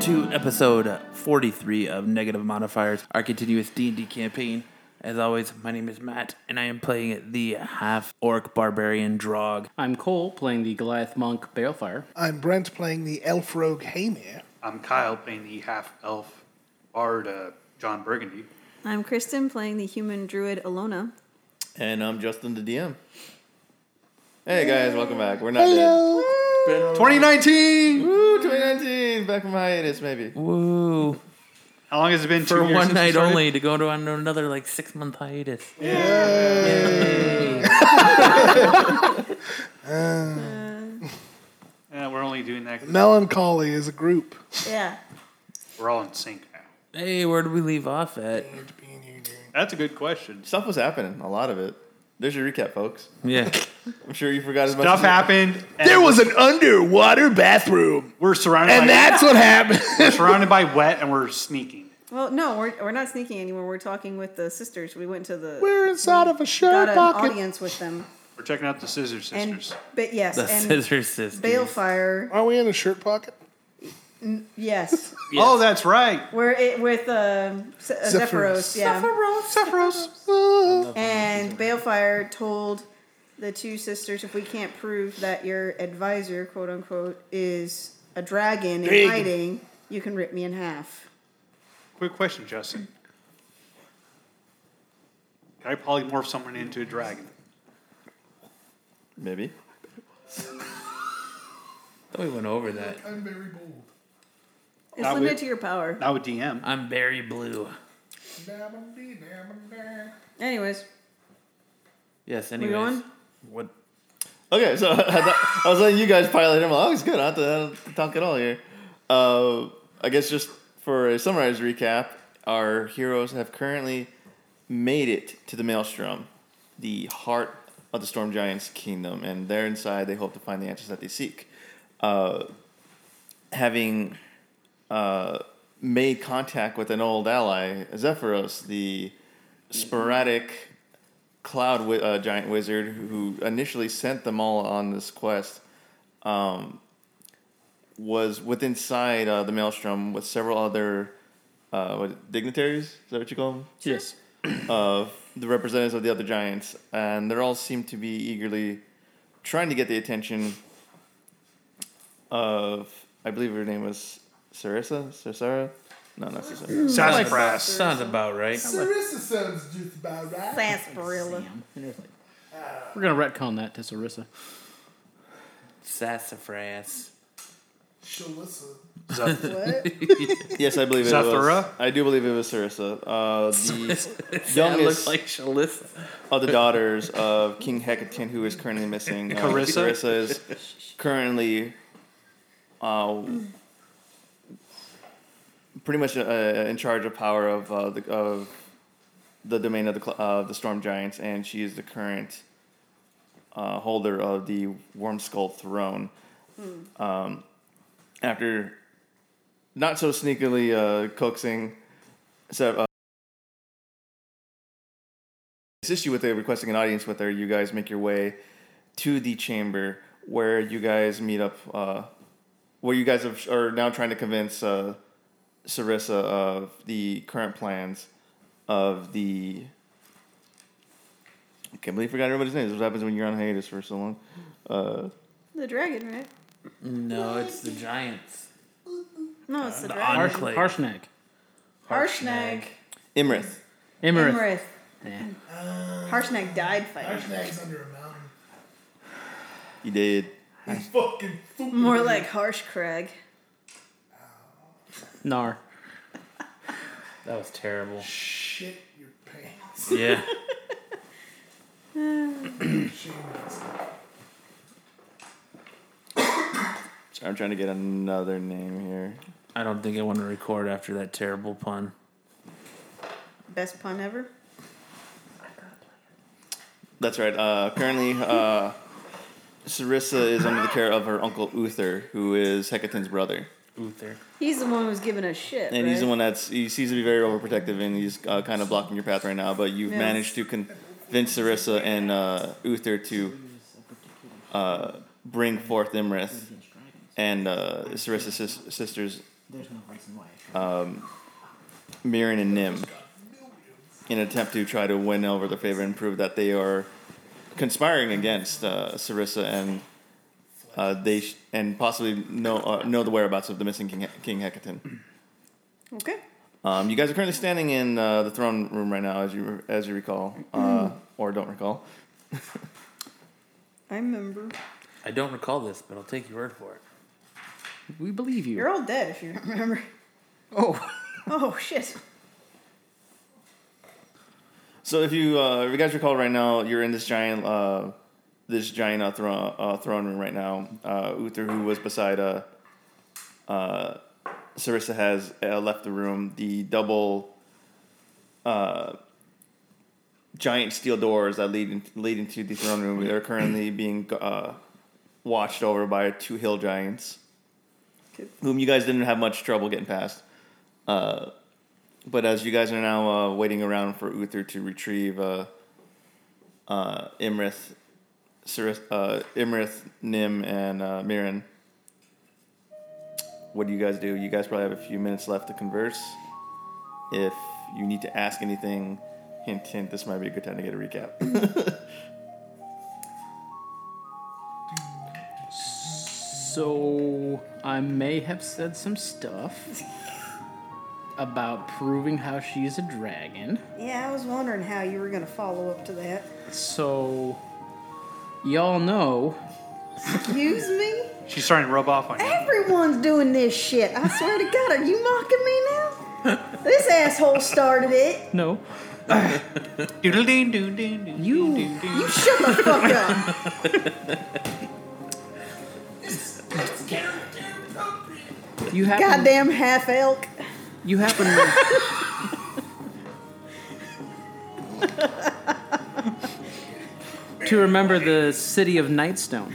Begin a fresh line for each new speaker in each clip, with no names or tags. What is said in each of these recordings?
to episode 43 of Negative Modifiers, our continuous D&D campaign. As always, my name is Matt, and I am playing the half-orc barbarian Drog.
I'm Cole playing the Goliath Monk Balefire.
I'm Brent playing the elf rogue Hamir.
I'm Kyle playing the half elf bard uh, John Burgundy.
I'm Kristen playing the human druid Alona.
And I'm Justin the DM. Hey guys, welcome back. We're not dead.
2019.
Woo, 2019, back from hiatus maybe.
Woo.
How long has it been? Two
For
years
one
since we
night
started?
only to go to an- another like six month hiatus.
Yeah, we're only doing that. 'cause
Melancholy is a group.
Yeah.
We're all in sync now.
Hey, where did we leave off at?
That's a good question.
Stuff was happening, a lot of it. There's your recap, folks.
Yeah.
I'm sure you forgot as much.
Stuff
as
happened. and
There was an underwater bathroom,
We're surrounded.
and
by,
that's what happened.
surrounded by wet, and we're sneaking.
Well, no, we're, we're not sneaking anymore. We're talking with the sisters. We went to the
We're inside of a
got
shirt
an
pocket.
audience with them.
We're checking out the Scissor Sisters.
And but yes,
The
and
Scissor Sisters.
Balefire.
Are we in a shirt pocket?
Yes,
Oh, that's right.
we're it with um, Se- uh,
Zephyros.
Zephyros. Yeah,
Sephiros.
and Balefire told the two sisters, if we can't prove that your advisor, quote unquote, is a dragon in
Dragon.
hiding, you can rip me in half.
Quick question, Justin. Can I polymorph someone into a dragon?
Maybe.
thought we went over that.
I'm very bold.
It's
That
limited
would-
to your power.
Now a DM.
I'm Barry Blue.
Anyways,
Yes,
we
anyways.
going?
What?
Okay, so I, thought, I was letting you guys pilot him. Oh, he's good. I don't have to I don't talk at all here. Uh, I guess just for a summarized recap, our heroes have currently made it to the Maelstrom, the heart of the Storm Giant's kingdom, and there inside they hope to find the answers that they seek. Uh, having uh, made contact with an old ally, Zephyros, the sporadic cloud wi- uh, giant wizard who initially sent them all on this quest um, was within sight uh, the maelstrom with several other uh, what, dignitaries is that what you call them
Yes.
of the representatives of the other giants, and they all seem to be eagerly trying to get the attention of, I believe her name was Sarissa? Sarissa? No, not Sarissa.
Hmm. Sassafras.
Sounds about right.
Sarissa sounds just about right.
sarsaparilla.
We're gonna retcon that to Sarissa.
Sassafras.
Shalissa.
What?
yes, I believe it was.
Zathura?
I do believe it was Sarissa. Uh, the youngest
like Shalissa.
of the daughters of King Hecaton, who is currently missing. Uh,
Carissa?
Carissa is currently uh, pretty much uh, in charge of power of, uh, the, of the domain of the, cl- uh, the Storm Giants, and she is the current uh, holder of the Worm Skull throne. Um, after not so sneakily uh, coaxing, so, uh, assist you with uh, requesting an audience with her, you guys make your way to the chamber where you guys meet up. Uh, where you guys have, are now trying to convince uh, Sarissa of the current plans of the. I can't believe I forgot everybody's name. This is what happens when you're on hiatus for so long. Uh,
the dragon, right?
No, it's the Giants.
No, it's the
The
dragon.
Harsh,
Enclave.
Harshnag.
Harshnag.
Imrith.
Emerith.
Emrith.
Yeah.
Harshnag died fighting.
under a mountain.
You did.
He's fucking
More like Harsh Crag.
Nar.
That was terrible.
shit your pants.
Yeah.
Sorry, I'm trying to get another name here.
I don't think I want to record after that terrible pun.
Best pun ever.
That's right. Uh, currently, uh, Sarissa is under the care of her uncle Uther, who is Hecaton's brother.
Uther.
He's the one who's giving us shit.
And he's the one that's he seems to be very overprotective, and he's uh, kind of blocking your path right now. But you've
Yes.
managed to convince Sarissa and uh, Uther to uh, bring forth Imrith and uh, Sarissa's sis- sister's
There's no reason why. it
Mirren and Nim in an attempt to try to win over their favor and prove that they are conspiring against uh, Sarissa and uh, they sh- and possibly know uh, know the whereabouts of the missing King, He- King Hecaton.
Okay.
Um, you guys are currently standing in uh, the throne room right now, as you as you recall, uh, or don't recall.
I remember.
I don't recall this, but I'll take your word for it.
We believe you.
You're all dead if you don't remember.
oh,
Oh shit.
So if you uh, if you guys recall right now, you're in this giant uh, this giant uh, throne uh, throne room right now. Uh, Uther, who was beside uh, uh, Sarissa, has uh, left the room. The double uh, giant steel doors that lead in, lead into the throne room are currently being uh, watched over by two hill giants,
Okay.
whom you guys didn't have much trouble getting past. Uh, but as you guys are now uh, waiting around for Uther to retrieve uh, uh, Imrith, Cirith, uh, Imrith, Nim, and uh, Mirren, what do you guys do? You guys probably have a few minutes left to converse. If you need to ask anything, hint, hint, this might be a good time to get a recap.
so I may have said some stuff about proving how she is a dragon.
Yeah, I was wondering how you were gonna follow up to that.
So y'all know
Excuse me?
She's starting to rub off on you.
Everyone's doing this shit. I swear to God, are you mocking me now? This asshole started it.
no.
Doodle-ding, doodle-ding, doodle-ding,
You-
doodle-ding.
You shut the fuck up.
You happen
Goddamn half elk.
you happen to to remember the city of Nightstone.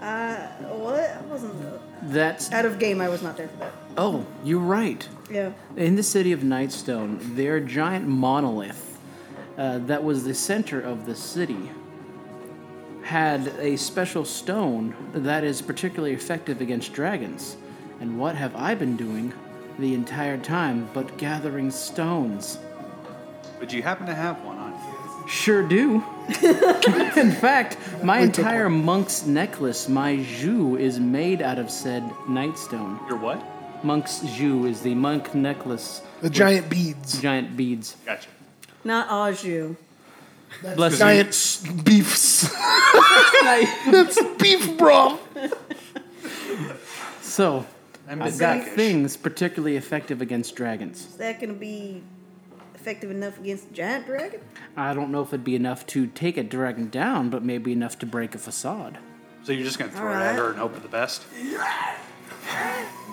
Uh, what? I wasn't
That's
out of game. I was not there for that.
oh, you're right.
Yeah.
In the city of Nightstone, their giant monolith uh, that was the center of the city had a special stone that is particularly effective against dragons. And what have I been doing the entire time but gathering stones?
But you happen to have one on you.
Sure do. In fact, my entire monk's necklace, my jeu, is made out of said nightstone.
Your what?
Monk's jeu is the monk necklace,
The giant beads.
giant beads.
Gotcha.
Not au jus.
Bless you.
Giant s- beefs.
Right.
That's beef broth.
So,
And
I've got
Bizak-ish.
things particularly effective against dragons.
Is that gonna be effective enough against the giant dragon?
I don't know if it'd be enough to take a dragon down, but maybe enough to break a facade.
So you're just gonna throw it
Alright.
at her and hope for the best.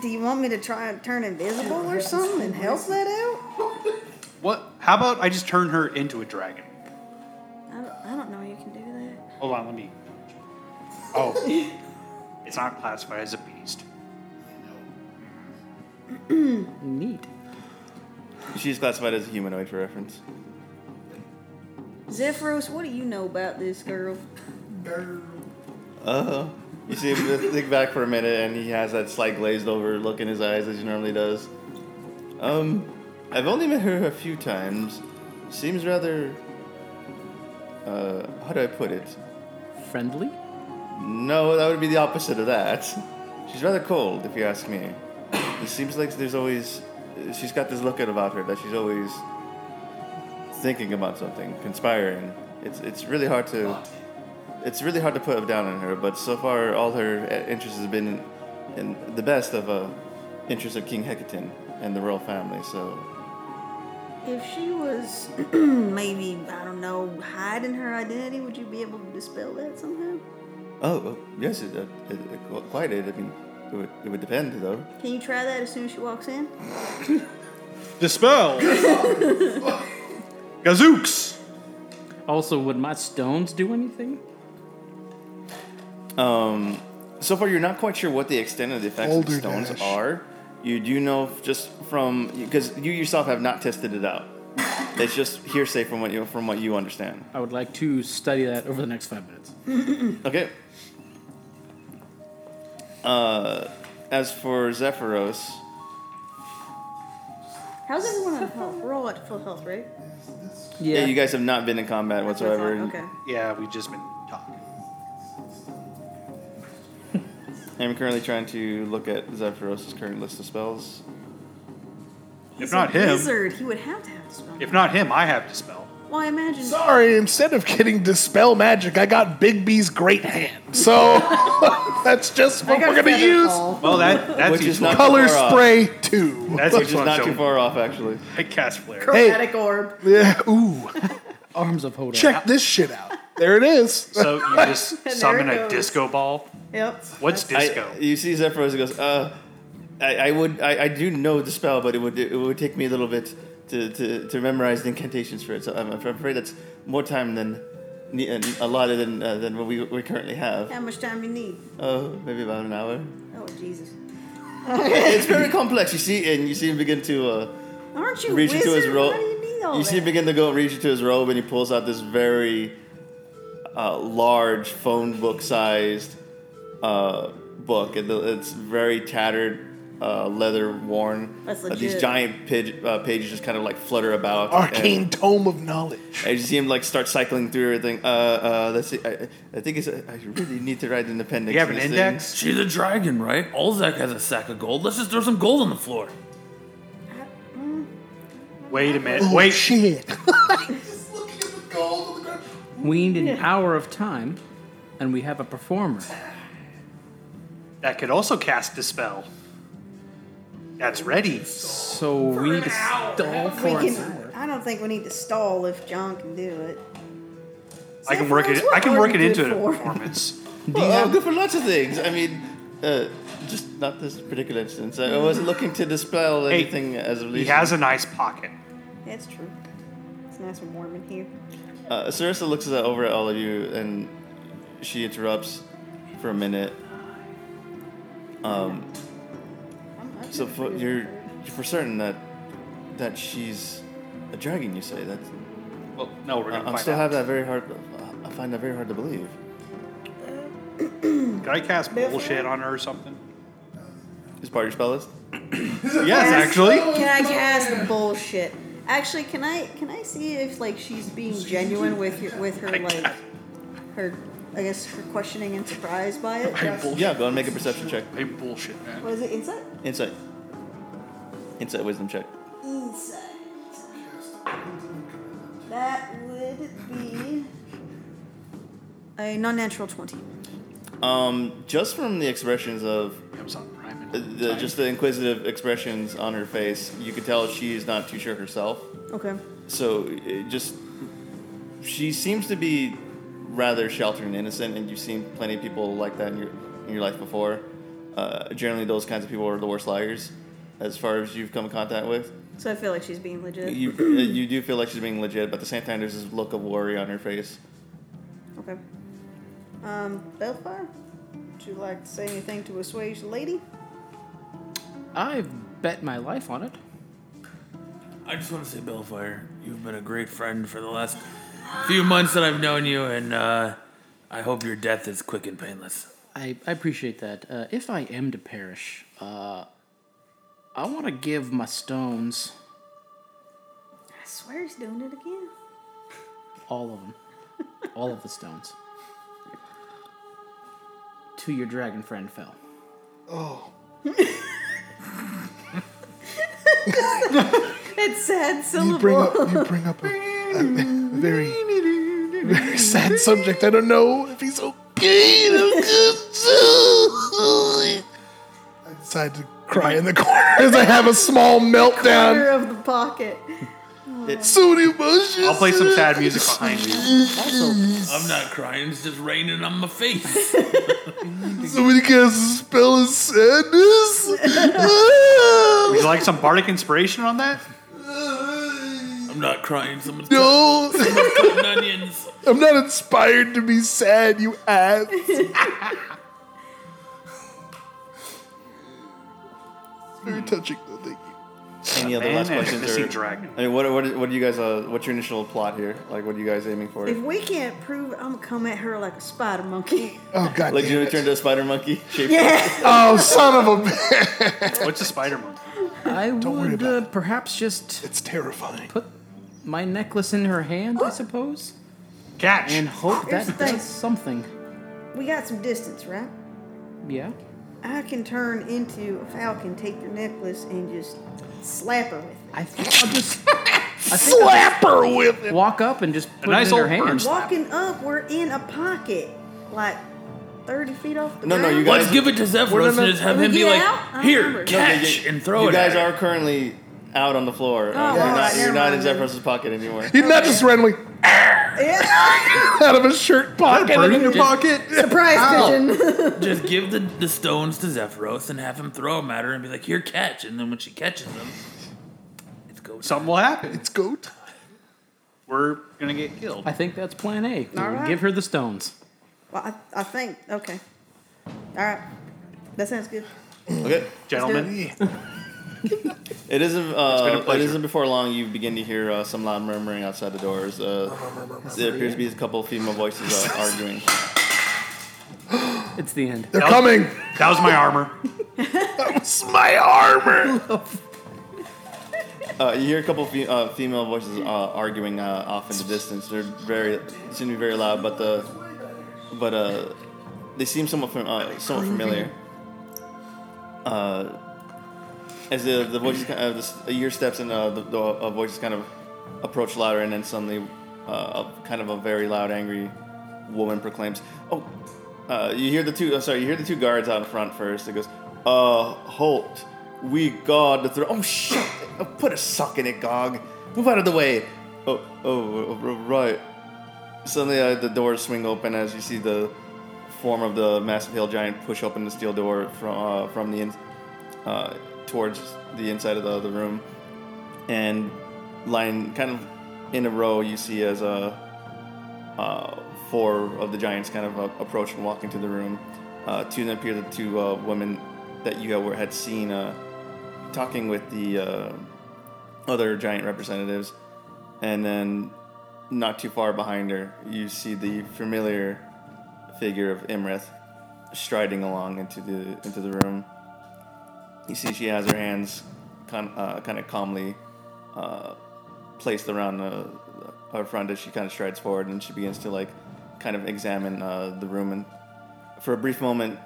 Do you want me to try and turn invisible or something and help that out?
What? How about I just turn her into a dragon?
I don't, I don't know. You can do that.
Hold on, let me. Oh, it's not classified as a beast.
Neat.
She's classified as a humanoid for reference.
Zephyros, what do you know about this girl?
Uh, you see him think back for a minute, and he has that slight glazed over look in his eyes as he normally does. Um, I've only met her a few times. Seems rather. Uh, how do I put it?
Friendly?
No, that would be the opposite of that. She's rather cold, if you ask me. It seems like there's always. She's got this look about her that she's always thinking about something, conspiring. It's it's really hard to. It's really hard to put down on her, but so far all her uh, interest has been in, in the best of uh, interest of King Hecaton and the royal family. So
If she was maybe, I don't know, hiding her identity, would you be able to dispel that somehow?
Oh, oh, yes, it, uh, it, it, quite it. I mean, it would, it would depend, though.
Can you try that as soon as she walks in?
Dispel. Gazooks.
Also, would my stones do anything?
Um, so far, you're not quite sure what the extent of the effects of the
Older
stones
dash.
are. You do know just from because you yourself have not tested it out. it's just hearsay from what you from what you understand.
I would like to study that over the next five minutes.
Okay. Uh, as for Zephyros,
How's everyone on health? We're all at full health, right?
Yeah.
Yeah, you guys have not been in combat
That's what I thought.
whatsoever.
Okay.
Yeah, we've just been talking.
I'm currently trying to look at Zephyros's current list of spells.
He's
not
a
him-
wizard. He would have to have dispel.
If not him, I have to spell.
well, I imagine.
Sorry, instead of getting dispel magic, I got Big B's great hand. So that's just
I
what
got
we're gonna
feather
use.
fall.
Well, that that's
Which is
useful.
not-
Color
Far off.
spray two.
that's
Which is
useful,
not
so
too far off, actually.
I cast flare.
Chromatic orb.
Yeah. Ooh.
Arms of Hodor.
Check this shit out. There it is.
So you just
there
summon
it
a
goes.
disco ball.
Yep.
What's
I-
disco?
you see Zephyros goes, uh, I, I would, I, I do know the spell, but it would, it would take me a little bit to, to, to memorize the incantations for it. So I'm, I'm afraid that's more time than, ne- and a lot than, uh, than what we, we currently have.
How much time you need?
Uh, maybe about an hour.
Oh Jesus!
it's very complex, you see, and you see him begin to, uh,
Aren't you
reach
wizard?
into his robe.
How do you need all
see
that?
him begin to go reach into his robe, and he pulls out this very uh, large phone book sized uh, book. And the- it's very tattered, uh, leather worn.
That's
Uh, these
legit.
giant page, uh, pages just kind of like flutter about.
Arcane
And,
tome of knowledge.
and you see him like start cycling through everything. Uh, uh, let's see. I, I think it's. I really need to write an appendix.
You have
to
an
this thing.
index?
She's a dragon, right? Olzek has a sack of gold. Let's just throw some gold on the floor.
Wait a minute.
Oh,
Wait.
shit.
We need an hour of time, and we have a performer.
That could also cast dispel. That's ready.
So we need to stall
We
for an
can.
hour.
I don't think we need to stall if John can do it.
I can work it. I can work it into a
What are you good for?
performance.
Well,
um,
uh, good for lots of things. I mean, uh, just not this particular instance. I I wasn't looking to dispel
Mm. Hey,
anything as of
He
recent.
has a nice pocket.
That's true. It's nice and warm in here.
Uh, Sarissa looks at- over at all of you and she interrupts for a minute. Um,
I'm- I'm
so
gonna
for,
figure
you're
it out.
you're for certain that that she's a dragon. You say that's.
Well, no, we're gonna
I, am
find
Uh, still
out.
have that very hard. I find that very hard to believe.
Could I cast bullshit on her or something?
Is part of your spell list?
Yes, actually.
Can I cast bullshit? Actually, can I can I see if like she's being genuine with your, with her like her I guess her questioning and surprise by it?
Yeah, go and make a perception check.
Hey, bullshit, man.
Was it insight?
Insight. Insight wisdom check.
Insight. That would be a non-natural twenty.
Um, just from the expressions of
Amazon Prime. and-
the, just the inquisitive expressions on her face, you could tell she's not too sure herself.
Okay.
So it just she seems to be rather sheltered and innocent, and you've seen plenty of people like that in your in your life before. Uh, generally, those kinds of people are the worst liars, as far as you've come in contact with.
So I feel like she's being legit.
You uh, you do feel like she's being legit, but at the same time, there's this look of worry on her face.
Okay. Um, Belfar, would you like to say anything to assuage the lady?
I've bet my life on it.
I just want to say, Bellfire, you've been a great friend for the last few months that I've known you, and uh, I hope your death is quick and painless.
I, I appreciate that. Uh, if I am to perish, uh, I want to give my stones,
I swear he's doing it again.
all of them, all of the stones, to your dragon friend, Fel.
It's sad
You bring up you bring up a, a very very sad subject. I don't know if he's okay. I'm just- I decide to cry in the corner as I have a small meltdown.
corner of the pocket.
So many emotions.
I'll play some sad music behind me.
I'm not crying, it's just raining on my face.
Somebody cast a spell of sadness.
Would you like some bardic inspiration on that?
I'm not crying, someone's
no,
cutting onions.
I'm not inspired to be sad, you ass. Very touching, though. Thank you.
Any other
Man
last
and a
questions?
missing
Or,
dragon.
I mean, what what what do you guys? Uh, what's your initial plot here? Like, what are you guys aiming for?
If we can't prove, it, I'm gonna come at her like a spider monkey.
Oh god.
Like,
damn
you
it.
turn to a spider monkey? Shape
Yeah.
Oh, son of a bitch.
What's a spider monkey?
I I
Don't worry
would
about
uh,
it.
perhaps just
It's terrifying.
put my necklace in her hand, I suppose,
Catch.
and hope
Here's
that
the thing.
does something.
We got some distance, right?
Yeah.
I can turn into a falcon, take your necklace, and just slap her with it.
I think I'll just I think I'll
Slap her with it.
walk up and just put
nice
it in her
old
hand.
burn.
Walking up, we're in a pocket, like 30 feet off the
No, no,
ground.
you guys-
Let's give it to Zephyros and just have
Can we
him be
get
like,
out? I don't
here,
remember.
catch,
No, you-
and throw
You
it
guys
at
are currently out on the floor. Uh,
all
you're
right,
not, you're
Oh, never
not in
mind then.
Zephyrus' pocket anymore.
You're not just randomly
Yeah.
out of a shirt pocket
bird
and in your
just-
pocket.
Surprise pigeon.
her. Just give the, the stones to Zephyros and have him throw them at her and be like, here, catch. And then when she catches them, it's go.
Something will happen.
It's go time.
We're gonna get killed.
I think that's plan A.
All right.
Give her the stones.
well, I, I think, okay. All right. That sounds good.
Okay.
Gentlemen,
It isn't.
been a
Uh, it
pleasure.
isn't before long you begin to hear uh, some loud murmuring outside the doors. Uh, there appears to be a couple of female voices uh, arguing.
It's the end.
They're coming.
that was my armor.
It's my armor.
Uh, you hear a couple of fe- uh, female voices uh, arguing uh, off in the distance. They're very they seem to be very loud, but the but uh, they seem somewhat fam- uh, somewhat familiar. Uh, as the the voices kind of, the, your steps and uh, the, the uh, voices kind of approach louder, and then suddenly, uh, a, kind of a very loud, angry woman proclaims, "Oh, uh, you hear the two. Uh, sorry, you hear the two guards out in front first. It goes, uh, Holt, we guard the throne. Oh shit! Uh, Put a sock in it, Gog. Move out of the way. Oh, oh, r- r- right. Suddenly, uh, the doors swing open as you see the form of the massive hill giant push open the steel door from uh, from the in, uh, towards the inside of the, the room, and lying kind of in a row, you see as uh, uh, four of the giants kind of uh, approach and walk into the room. Uh, two of them appear the two uh, women that you had- had seen uh, talking with the uh, other giant representatives, and then not too far behind her, you see the familiar figure of Imrith striding along into the into the room. You see she has her hands con- uh, kind of calmly uh, placed around the, her front as she kind of strides forward and she begins to like kind of examine uh, the room and for a brief moment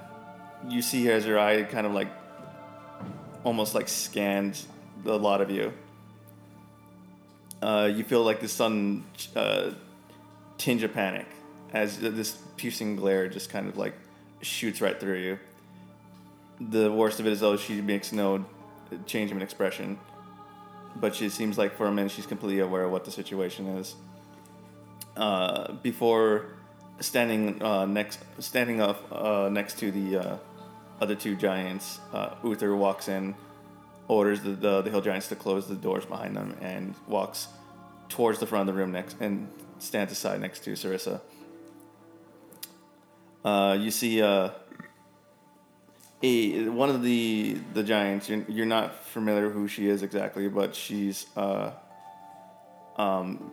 you see her as her eye kind of like almost like scans the lot of you uh, you feel like this sudden uh, tinge of panic as this piercing glare just kind of like shoots right through you the worst of it is though she makes no change of an expression but she seems like for a minute she's completely aware of what the situation is. Uh, before standing uh, next, standing up uh, next to the uh, other two giants, uh, Uther walks in, orders the, the the hill giants to close the doors behind them, and walks towards the front of the room next and stands aside next to Sarissa. Uh, you see. Uh, a one of the the giants. You're, you're not familiar who she is exactly, but she's uh, um,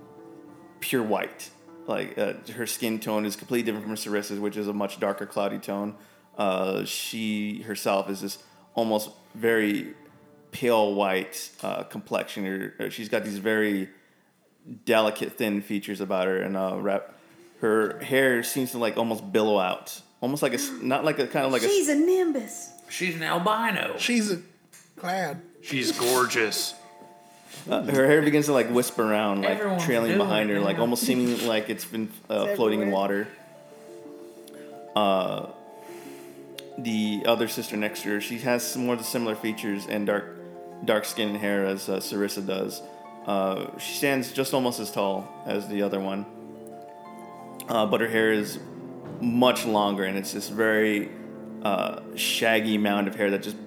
pure white. Like uh, her skin tone is completely different from Sarissa's, which is a much darker, cloudy tone. Uh, she herself is this almost very pale white uh, complexion. Her- her- She's got these very delicate, thin features about her, and uh, wrap. Her hair seems to like almost billow out, almost like a s- not like a kind of like a
She's a nimbus.
She's an albino.
She's a glad.
She's gorgeous.
Uh, her hair begins to like wisp around, like
Everyone's
trailing
doing
behind
it
her, like oh
now.
almost seeming like it's been uh,
It's
floating in
everywhere.
water. Uh, the other sister next to her, she has some more of the similar features and dark, dark skin and hair as uh, Sarissa does. Uh, she stands just almost as tall as the other one, uh, but her hair is much longer, and it's this very uh, shaggy mound of hair that just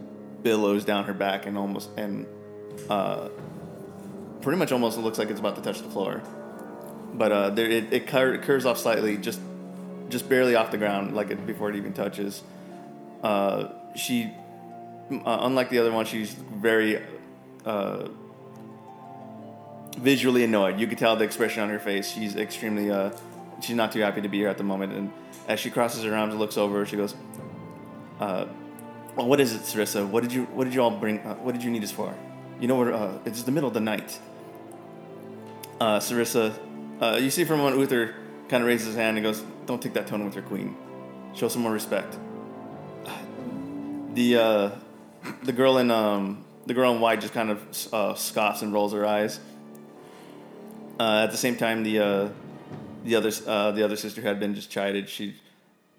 billows down her back and almost and uh, pretty much almost looks like it's about to touch the floor. But uh, there, it, it cur- curves off slightly, just just barely off the ground, like it, before it even touches. Uh, she, uh, unlike the other one, she's very uh, visually annoyed. You can tell the expression on her face. She's extremely, uh, she's not too happy to be here at the moment. And as she crosses her arms and looks over, she goes, uh, "Well, what is it, Sarissa? What did you, what did you all bring? Uh, what did you need us for?" You know where? Uh, it's the middle of the night. Uh, Sarissa, uh, you see from when Uther kind of raises his hand and goes, "Don't take that tone with your queen. Show some more respect." The uh, the girl in um, the girl in white just kind of uh, scoffs and rolls her eyes. Uh, at the same time, the uh, the other uh, the other sister who had been just chided, she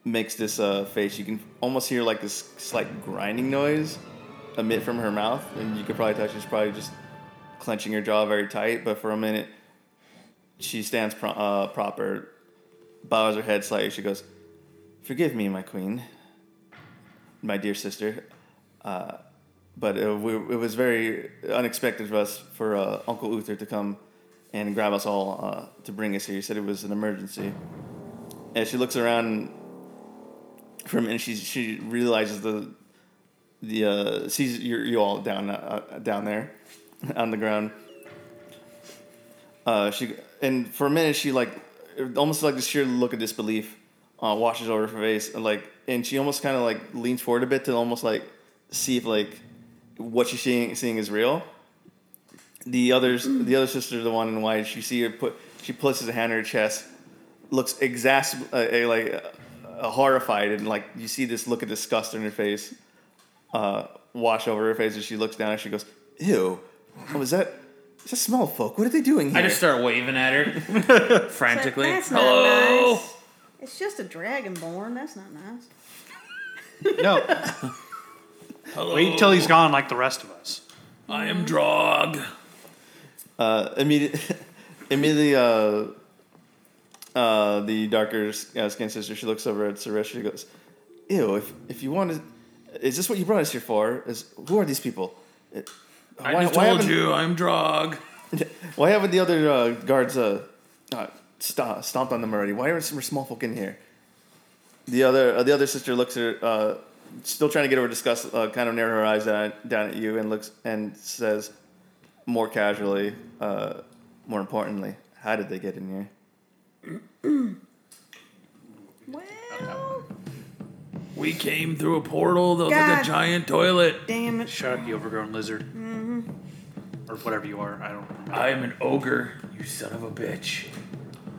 makes this uh, face. You can almost hear like this slight grinding noise emit from her mouth, and you could probably tell she's probably just clenching her jaw very tight. But for a minute, she stands pro- uh, proper, bows her head slightly. She goes, "Forgive me, my queen, my dear sister." Uh, but it, we, it was very unexpected for us for uh, Uncle Uther to come and grab us all uh, to bring us here. He said it was an emergency. And she looks around for a minute. She she realizes the the uh, sees you you all down uh, down there on the ground. Uh, she and for a minute she like almost like the sheer look of disbelief uh, washes over her face and like and she almost kind of like leans forward a bit to almost like see if like what she's seeing seeing is real. The others the other sister, the one in white, she see her put she places a hand on her chest, looks exasper uh, uh, like uh, horrified and like you see this look of disgust on her face uh, wash over her face as she looks down and she goes, Ew, what was that? Is that small folk? What are they doing here?
I just start waving at her
It's
frantically.
like, that's not
Hello.
nice. It's just a dragonborn. That's not nice.
No. Wait till he's gone like the rest of us.
I am Drog.
uh, immediate, immediately, uh, uh, the darker s- uh, skin sister, she looks over at Suresh. She goes, "Ew! If if you want to, is this what you brought us here for? Is who are these people? Uh,
I
why-
just
why
told
haven't-
you I'm Drog.
Why haven't the other uh, guards uh, uh, sto- stomped on them already? Why aren't some small folk in here? The other uh, the other sister looks at her, uh, still trying to get over disgust, uh, kind of narrow her eyes down, down at you and looks and says more casually, uh, more importantly, how did they get in here?
Well,
We came through a portal that was like
God.
a giant toilet.
damn it.
Shut up, you overgrown lizard. Mm-hmm. Or whatever you are. I don't remember.
I'm an ogre, you son of a bitch.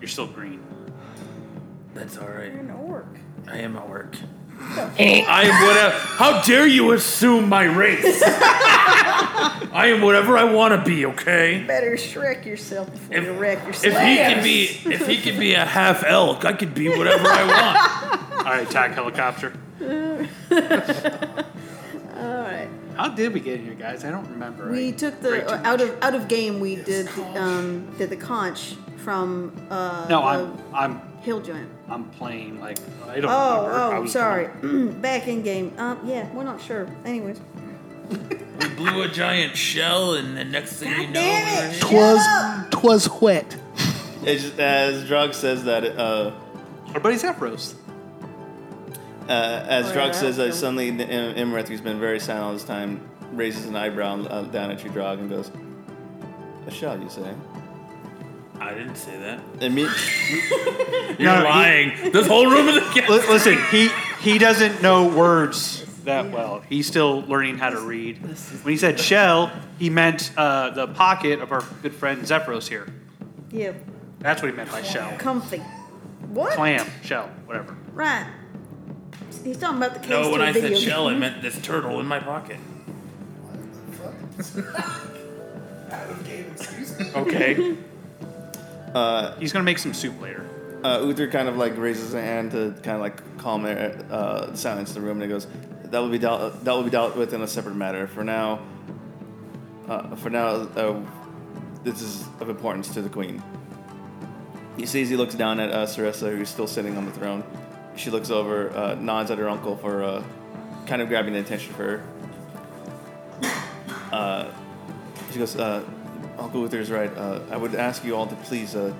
You're still green.
That's all right.
You're an orc.
I am at work. I am whatever. How dare you assume my race? I am whatever I want to be. Okay.
Better Shrek yourself before
If-
you wreck yourself.
If he can be, if he can be a half elk, I could be whatever I want.
All right, attack helicopter.
All right.
How did we get here, guys? I don't remember.
We took the
Great
uh, out of out of game. We did the, um did the conch from uh
no,
the
I'm I'm
hill giant.
I'm playing like I don't
Oh,
remember. I
oh,
was
sorry.
drunk.
Back in game. Um, yeah, we're not sure. Anyways.
We blew a giant shell, and the next thing you know,
Damn it!
Twas
Shut up!
twas wet.
It's just, as Drog says that, uh,
Our buddy Zapros.
uh, as
Oh,
Drog
yeah.
says that, suddenly Im- Imrith, who's been very silent all this time, raises an eyebrow and, uh, down at you, Drog, and goes, "A shell, you say?"
I didn't say that.
Immediately.
You're
No, he-
lying. this whole room is against.
Li- listen, he he doesn't know words that well. He's still learning how to read. When he said shell, he meant uh, the pocket of our good friend Zephyros here.
Yeah,
That's what he meant by shell.
comfy. What?
Clam, shell, whatever.
Right. He's talking about the case
No,
to
when
a
I
video
said
game.
shell, I meant this turtle in my pocket.
Okay. Uh, He's gonna make some soup later.
uh, Uther kind of like raises a hand to kind of like calm air, uh, silence the room, and he goes, "That will be dealt. That will be dealt with in a separate matter. For now, uh, for now, uh, this is of importance to the queen." He sees. He looks down at uh, Sarissa, who's still sitting on the throne. She looks over, uh, nods at her uncle for uh, kind of grabbing the attention for her. Uh, she goes, uh, "Uncle Uther's right. Uh, I would ask you all to please." Uh,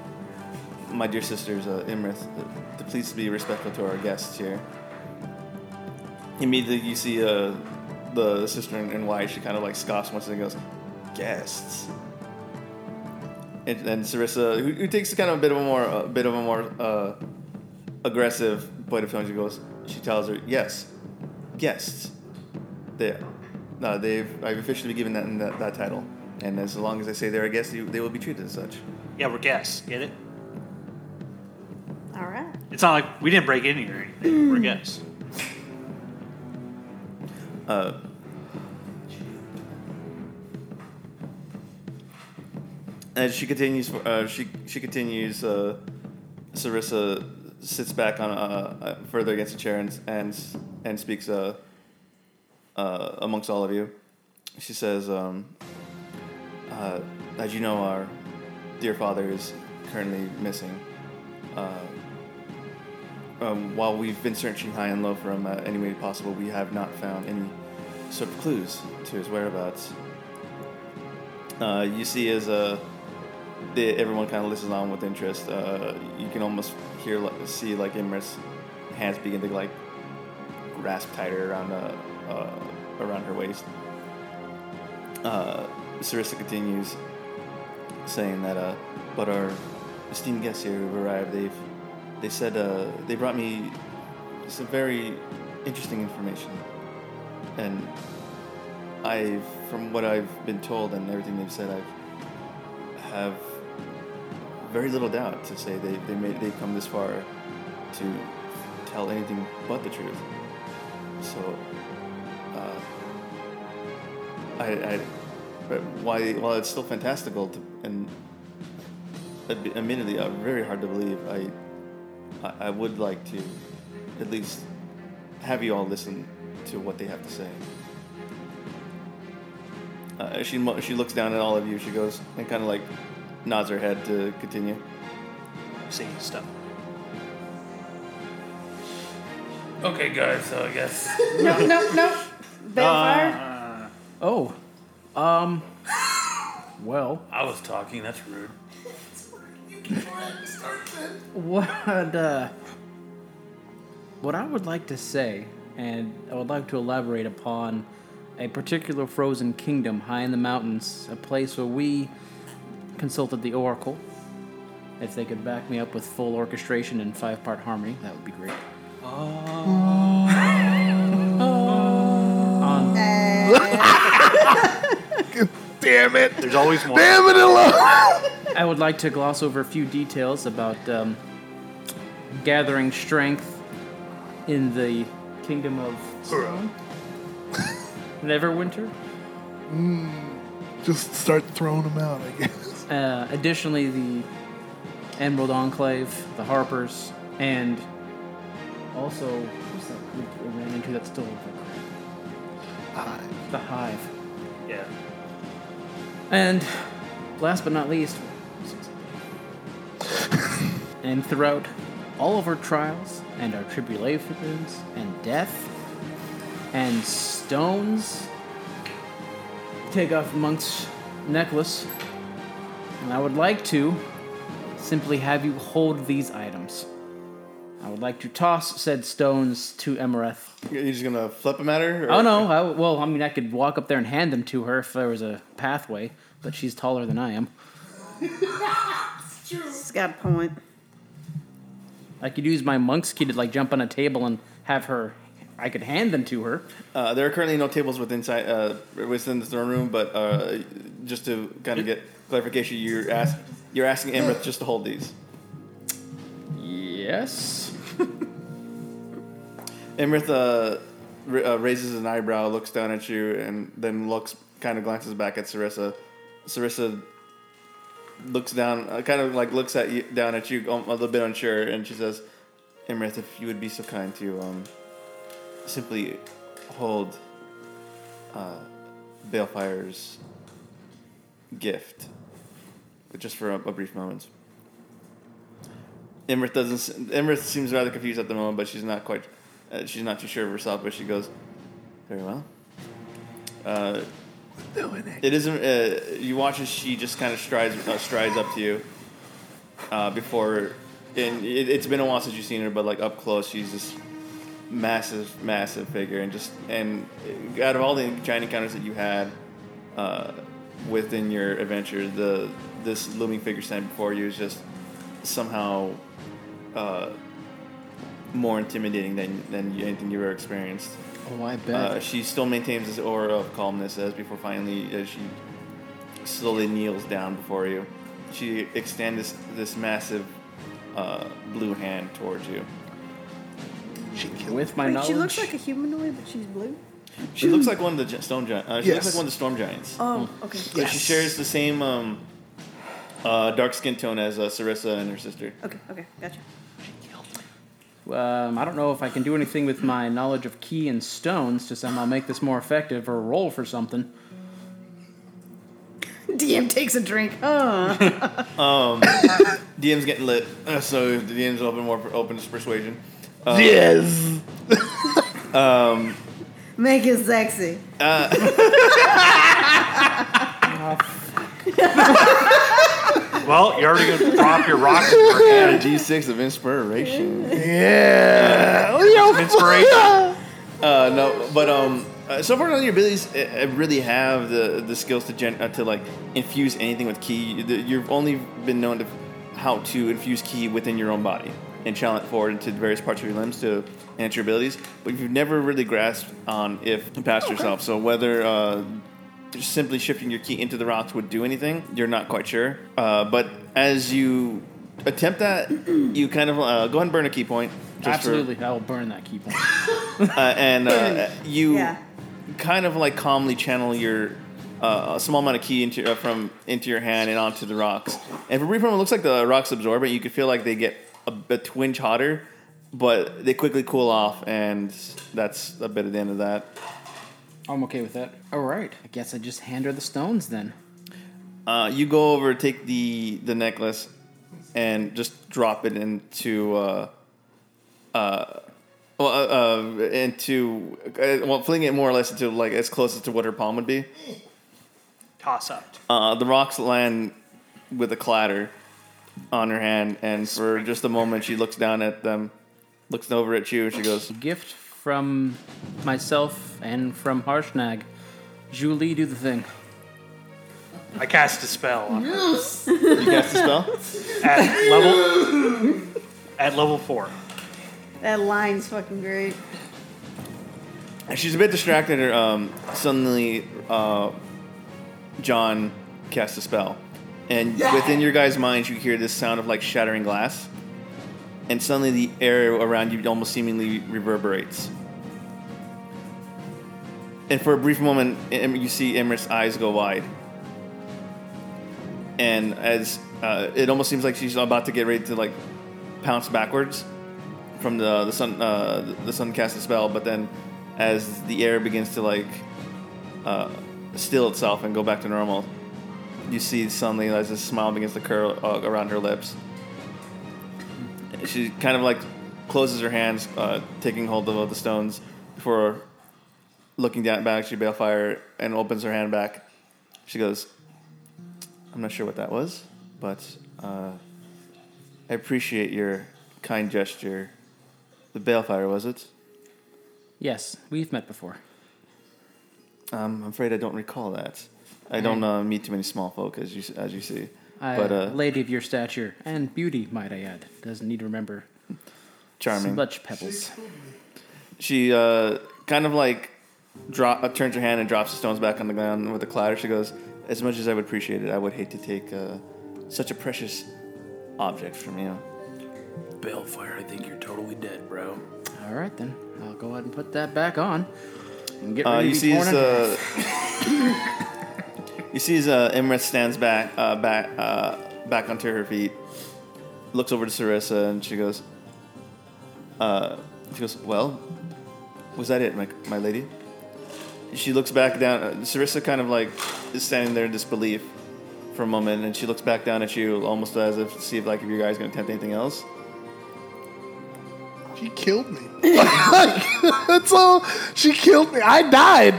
my dear sisters, uh, Imrith, uh, to please be respectful to our guests here. Immediately, you see uh, the sister in, in white. She kind of like scoffs once and goes, "Guests." And, and Sarissa, who, who takes kind of a bit of a more, a bit of a more uh, aggressive point of tone, she goes, she tells her, "Yes, uh, guests. They, no, they've. I've officially given that that, that title." And as long as they say they're a guest, you- they will be treated as such.
Yeah, we're guests. Get it?
All right.
It's not like we didn't break in here or anything. We're guests.
Uh, as she continues, uh, she she continues. Uh, Sarissa sits back on uh, uh, further against a chair and and and speaks uh, uh, amongst all of you. She says, um, uh, "As you know, our dear father is currently missing. Uh, um, while we've been searching high and low for him uh, any way possible, we have not found any sort of clues to his whereabouts. Uh, you see, as uh, the, everyone kind of listens on with interest, uh, you can almost hear, like, see, like Imra's hands begin to like grasp tighter around uh, uh, around her waist. Uh, Sarissa continues saying that, uh, but our esteemed guests here who've arrived, they've, they said, uh, they brought me some very interesting information. And I've, from what I've been told and everything they've said, I've, have very little doubt to say they, they made, they've come this far to tell anything but the truth. So, uh, I, I but why while it's still fantastical to, and ad- admittedly uh, very hard to believe, I, I I would like to at least have you all listen to what they have to say. Uh, she mo- she looks down at all of you. She goes and kind of like nods her head to continue.
Saying stuff.
Okay, guys. So I guess
No, no, no. Balefire.
Uh,
Oh, um, well,
I was talking. That's rude.
what, uh, what I would like to say, and I would like to elaborate upon a particular frozen kingdom high in the mountains, a place where we consulted the oracle. If they could back me up with full orchestration and five part harmony, that would be great.
Damn it!
there's always more.
Damn it alone!
I would like to gloss over a few details about um, gathering strength in the kingdom of Neverwinter.
Just start throwing them out, I guess.
Uh, additionally, the Emerald Enclave, the Harpers, and also who's that group that we ran into that's still over? The Hive.
Yeah.
And last but not least, and throughout all of our trials and our tribulations and death and stones, take off monk's necklace, and I would like to simply have you hold these items. I would like to toss said stones to Emereth.
You're just gonna flip them at her? or-
Oh no! I, well, I mean, I could walk up there and hand them to her if there was a pathway, but she's taller than I am.
She's got a point.
I could use my monk's key to like jump on a table and have her. I could hand them to her.
Uh, there are currently no tables within si- uh, within the throne room, but uh, just to kind of get clarification, you're ask- you're asking Amrith just to hold these.
Yes.
Amrith uh, r- uh, raises an eyebrow, looks down at you, and then looks kind of glances back at Sarissa. Sarissa looks down, uh, kind of like looks at you down at you, um, a little bit unsure, and she says, "Amrith, if you would be so kind to um, simply hold uh, Balefire's gift, just for a, a brief moment." Emrith doesn't. Emrith seems rather confused at the moment, but she's not quite. Uh, she's not too sure of herself. But she goes, "Very well." Uh, it isn't. Uh, you watch as she just kind of strides uh, strides up to you. Uh, before, and it, it's been a while since you've seen her, but like up close, she's this massive, massive figure, and just and out of all the giant encounters that you had uh, within your adventure, the this looming figure standing before you is just somehow uh, more intimidating than, than anything you've ever experienced.
Oh, I bet.
Uh, she still maintains this aura of calmness as before finally as she slowly kneels down before you. She extends this, this massive uh, blue hand towards you.
She killed
With my
Wait,
knowledge,
she looks like a humanoid, but she's blue.
She looks like one of the gi- stone giants. Uh, she
Yes.
looks like one of the storm giants.
Oh, okay.
Like, she shares the same um, uh, dark skin tone as uh, Sarissa and her sister.
Okay, okay, gotcha.
um, I don't know if I can do anything with my knowledge of key and stones to somehow make this more effective or roll for something.
DM takes a drink. Oh.
DM's getting lit, uh, so the DM's open more open to persuasion.
Yes.
Make it sexy.
Well, you're already gonna drop your rock
And a D6 of inspiration.
Yeah. Leo,
inspiration.
Uh, no, but um, uh, so far none of your abilities uh, uh, really have the the skills to gen- uh, to like infuse anything with key. You- the- You've only been known to how to infuse key within your own body and channel it forward into various parts of your limbs to enhance your abilities. But you've never really grasped on if past yourself. So whether uh, just simply shifting your key into the rocks would do anything. You're not quite sure. Uh, but as you attempt that, you kind of uh, go ahead and burn a key point. just for-
Absolutely, I will burn that key point.
uh, and uh, you
Yeah.
kind of like calmly channel your uh, a small amount of key into uh, from into your hand and onto the rocks. And for a brief moment, it looks like the rocks absorb it. You could feel like they get a, a twinge hotter, but they quickly cool off, and that's a bit of the end of that.
I'm okay with that. All right, I guess I just hand her the stones then.
Uh, you go over, take the the necklace, and just drop it into uh, uh, well, uh, uh, into uh, well, fling it more or less into like as close as to what her palm would be.
Toss up.
Uh, the rocks land with a clatter on her hand, and for just a moment, she looks down at them, looks over at you, and she goes,
Gift from myself and from Harshnag. Julie, do the thing.
I cast a spell on her
"You cast a spell."
at level at level four.
That line's fucking great.
And she's a bit distracted. Her, um, suddenly, uh, John casts a spell, and within your guys' minds, you hear this sound of like shattering glass, and suddenly the air around you almost seemingly reverberates. And for a brief moment, Im- you see Imra's eyes go wide, and as uh, it almost seems like she's about to get ready to like pounce backwards from the the sun uh, the sun casts a spell, but then as the air begins to like uh, still itself and go back to normal, you see suddenly as a smile begins to curl uh, around her lips. She kind of like closes her hands, uh, taking hold of the stones before looking down back. She balefire and opens her hand back. She goes, "I'm not sure what that was, but." Uh, I appreciate your kind gesture. The balefire, was it?
Yes, we've met before.
Um, I'm afraid I don't recall that. I don't uh, meet too many small folk, as you as you see.
I,
but uh,
lady of your stature and beauty, might I add, doesn't need to remember
charming.
much pebbles.
She uh, kind of like drop, uh, turns her hand and drops the stones back on the ground with a clatter. She goes, "As much as I would appreciate it, I would hate to take uh, such a precious object from you."
Balefire, I think you're totally dead, bro.
All right then, I'll go ahead and put that back on and get
Uh,
ready
you
to
see,
be torn
as,
in
uh, you see, as uh, Imrith stands back, uh, back, uh, back onto her feet, looks over to Sarissa, and she goes, uh, "She goes, well, was that it, my, my lady?" She looks back down. Uh, Sarissa kind of like is standing there in disbelief for a moment, and she looks back down at you, almost as if to see if like if your guys gonna attempt anything else.
she killed me. Like, that's all. She killed me. I died.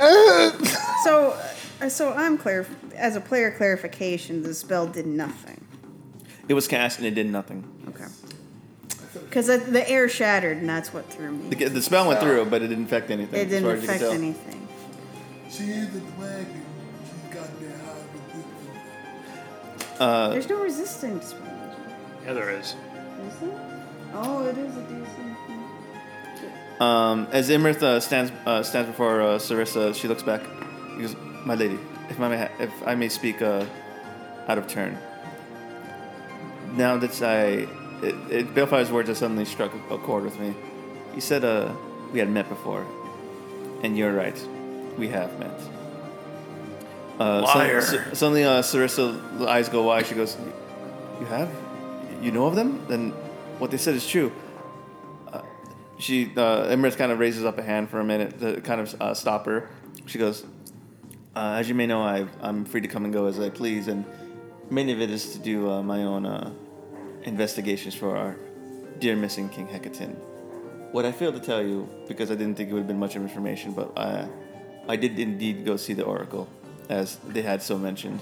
Uh,
So, uh, so I'm clear. As a player clarification, the spell did nothing.
It was cast and it did nothing.
Okay. Because the, the air shattered, and that's what threw me.
The, the spell went through, but it didn't affect anything.
it
as far
didn't
as you can
affect
tell.
anything.
She is a dragon. She's got that high resistance.
Uh,
There's no resistance. for magic,
Yeah, there is.
Is there? Oh, it is a decent.
Um, as Imrith uh, stands uh, stands before uh, Sarissa, she looks back. He goes, "My lady, if I may, ha- if I may speak uh, out of turn. Now that I, it, it, Balefires' words have suddenly struck a chord with me. You said uh, we had met before, and you're right, we have met. Uh, some-
Liar.
su- suddenly, uh, Sarissa's eyes go wide. She goes, "You have? You know of them? Then what they said is true." she uh, Emrys kind of raises up a hand for a minute to kind of uh, stop her. She goes, uh, "As you may know, I, I'm free to come and go as I please, and many of it is to do uh, my own uh, investigations for our dear missing King Hecaton. What I failed to tell you because I didn't think it would have been much of information, but I, I did indeed go see the Oracle, as they had so mentioned.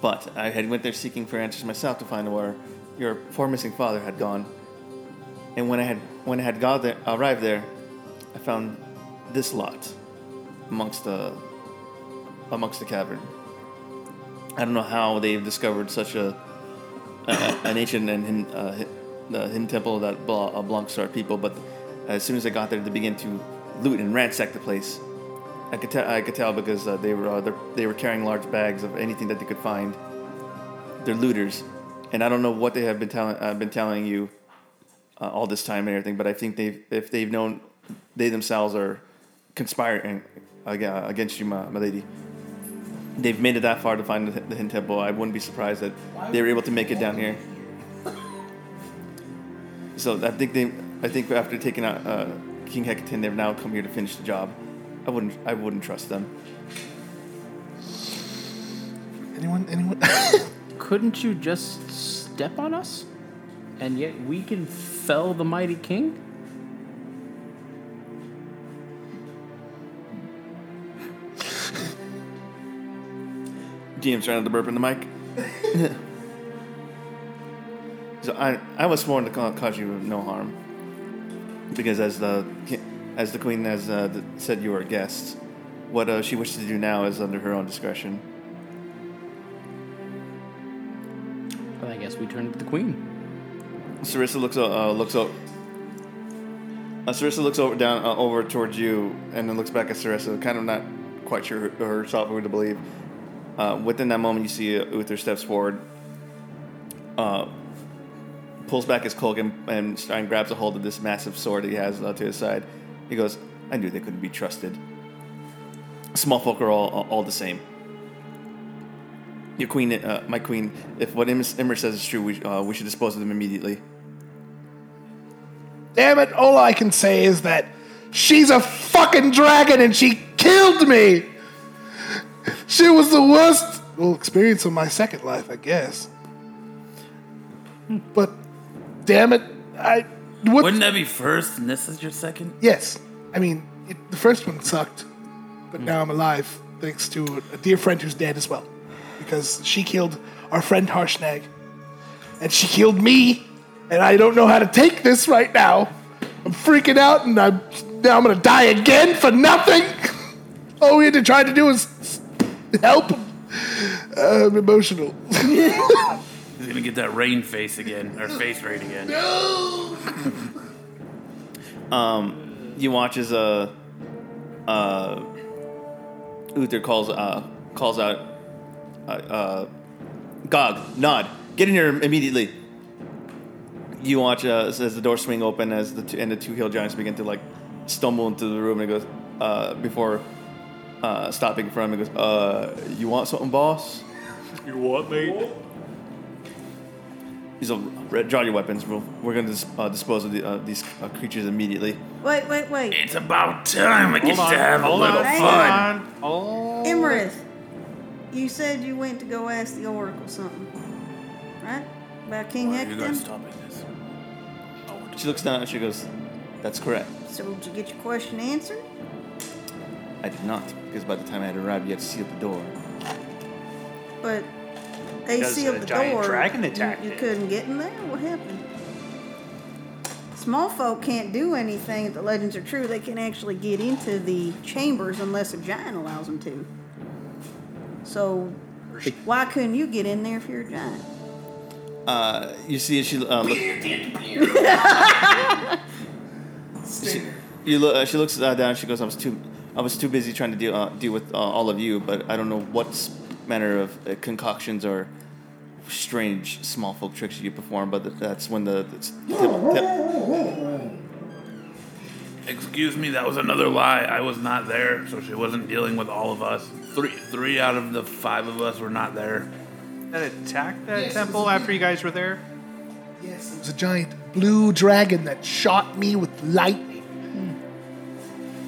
But I had went there seeking for answers myself to find where your poor missing father had gone." And when I had when I had got there, arrived there, I found this lot amongst the amongst the cavern. I don't know how they've discovered such a, a an ancient and hin, uh, hi- the hidden temple that Bla, uh, Blankstar people, but as soon as I got there, they began to loot and ransack the place. I could tell I could tell because uh, they were uh, they're- they were carrying large bags of anything that they could find. They're looters, and I don't know what they have been telling I've been telling you uh, all this time and everything. But I think they've if they've known they themselves are conspiring ag- uh, against you, my, my lady. They've made it that far to find the, the Hin Temple. I wouldn't be surprised that they were able to make it down here. So I think they, I think after taking out uh, King Hecaton, they've now come here to finish the job. I wouldn't, I wouldn't trust them.
Anyone? Anyone?
Couldn't you just step on us? And yet we can fell the mighty king?
DM's trying not to burp in the mic. so I, I was sworn to ca- cause you no harm, because as the ki- as the queen has uh, th- said, you are a guest. What uh, she wishes to do now is under her own discretion.
Well, I guess we turn to the queen.
Sarissa looks o- uh, looks over. Uh, Sarissa looks over down uh, over towards you, and then looks back at Sarissa, kind of not quite sure her- herself who to believe. Uh, within that moment, you see uh, Uther steps forward, uh, pulls back his cloak, and, and, st- and grabs a hold of this massive sword that he has uh, to his side. He goes, "I knew they couldn't be trusted. Small folk are all all the same." Your queen, uh, my queen. If what Im- Immer says is true, we, uh, we should dispose of them immediately.
Damn it! All I can say is that she's a fucking dragon and she killed me. She was the worst well, experience of my second life, I guess. But damn it, I what?
Wouldn't that be first and this is your second?
yes, I mean it, the first one sucked, but now I'm alive thanks to a dear friend who's dead as well, because she killed our friend Harshnag, and she killed me, and I don't know how to take this right now. I'm freaking out, and I'm now I'm gonna die again for nothing. All we had to try to do was s- help. Uh, I'm emotional.
He's gonna get that rain face again, or face rain again.
He watches uh, uh, Uther calls uh, calls out, uh, uh, Gog, Nod, get in here immediately. You watch uh, as as the door swing open as the two, and the two hill giants begin to like stumble into the room and goes uh, before uh, stopping from him and goes, uh, you want something, boss?
You what, mate?
He's a draw your weapons. We'll, we're going to dis- uh, dispose of the, uh, these uh, creatures immediately.
Wait, wait, wait.
It's about time we get
Hold on.
to have a
hold
little
on.
Hang
fun.
Hold on. Oh.
Emerith, you said you went to go ask the Oracle something, right? About King
Why are you guys
Hecton?
stopping this?
She looks down and she goes, that's correct.
So did you get your question answered?
I did not, because by the time I had arrived, you had sealed the door.
But they
Because
sealed
a
the
giant
door.
dragon
You-
attacked
you,
it.
couldn't get in there. What happened? Small folk can't do anything if the legends are true. They can actually get into the chambers unless a giant allows them to. So why couldn't you get in there if you're a giant?
Uh, you see, she uh, look, she, you look, uh, she looks uh, down. She goes, "I was too, I was too busy trying to deal uh, deal with uh, all of you, but I don't know what s- manner of uh, concoctions or strange small folk tricks you perform. But th- that's when the, the s- tip, tip.
Excuse me, that was another lie. I was not there, so she wasn't dealing with all of us. Three, three out of the five of us were not there.
Oh, That attacked that
Yes,
temple
it's a-
after you guys were there.
Yes, it was a giant blue dragon that shot me with lightning.
Hmm.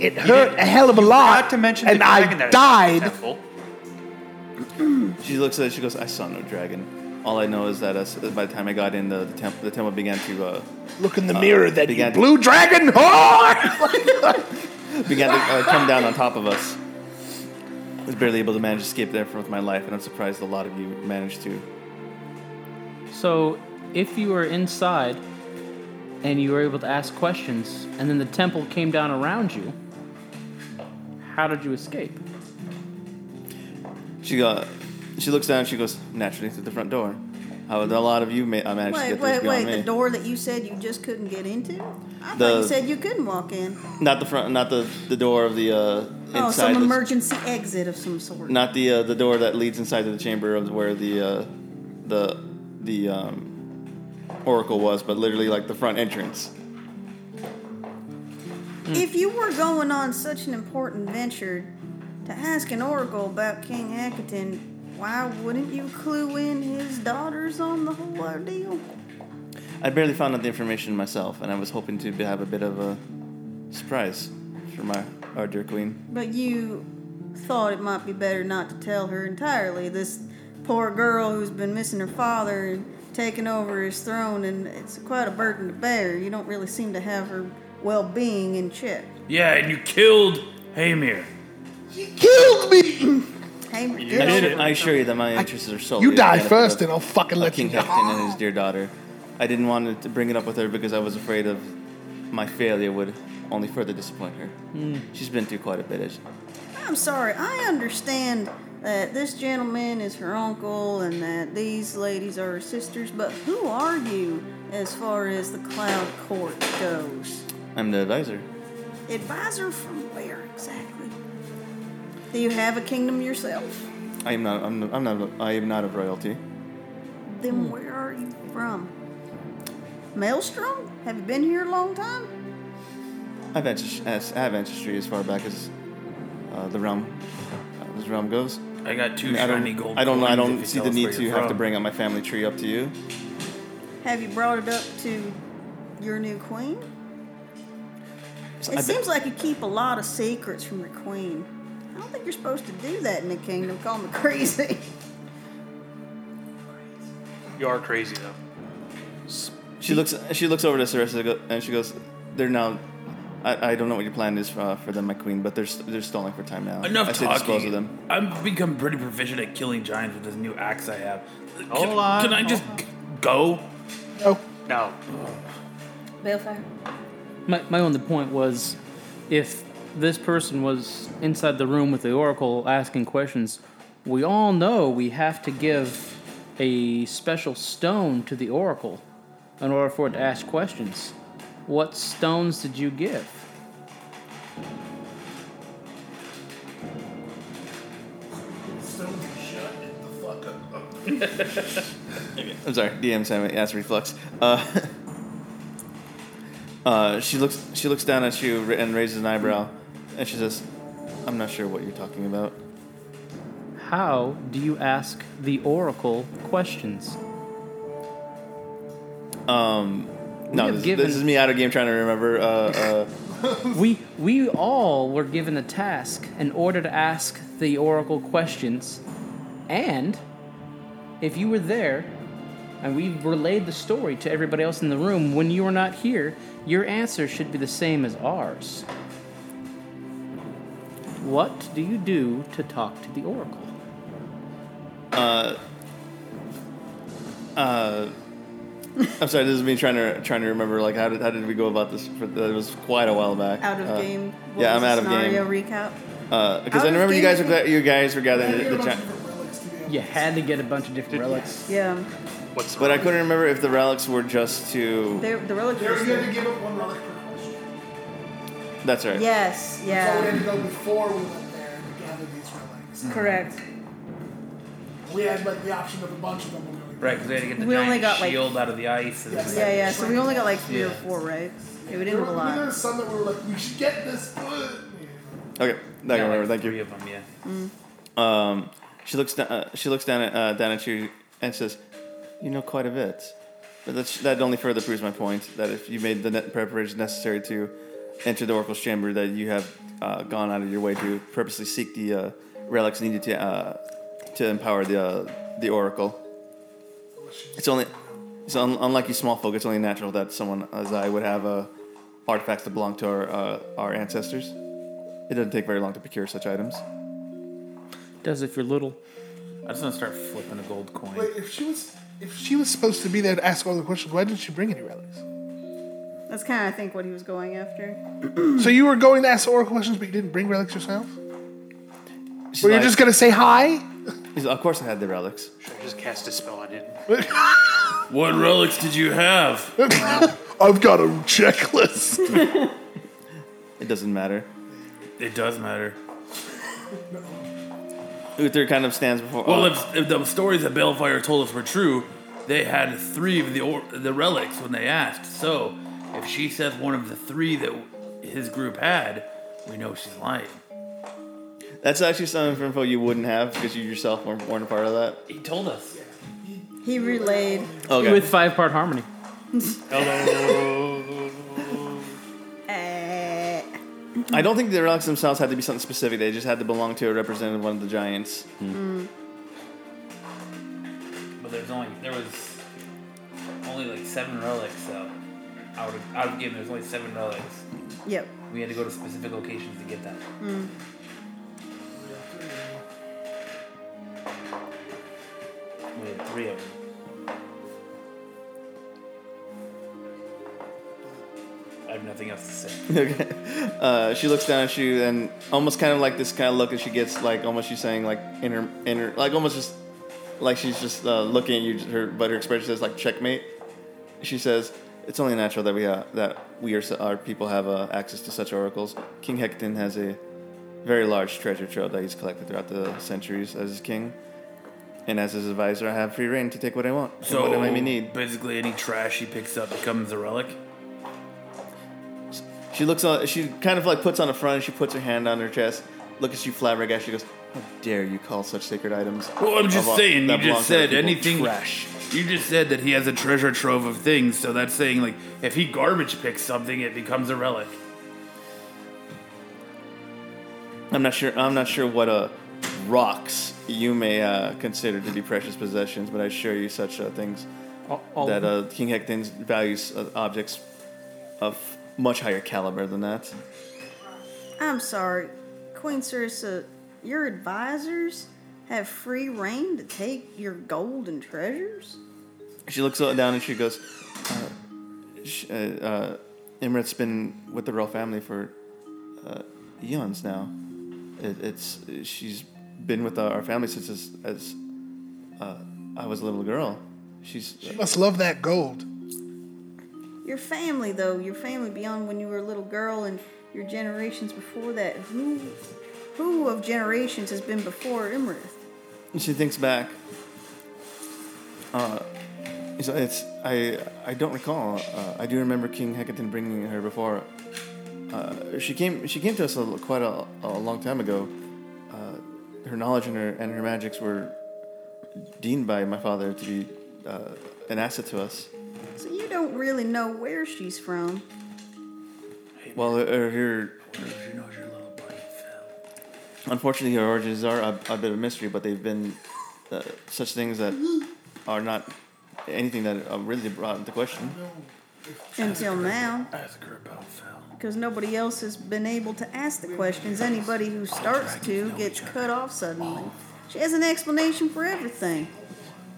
It hurt a hell of a lot.
Not to mention,
and
the
I
dragon that attacked
died.
the Temple.
She looks at it. She goes, "I saw no dragon. All I know is that us, by the time I got in, the, the temple the temple began to uh,
Look in the mirror, that you
began-
blue dragon whore!
began to uh, come down on top of us. I was barely able to manage to escape there with my life, and I'm surprised a lot of you managed to."
So, if you were inside and you were able to ask questions, and then the temple came down around you, how did you escape?
She got. She looks down. She goes naturally through the front door. How a lot of you ma- I managed to
Wait,
get
wait,
this beyond
wait. The
me.
door that you said you just couldn't get into? I thought
The-
you said you couldn't walk in.
not the front. Not the the door of the uh, inside.
Oh, some
that's-
emergency exit of some sort.
not the uh, the door that leads inside to the chamber of where the uh, the the um, oracle was, but literally like the front entrance.
If you were going on such an important venture to ask an oracle about King Hackerton, why wouldn't you clue in his daughters on the whole ordeal?
I barely found out the information myself, and I was hoping to have a bit of a surprise for my our dear queen.
But you thought it might be better not to tell her entirely. This poor girl who's been missing her father and taking over his throne, and it's quite a burden to bear. You don't really seem to have her well being in check.
Yeah, and you killed Hamir.
He killed me!
Hey,
I,
good
assure-
old-
I assure you that my interests are solely
You die
at Oh, the benefit
first,
of-
and I'll fucking let you
King
know.
Hecton and his dear daughter. I didn't want to bring it up with her because I was afraid of my failure would only further disappoint her.
Hmm.
She's been through quite a bit. as-
I'm sorry. I understand that this gentleman is her uncle and that these ladies are her sisters, but who are you as far as the Cloud Court goes?
I'm the advisor.
Advisor from where exactly? Do you have a kingdom yourself?
I am not. I'm, I'm not. I am not of royalty.
Then where are you from? Maelstrom? Have you been here a long time?
I've ancestry, I have ancestry as far back as uh, the realm. Uh, as realm goes.
I got two
I
shiny
don't.
gold.
I don't. know- I
coins if
don't
you
see
tell
the
us
need
where
to
you're
have to
from.
bring up my family tree up to you.
Have you brought it up to your new queen?
So
It
I be-
seems like you keep a lot of secrets from your queen. I don't think you're supposed to do that in the kingdom. Call me crazy.
You are crazy though.
She looks. She looks over to Sarissa go- and she goes, "They're now. I, I don't know what your plan is for, uh, for them, my queen, but they're st- they're stalling for time now.
Enough
I say
talking.
dispose of them.
I've become pretty proficient at killing giants with this new axe I have. Can,
Hold on,
Can I
hold
just
on.
g- go?
Uh,
No.
No,
Balefire.
My, my only point was if this person was inside the room with the oracle asking questions, we all know we have to give a special stone to the oracle in order for it to ask questions. What stones did you give?
I'm sorry, DM Simon. That's reflux. Uh, uh, she looks. She looks down at you ra- and raises an eyebrow, and she says, "I'm not sure what you're talking about.
How do you ask the oracle questions?
No,
have
Um, this,
given-
this is me out of game trying to remember. Uh, uh,
We we all were given a task in order to ask the oracle questions, and if you were there, and we relayed the story to everybody else in the room when you were not here, your answer should be the same as ours. What do you do to talk to the oracle?
I'm sorry. This is me trying to trying to remember. Like, how did how did we go about this? For, that was quite a while back.
Out of
Uh,
game. What
yeah,
was the
I'm out of game.
scenario recap. Out
because Uh, I
of
remember you guys were
game.
gla- you guys were gathering
Get
the,
a
the
bunch
gi-
of relics to be able
You had to get a bunch of different relics.
Yeah.
what's
but I couldn't remember if the relics were just to
They, the relics
There,
were
you had
still-
to give up one relic per question.
That's right.
Yes,
That's how we had
yeah.
to go before we went there to gather these relics.
Correct.
We had like the option of a bunch of them. when we were
Right, because we had to get the
We
giant
only got, like-
shield out of the ice. And
Yes.
Yeah, yeah. So we only got like three or
Yeah.
four, right? Yeah, we
There
didn't
were,
have a lot.
there were some that we were like, we should get this. Ugh.
Okay. That
yeah,
can
like
remember. Thank
three
you.
of them, yeah.
Um, she looks down. Uh, she looks down at uh, down at you and says, "You know quite a bit." But that's, that only further proves my point that if you made the ne- preparations necessary to enter the Oracle's chamber, that you have uh, gone out of your way to purposely seek the uh, relics needed to uh, to empower the uh, the Oracle. It's only it's un- unlike you small folk. It's only natural that someone as I would have uh, artifacts that belong to our uh, our ancestors. It doesn't take very long to procure such items.
Does if you're little.
I just want to start flipping a gold coin.
Wait, if she was if she was supposed to be there to ask all the questions, why didn't she bring any relics?
That's kind of I think what he was going after.
So you were going to ask Oracle questions, but you didn't bring relics yourself.
She's
Well, you're
like-
just gonna say hi.
He's like, of course I had the relics.
I just cast a spell on him.
What relics did you have?
I've got a checklist.
It doesn't matter.
It does matter.
Uther kind of stands before. oh,
Well, if, if the stories that Balefire told us were true, they had three of the or- the relics when they asked. So, if she says one of the three that his group had, we know she's lying.
that's actually some info you wouldn't have because you yourself weren't, weren't a part of that.
He told us.
He relayed.
Okay.
With five part harmony.
Eh.
I don't think the relics themselves had to be something specific. They just had to belong to a representative of one of the giants.
But there's only there was only like seven relics. So, I would I would give him there's only seven relics.
Yep.
We had to go to specific locations to get that. We had three of them. I have nothing else to say.
Okay. Uh, she looks down at you and almost kind of like this kind of look that she gets, like almost she's saying like in her, in her, like almost just like she's just uh, looking at you. Her, but her expression says like checkmate. She says it's only natural that we uh, that we are our people have uh, access to such oracles. King Hecton has a very large treasure trove that he's collected throughout the centuries as his king. And as his advisor, I have free reign to take what I want, and
So
what I may need.
basically, any trash he picks up becomes a relic.
She looks on. She kind of like puts on a front. and She puts her hand on her chest. Look at you, flabbergasted. She goes, "How dare you call such sacred items?"
Well, I'm just
of all-
saying.
that
You
belong
just
to other
said
people
anything.
Trash.
You just said that he has a treasure trove of things. So that's saying like if he garbage picks something, it becomes a relic.
I'm not sure. I'm not sure what uh, rocks you may uh, consider to be precious possessions, but I assure you, such uh, things
All, all
that
of
uh, King Hecton values uh, objects of much higher caliber than that.
I'm sorry, Queen Sarissa. Your advisors have free reign to take your gold and treasures.
She looks down and she goes, uh, sh- uh, uh, Imret's been with the royal family for uh, eons now. It, it's she's been with our family since as, as uh, I was a little girl. She's
She must love that gold.
Your family, though, your family beyond when you were a little girl and your generations before that. Who, who of generations has been before Imrith?
she thinks back. Uh, it's, it's I I don't recall. Uh, I do remember King Hecaton bringing her before. Uh, she came she came to us a, l- quite a, a long time ago. Uh, her knowledge and her and her magics were deemed by my father to be uh, an asset to us.
So you don't really know where she's from.
Well, uh, her, her
You know your little buddy fell.
Unfortunately, her origins are a, a bit of a mystery, but they've been uh, such things that are not anything that uh, really brought into question.
Until now,
Ask her about fell.
because nobody else has been able to ask the questions. Anybody who starts to gets cut off suddenly. She has an explanation for everything.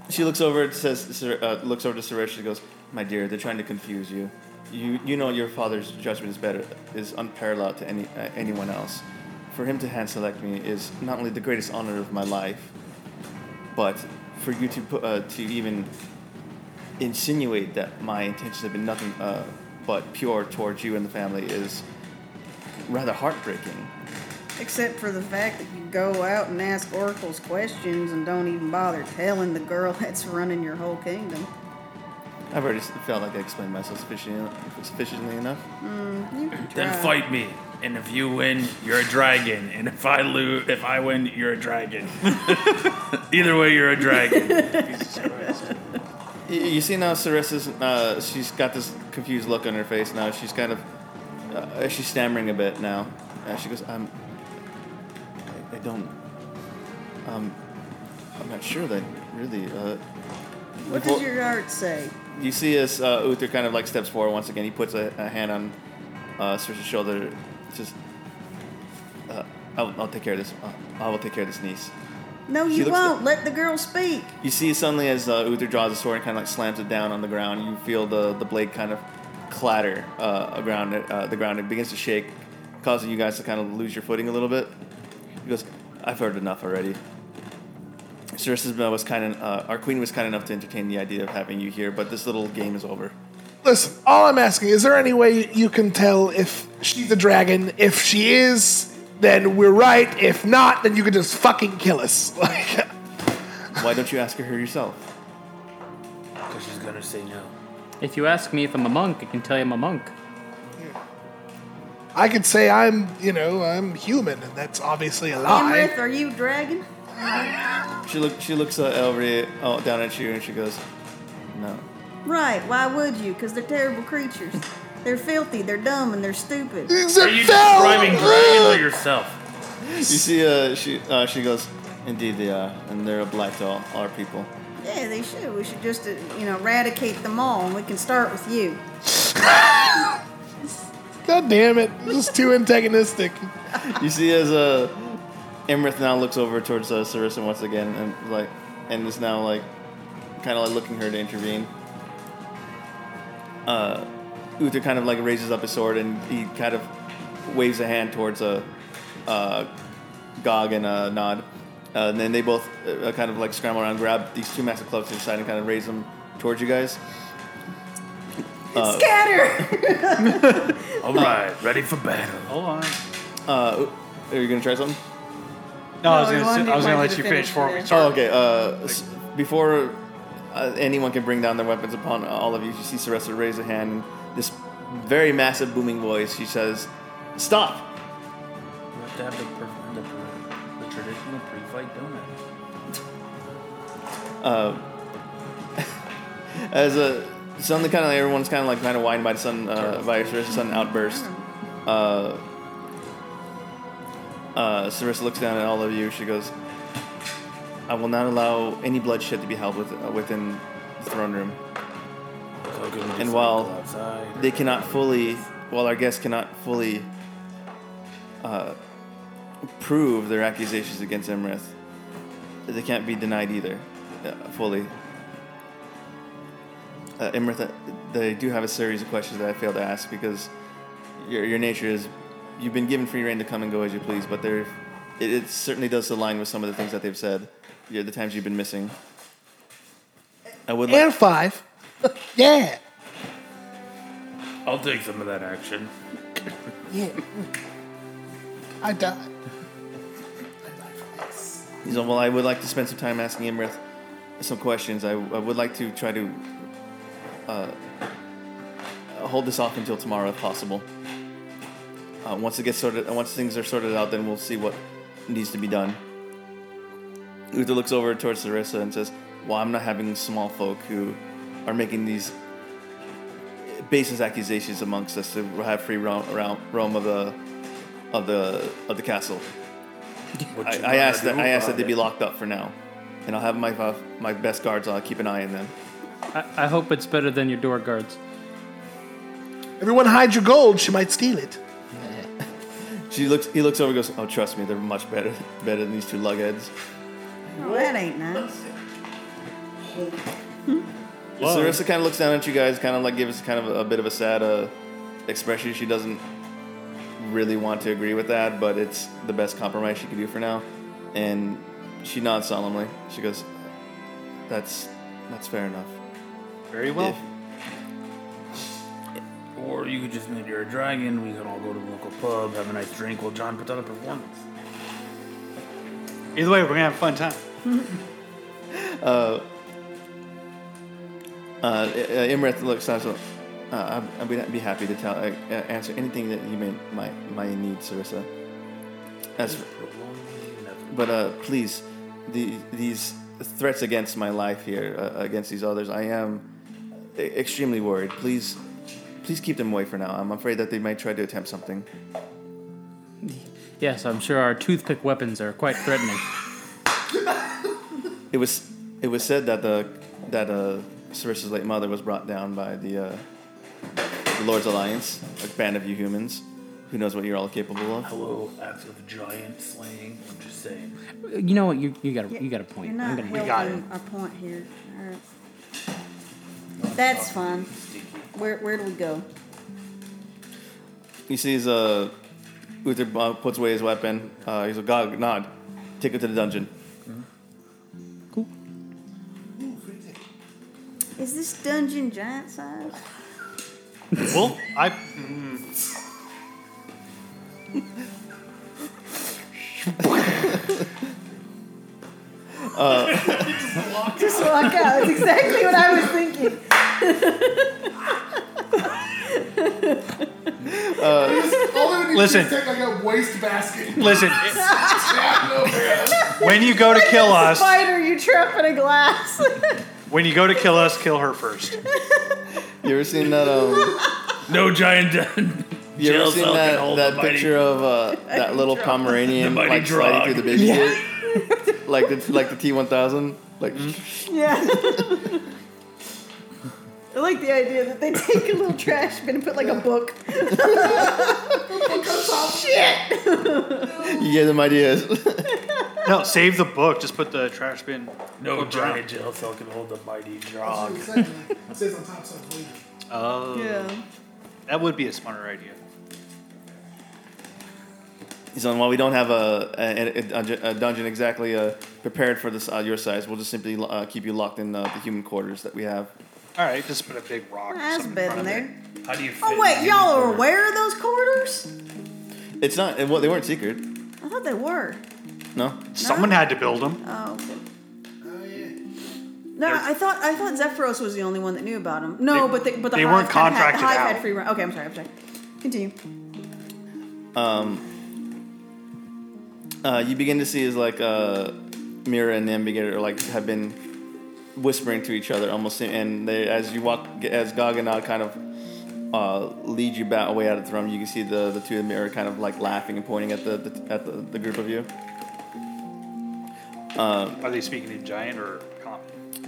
She looks over and says, Sir- uh, looks over to Suresh. She goes, "My dear, they're trying to confuse you. You you know your father's judgment is better, is unparalleled to any uh, anyone else. For him to hand select me is not only the greatest honor of my life, but for you to put, uh, to even insinuate that my intentions have been nothing uh, but pure towards you and the family is rather heartbreaking.
Except for the fact that you go out and ask oracles questions and don't even bother telling the girl that's running your whole kingdom.
I've already s- felt like I explained myself sufficiently, sufficiently enough.
You can
Then
try.
fight me. And if you win, you're a dragon. And if I lose, if I win, you're a dragon. Either way, you're a dragon.
Y- You see now, Ceresa's, uh, she's got this confused look on her face now. She's kind of, uh, she's stammering a bit now. Uh, she goes, I'm, I, I don't, um, I'm not sure that really, uh,
What does your heart say?
you see as uh, Uther kind of like steps forward once again. He puts a, a hand on uh, Cersei's shoulder. Just, uh, I'll, I'll take care of this. Uh, I will take care of this niece.
No,
She
you
looks
won't. Let the girl speak.
You see suddenly as uh, Uther draws his sword and kind of like slams it down on the ground. You feel the, the blade kind of clatter uh, around it, uh, the ground. It begins to shake, causing you guys to kind of lose your footing a little bit. He goes, "I've heard enough already." Cerissa was kind of uh, our queen was kind enough to entertain the idea of having you here, but this little game is over.
Listen, all I'm asking is there any way you can tell if she's a dragon? If she is, then we're right. If not, then you can just fucking kill us. Like,
Why don't you ask her yourself?
Because she's gonna say no.
If you ask me if I'm a monk, I can tell you I'm a monk.
I could say I'm, you know, I'm human, and that's obviously a
Ah,
Emrith,
lie.
are you dragon?
She look she looks uh, Elry oh, down at you and she goes, "No,
Right, why would you? Because they're terrible creatures. They're filthy, they're dumb, and they're stupid.
These
Are you describing dragon or yourself?
You see, uh, she uh, she goes, indeed they are, and they're a blight to all our people.
Yeah, they should. We should just, uh, you know, eradicate them all, and we can start with you.
God damn it! This is too antagonistic.
You see, as uh, Emrith now looks over towards uh, Sarissa once again, and like, and is now like, kind of like looking her to intervene. Uh, Uther kind of like raises up his sword and he kind of waves a hand towards a, uh, Gog and uh, Nod, uh, and then they both uh, kind of like scramble around, grab these two massive clubs to the side, and kind of raise them towards you guys. Uh,
Scatter!
All right, ready for battle.
Hold on.
Uh, are you gonna try something?
No, I was
we
gonna,
wanted-
I was gonna
wanted
let
to
you
finish
finish before we
there.
start.
Oh, okay. Uh, s- before uh, anyone can bring down their weapons upon all of you, you see Saressa raise a hand. And this very massive, booming voice. She says, "Stop!"
You have to have the, per- the, per- the traditional pre-fight donut.
Uh, As a suddenly, kind of like everyone's kind of like kind of whined by the sudden uh, by Saressa's sudden outburst.
Mm-hmm.
Uh, uh, Sarissa looks down at all of you. She goes, "I will not allow any bloodshed to be held with, uh, within the throne room."
So I couldn't just
And while
go outside.
they cannot fully, well, our guests cannot fully uh, prove their accusations against Emrith. They can't be denied either, uh, fully. Uh, Emrith, uh, they do have a series of questions that I failed to ask because your, your nature is, you've been given free reign to come and go as you please, but there, it, it certainly does align with some of the things that they've said, yeah, the times you've been missing. I would like,
And five. yeah.
I'll take some of that action.
Yeah. I die.
He's like, well, I would like to spend some time asking Imrith some questions. I, I would like to try to uh, hold this off until tomorrow if possible. Uh, once it gets sorted, uh, once things are sorted out, then we'll see what needs to be done. Uther looks over towards Sarissa and says, "Well, I'm not having small folk who are making these baseless accusations amongst us to have free roam, roam, roam of the of the of the castle."
What you
I, I
gonna
asked that
do
I asked that
about
they be
it?
locked up for now, and I'll have my uh, my best guards. I'll keep an eye on them.
I, I hope it's better than your door guards.
Everyone hide your gold. She might steal it.
She looks. He looks over. and Goes. Oh, trust me, they're much better better than these two lugheads.
Oh, that ain't nice.
Sarissa kind of looks down at you guys, kind of like gives kind of a, bit of a sad uh, expression. She doesn't really want to agree with that, but it's the best compromise she could do for now. And she nods solemnly. She goes, "That's that's fair enough."
Very well.
If-
Or Or you could just admit you're a dragon. We could all go to the local pub, have a nice drink while John puts on a performance.
Either way, we're gonna have a fun time.
Uh, uh, Imrith looks up. so, Uh, I'd- I'd be, be happy to tell, uh, uh, answer anything that you may might, might need, Sarissa. As, but uh, please, the, these threats against my life here, uh, against these others, I am e- extremely worried. Please, please keep them away for now. I'm afraid that they might try to attempt something.
Yes, I'm sure our toothpick weapons are quite threatening.
It was it was said that the that uh, Sarissa's late mother was brought down by the, uh, the Lord's Alliance, a band of you humans. Who knows what you're all capable of?
Hello, acts of giant slaying. I'm just saying.
you know what? You, you got a, you got a
You're
point.
not
I'm gonna,
helping
got
our point here. All right. That's fine. Where where do we go?
He sees uh, Uther uh, puts away his weapon. Uh, he's a Gog, nod. Take it to the dungeon.
Is this dungeon giant size?
Well, I
Just walk out. That's exactly what I was thinking.
All I would
Listen.
do is take like a waste basket.
listen.
That's
When you go to kill
Like a
us,
Spider, you trap in a glass.
when you go to kill us, kill her first.
You ever seen that? Um,
No giant done.
you ever
Jail
seen
cell can
that,
hold
that
the mighty-
picture of uh, that little Pomeranian
mighty
like sliding
drog.
through the baby gate? like the like the T1000? Like
yeah. I like the idea that they take a little trash bin and put like a book. Shit!
you gave them ideas.
No, save the book. Just put the trash bin.
No giant jail cell can hold the mighty
what
drog.
it says. It says on top, so it's later.
Oh,
Yeah.
that would be a smarter idea.
So while we don't have a, a, a dungeon, a dungeon exactly uh, prepared for this uh, your size, we'll just simply uh, keep you locked in uh, the human quarters that we have.
All right, just put a big rock. or
That's
something in
better
front of
than
it.
there.
How do you fit?
Oh wait,
in
y'all are
here?
aware of those corridors?
It's not. It, well, they weren't secret.
I thought they were.
No.
Someone had to build them.
Oh. okay.
Oh,
No, I thought I thought Zephyros was the only one that knew about them. No,
They-
but they, but the
they
Hive
weren't
kinda had-
contracted
the Hive
out.
had free run. Okay, I'm sorry. I'm sorry. Continue.
Uh, you begin to see is like uh, Mira and Nambigator are, like have been whispering to each other almost, and they as you walk as Gog and Nog kind of uh, lead you back away out of the room. You can see the the two of them are kind of like laughing and pointing at the, the at the, the group of you.
Are they speaking in giant or common?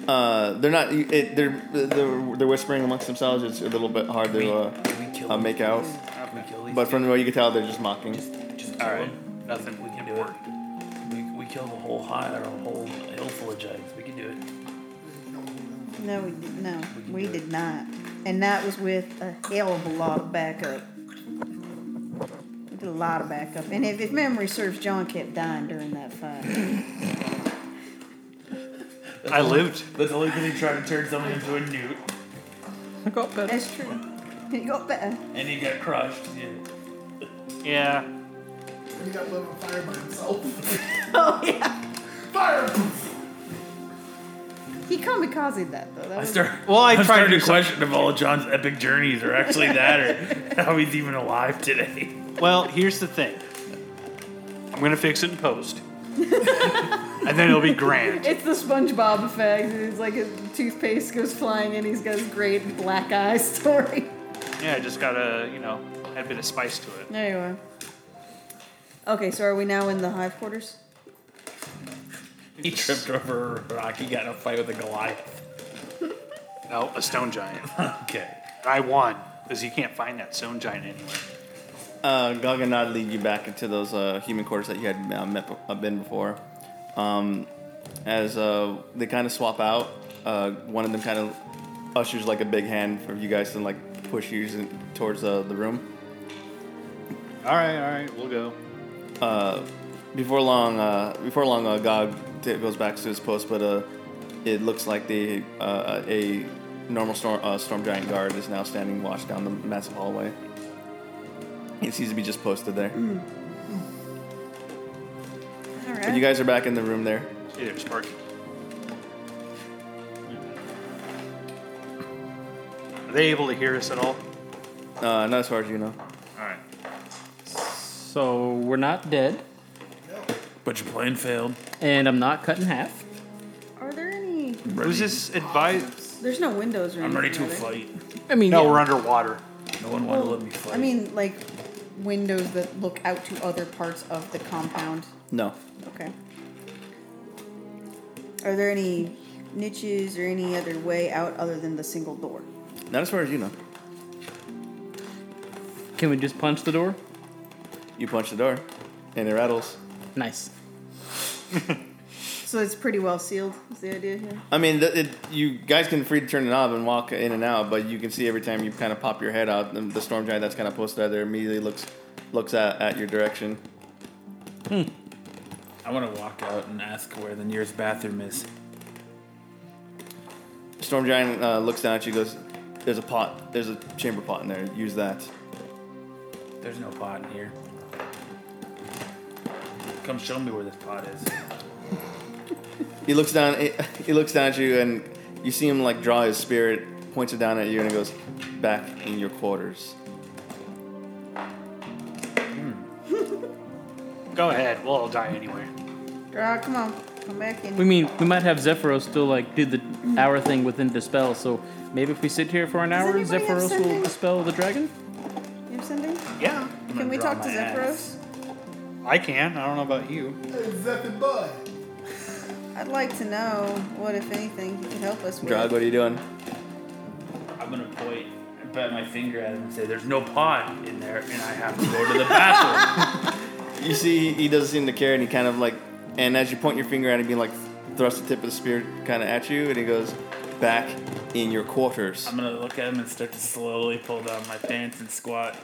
Uh, they're not. It, they're, they're they're whispering amongst themselves. It's a little bit hard
Can we-
to uh,
can we kill
uh,
them?
make out,
Can we kill these?
but from the way you can tell, they're just mocking.
Just
All
kill
right,
them.
nothing
We can do it.
important.
We, we kill the whole hive, or a whole hill full of giants. We can do it.
No, we did, no, we did not, and that was with a hell of a lot of backup. We did a lot of backup, and if, if memory serves, John kept dying during that fight.
I lived.
That's only because he tried to turn someone into a newt,
I got better.
That's true. He got better.
and he got crushed. Yeah.
Yeah.
He got lit on fire by himself.
Oh yeah,
Fire!
he kamikaze that though. That
I
was,
start.
Well, I
I'm
tried to do
starting to question if all of John's epic journeys are actually that, or how he's even alive today.
Well, here's the thing. I'm gonna fix it in post, and then it'll be grand.
it's the SpongeBob effect. It's like his toothpaste goes flying, and he's got his great black eye story.
Yeah, I just gotta, you know, add a bit of spice to it.
There you are. Okay, so are we now in the hive quarters?
He tripped over a rock. He got in a fight with a Goliath.
No, a stone giant.
Okay.
And I won because you can't find that stone giant anywhere.
Uh, Gog and Nod lead you back into those uh, human quarters that you had uh, met, uh, been before. Um, as uh, they kind of swap out, uh, one of them kind of ushers like a big hand for you guys to like push you in- towards uh, the room.
All right, all right, we'll go.
Uh, before long, uh, before long, uh, Gog t- goes back to his post, but uh, it looks like the uh, a normal storm, uh, storm giant guard is now standing watch down the massive hallway. It seems to be just posted there.
All right.
But you guys are back in the room there.
Hey there, Sparky. Are they able to hear us at all?
Uh, not as far as you know.
All right.
So we're not dead,
But your plan failed.
and I'm not cut in half.
Are there any?
I'm
Who's
ready-
this advice?
There's no windows or
I'm
anything.
ready to
are there?
fight.
I mean,
No,
yeah.
we're underwater.
No one wanted to let me fight.
I mean, like windows that look out to other parts of the compound.
No.
Okay. Are there any niches or any other way out other than the single door?
Not as far as you know.
Can we just punch the door?
You punch the door, and it rattles.
Nice.
So it's pretty well sealed. Is the idea here?
I mean, th- it, you guys can free to turn the knob and walk in and out, but you can see every time you kind of pop your head out, the, the storm giant that's kind of posted out there immediately looks looks at, at your direction.
I want to walk out and ask where the nearest bathroom is.
Storm giant uh, looks down at you, goes, "There's a pot. There's a chamber pot in there. Use that."
There's no pot in here. Come show me where this pot is.
He looks down. He, he looks down at you, and you see him like draw his spirit, points it down at you, and he goes, "Back in your quarters."
Go ahead. We'll all die anyway.
Draw, Ah, come on, come back in.
We mean we might have Zephyros still like do the hour thing within dispel. So maybe if we sit here for an hour,
anybody have
Zephyros will
something?
dispel the dragon.
You have something?
Yeah,
Can we
draw
talk to
my ass.
Zephyros?
I can. I don't know about you.
Hey, Zephyr boy.
I'd like to know what, if anything, he could help us with.
Drag, what are you doing?
I'm gonna point and bat my finger at him and say, "There's no pot in there, and I have to go to the bathroom."
You see, he doesn't seem to care, and he kind of like, and as you point your finger at him, he like thrusts the tip of the spear kind of at you, and he goes, "Back in your quarters."
I'm gonna look at him and start to slowly pull down my pants and squat.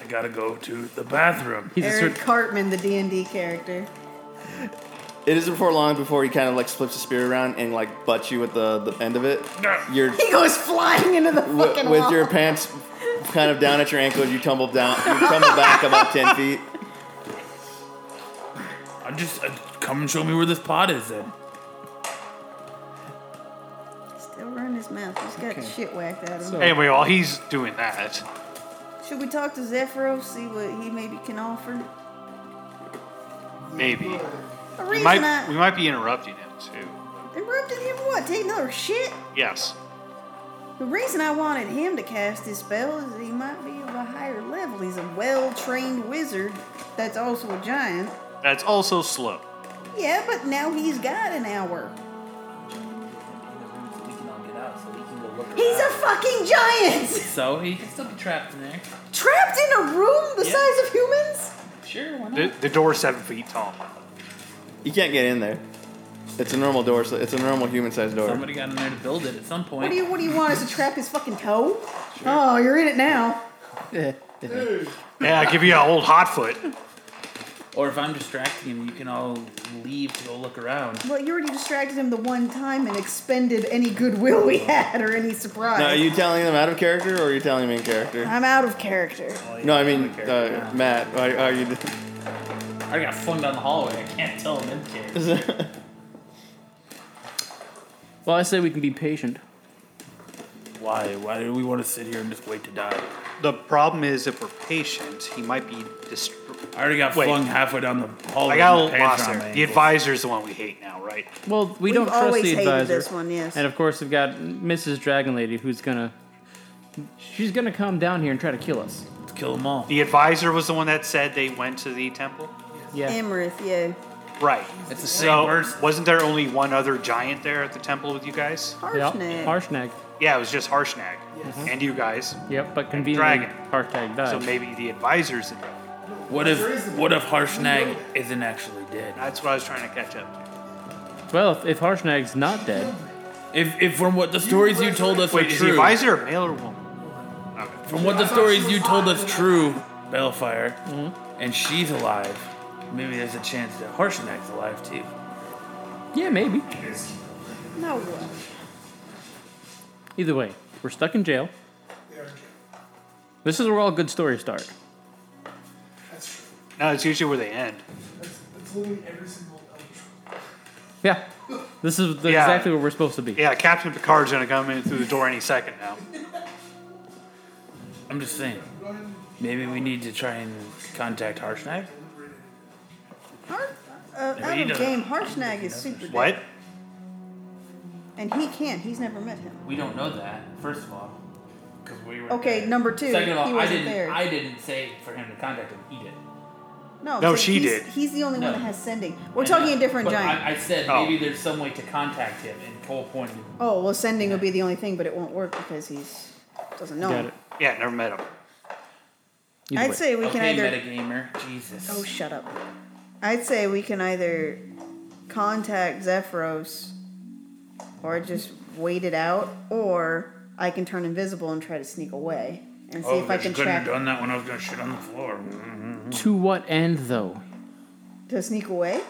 I gotta go to the bathroom.
He's a
Eric
cert-
Cartman, the D and D character.
It isn't for long before he kind of like flips the spear around and like butts you with the, the end of it. You're
He goes flying into the
wi-
fucking
with
wall.
your pants kind of down at your ankles. You tumble down. You tumble back about ten feet.
I'm just uh, come and show me where this pot is. Then
Still running his mouth. He's got shit whacked at him.
Anyway, while he's doing that,
Should we talk to Zephyro, see what he maybe can offer?
maybe
The
we
reason
might we
I
might be interrupting him too.
interrupted him, what? Take another shit?
Yes.
The reason I wanted him to cast his spell is that he might be of a higher level. He's a well trained wizard that's also a giant.
That's also slow.
Yeah, but now he's got an hour. He's a fucking giant!
so he can still be trapped in there.
Trapped in a room the size of humans?
Sure, why
The, the door's seven feet tall.
You can't get in there. It's a normal door. So it's a normal human-sized door.
Somebody got in there to build it at some
What
point.
do you what do you want us to trap his fucking toe? Oh, you're in it now.
Yeah, give you an old hot foot.
or if I'm distracting him, you can all leave to go look around.
Well, you already distracted him the one time and expended any goodwill we had or any surprise.
Now, are you telling them out of character or are you telling them in character?
I'm out of character.
No, I mean, uh, Matt, are, are you?
I got flung down the hallway. I can't tell him in case.
well, I say we can be patient.
Why? Why do we want to sit here and just wait to die?
The problem is, if we're patient, he might be. Dist-
I already got
Wait.
flung halfway down the hallway.
I got a
with
little
my pants
lost
around
there.
my
The
ankles.
advisor's the one we hate now, right?
Well, we don't
We've
trust
always
the
hated
advisor.
this one, yes.
And of course, we've got Mrs. Dragon Lady, who's gonna she's gonna come down here and try to kill us.
Let's kill them all.
The advisor was the one that said they went to the temple.
Yeah.
Amarith, yeah.
Right.
It's the
So, wasn't there only one other giant there at the temple with you guys?
Yep.
Harshnag.
Harshnag.
Yeah, it was just Harshnag and you guys.
Yep, but conveniently,
Dragon.
Harshnag died.
So maybe the advisor's the dragon.
What if what if Harshnag isn't actually dead?
That's what I was trying to catch up to.
well, if, if Harshnag's not dead,
If if from what the stories you told us
Wait,
are
is the
true,
advisor a male or woman?
from what the stories you told us true, Bellfire,
Mm-hmm.
and she's alive, maybe there's a chance that Harshnag's alive too.
yeah, maybe.
No way.
Either way, we're stuck in jail. This is where all good stories start.
That's true.
No, it's usually where they end.
That's, that's literally every single episode.
Yeah. This is the,
Yeah.
exactly where we're supposed to be.
Yeah, Captain Picard's gonna come in through the door any second now.
I'm just saying. Maybe we need to try and contact Harshnag.
Har- uh,
Yeah,
out
he
of
doesn't-
game, Harshnag is super dead.
What?
And he can't. He's never met him.
We don't know that, first of all. Because we were.
Okay, number two,
Second of all,
he
I
wasn't
didn't.
there.
I didn't say for him to contact him. He did.
No,
No,
so
she
he's-
did.
He's the only one
No.
that has sending. We're
I
talking
know,
a different
but
giant.
I, I said
Oh.
maybe there's some way to contact him, and Cole pointed.
oh, well, sending would be the only thing, but it won't work because he's doesn't know.
Got
him.
it.
Yeah, never met him.
Either
I'd
way.
say we can
okay,
either.
metagamer. Jesus.
Oh, shut up. I'd say we can either contact Zephyros or just wait it out, or I can turn invisible and try to sneak away and
Oh,
see if I can track
done that when I was gonna shit on the floor.
To what end, though?
to sneak away.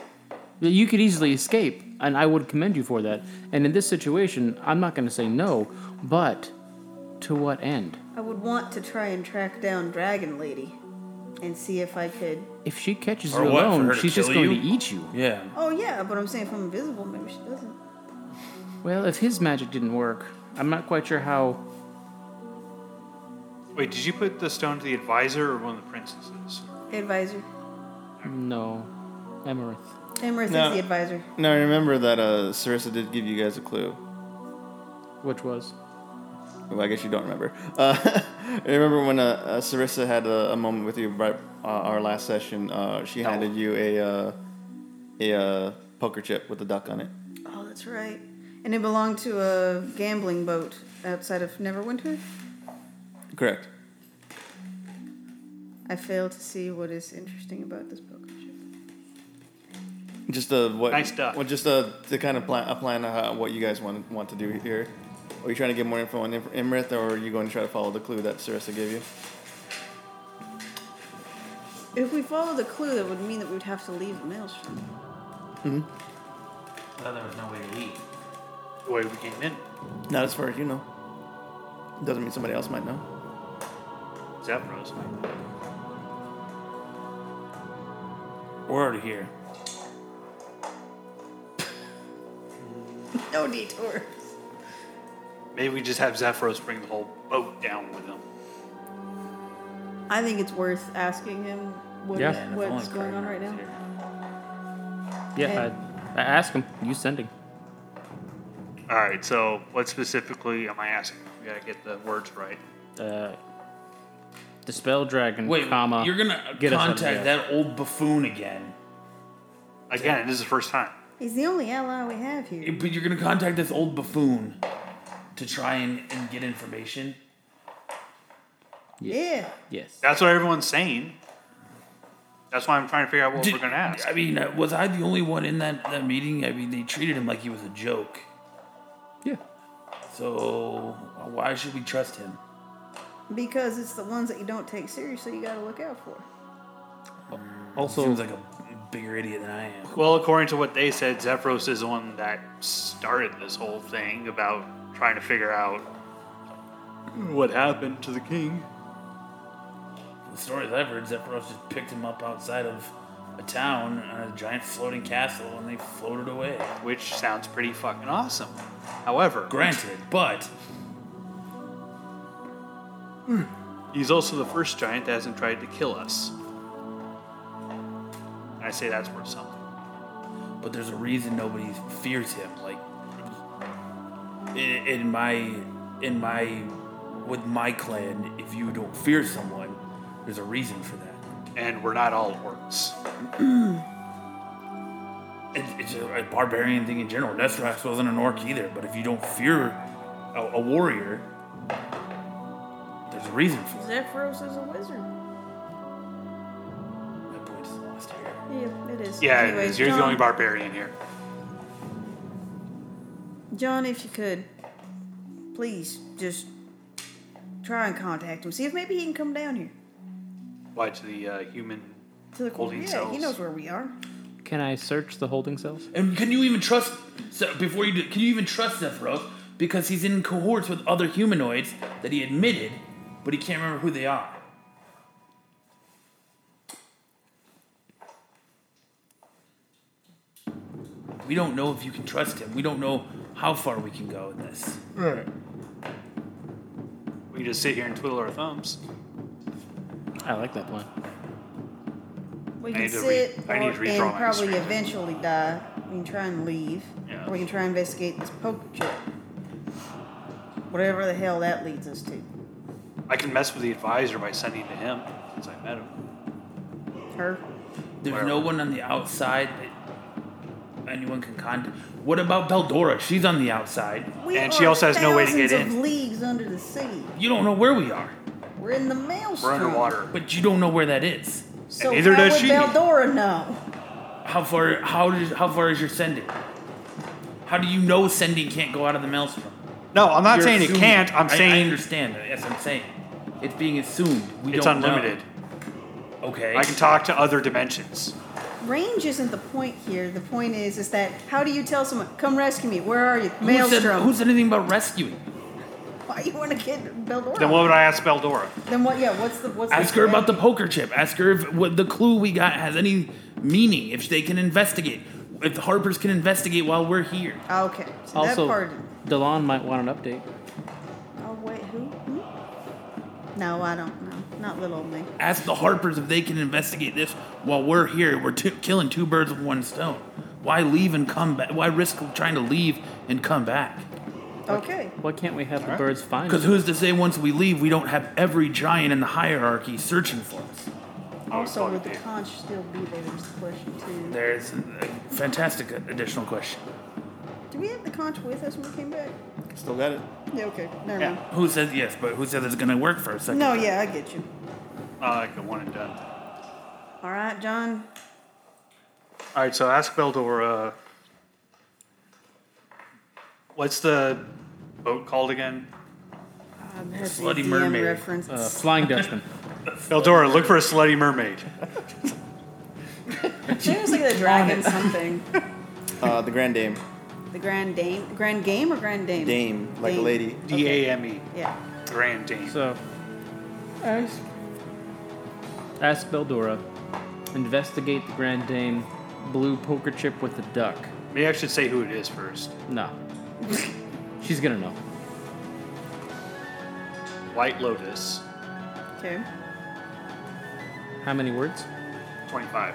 You could easily escape, and I would commend you for that. And in this situation, I'm not going to say no, but to what end?
I would want to try and track down Dragon Lady and see if I could.
If she catches
Or
you
what, for her
alone,
to
she's just
kill
going
you?
to eat you.
Yeah.
Oh yeah, but I'm saying if I'm invisible, maybe she doesn't.
Well, if his magic didn't work, I'm not quite sure how.
Wait, did you put the stone to the advisor or one of the princesses?
Advisor.
No, Emerith.
Emrith
No.
is the advisor.
Now remember that uh, Sarissa did give you guys a clue.
Which was?
Well, I guess you don't remember. Uh, remember when uh, uh, Sarissa had a, a moment with you right uh, our last session? Uh, she handed you a uh, a uh, poker chip with a duck on it.
Oh, that's right. And it belonged to a gambling boat outside of Neverwinter.
Correct.
I fail to see what is interesting about this poker chip.
Just uh, what?
Nice duck.
Well, just uh, the kind of plan, a plan of how, what you guys want want to do here. Are you trying to get more info on Im- Imrith, or are you going to try to follow the clue that Sarissa gave you?
If we follow the clue, that would mean that we would have to leave Maelstrom.
I thought there was no way to leave.
The way we came in.
Not as far as you know. Doesn't mean somebody else might know.
Zephyros.
We're already here.
No detours.
Maybe we just have Zephyros bring the whole boat down with him.
I think it's worth asking him what,
Yeah.
And if
what's
only
going on
Kramer
right
was
now.
here.
Yeah, I, I ask him. You sending?
All right, so what specifically am I asking? We gotta get the words right.
Uh, dispel dragon.
Wait,
comma.
you're gonna
get us out of jail.
contact that old buffoon again.
Again, this is the first time.
He's the only ally we have here.
But you're gonna contact this old buffoon to try and, and get information.
Yeah.
Yes.
That's what everyone's saying. That's why I'm trying to figure out what
Did-
we're gonna ask.
I mean, uh, was I the only one in that, that meeting? I mean, they treated him like he was a joke.
Yeah.
So uh, why should we trust him?
Because it's the ones that you don't take seriously you gotta look out for.
Also, seems like a bigger idiot than I am.
Well, according to what they said, Zephyros is the one that started this whole thing about trying to figure out what happened to the king.
The stories I've heard, Zephyros just picked him up outside of a town on a giant floating castle, and they floated away.
Which sounds pretty fucking awesome. However,
Granted, but
he's also the first giant that hasn't tried to kill us. And I say that's worth something.
but there's a reason nobody fears him. Like in, in my in my with my clan, if you don't fear someone, there's a reason for that.
And we're not all orcs.
It, it's a, a barbarian thing in general. Nesrax wasn't an orc either, but if you don't fear a, a warrior, there's a reason for it.
Zephyros is a wizard.
My point is lost here.
Yeah, it is.
Yeah, it
Anyways,
is. you're
John,
the only barbarian here.
John, if you could, please just try and contact him. See if maybe he can come down here.
Why to the uh, human?
To the
Holding
yeah,
cells.
he knows where we are.
Can I search the holding cells?
And can you even trust? So before you do, can you even trust Sephiroth? because he's in cohorts with other humanoids that he admitted, but he can't remember who they are. We don't know if you can trust him. We don't know how far we can go in this.
Right.
We can just sit here and twiddle our thumbs.
I like that plan.
We
I
can
need to
sit
re- I need to
or,
redraw
and
my
probably
strength.
eventually die. We can try and leave.
Yeah.
Or we can try and investigate this poker chip. Whatever the hell that leads us to.
I can mess with the advisor by sending to him since I met him.
Her?
There's no one on the outside that anyone can contact. What about Beldora? She's on the outside.
We
And she
are
also has no way to get
thousands of
in.
leagues under the sea.
You don't know where we are,
We're in the maelstrom.
We're underwater.
but you don't know where that is.
So
And neither
how
does
would
she.
Beldora know?
How far? How does? How far is your sending? How do you know sending can't go out of the maelstrom?
No, I'm not
You're
saying it
assuming-
can't. I'm
I- I
saying
understand. that. Yes, I'm saying it's being assumed. We
it's
don't know.
unlimited.
Okay.
I can talk to other dimensions.
Range isn't the point here. The point is, is that how do you tell someone, "Come rescue me"? Where are you,
who said,
Maelstrom?
who said anything about rescuing?
Why you want to get Beldora?
Then what would I ask Beldora?
Then what? Yeah, what's the what's
Ask
the
her about the poker chip. Ask her if what the clue we got has any meaning. If they can investigate. If the Harpers can investigate while we're here.
Okay, so that
Also,
part.
Delon might want an update.
Oh wait, who? Hmm? No, I don't know. Not little old me.
Ask the Harpers if they can investigate this while we're here. We're two killing two birds with one stone. Why leave and come back? Why risk trying to leave and come back?
Okay.
Why can't we have the birds find
Because
us?
who's to say once we leave, we don't have every giant in the hierarchy searching for us?
Also,
call
would
it
the
there.
conch still be there? Is the question too.
There's a fantastic additional question.
Did we have the conch with us when we came back?
Still got it.
Yeah. Okay. Never
Yeah.
mind.
Who says yes, but who says it's going to work for a second?
No. Yeah, I get you.
Uh, I like the one and done.
All right, John.
All right, so ask uh, Beldora. What's the boat called again?
Um, that's a
Slutty
DM
mermaid.
reference.
Uh, Flying Dutchman.
Beldora, look for a slutty mermaid.
she was like the dragon something.
Uh, the Grand Dame.
The Grand Dame, Grand Game or Grand Dame?
Dame, like a
Dame.
lady.
D A M E.
Yeah.
Grand Dame.
So, ask, ask Beldora, investigate the Grand Dame blue poker chip with the duck.
Maybe I should say who it is first.
No. She's gonna know.
White Lotus,
Okay.
How many words?
25.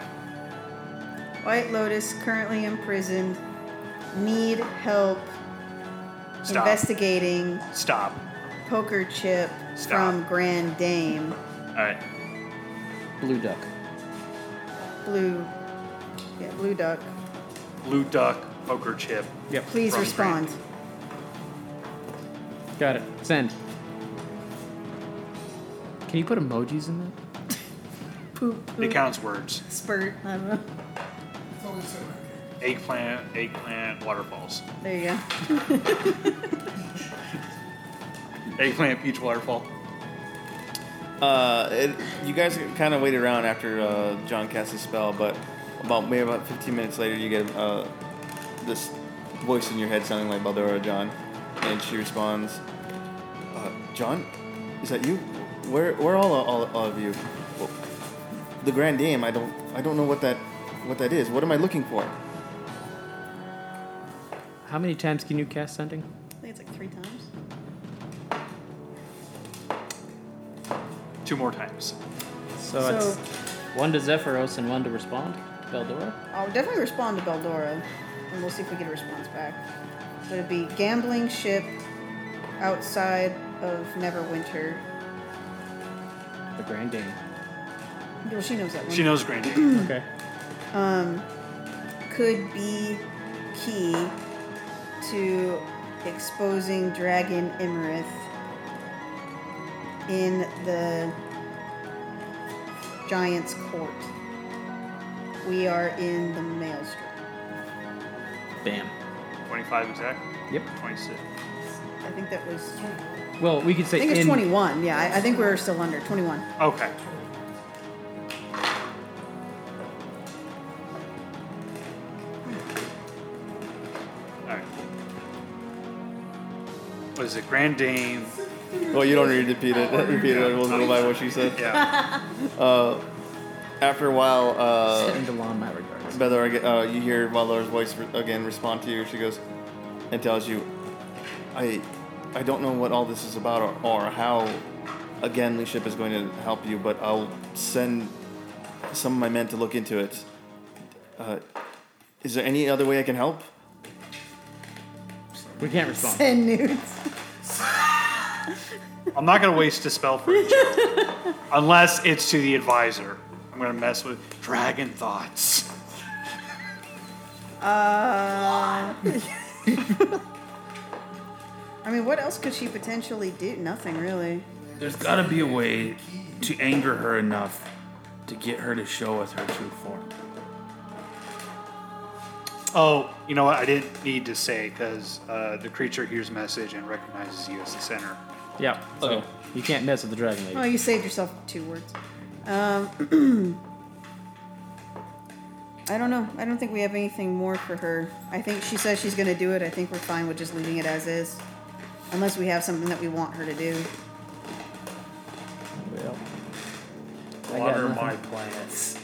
White Lotus currently imprisoned. Need help
Stop.
investigating
Stop.
poker chip
Stop.
from Grand Dame
All right.
Blue duck.
Blue. Yeah, Blue Duck.
Blue Duck, Poker Chip.
Yep.
Please
From
respond.
Got it. Send. Can you put emojis in that?
Poop,
It
poop,
counts words.
spurt. I don't know.
It's always so right.
Eggplant, eggplant, waterfalls.
There you go.
Eggplant, peach waterfall.
Uh, it, you guys kind of waited around after uh, John cast his spell, but about maybe about 15 minutes later, you get uh, this voice in your head sounding like Baldora John, and she responds, uh, "John, is that you? Where, where all, all, all of you? Well, the Grand Dame. I don't, I don't know what that, what that is. What am I looking for?
How many times can you cast sending?
I think it's like three times.
Two more times.
So,
so,
it's one to Zephyros and one to respond. Beldora.
I'll definitely respond to Beldora, and we'll see if we get a response back. But it'd be gambling ship outside of Neverwinter.
The Grand Dame.
Well, she knows that one.
She knows Grand
Hmm.
Dame.
Okay.
Could be key to exposing Dragon Imrith in the Giant's Court. We are in the Maelstrom.
Bam.
25 exact.
Yep.
26.
I think that was. I
Well, we could say
think it's
in
21. Yeah, I, I think we're still under 21.
Okay. Alright. was it Grand Dame?
Well, you don't need to repeat it. repeat it. We'll go by what she said.
Yeah.
After a while, uh,
Send along my regards.
Beller, ag- uh, you hear Mother's voice re- again respond to you. She goes and tells you, "I, I don't know what all this is about or, or how, again, the ship is going to help you, but I'll send some of my men to look into it. Uh, is there any other way I can help?
We can't respond.
Ten nudes.
I'm not gonna waste a spell for it, Joe. unless it's to the advisor. I'm gonna mess with dragon thoughts.
I mean, what else could she potentially do? Nothing really.
There's got to be a way to anger her enough to get her to show us her true form.
Oh, you know what? I didn't need to say because uh, the creature hears message and recognizes you as the center.
Yeah. So
Okay.
you can't mess with the dragon lady.
Oh, you saved yourself two words. Um, I don't know. I don't think we have anything more for her. I think she says she's going to do it. I think we're fine with just leaving it as is, unless we have something that we want her to do.
Water my plants.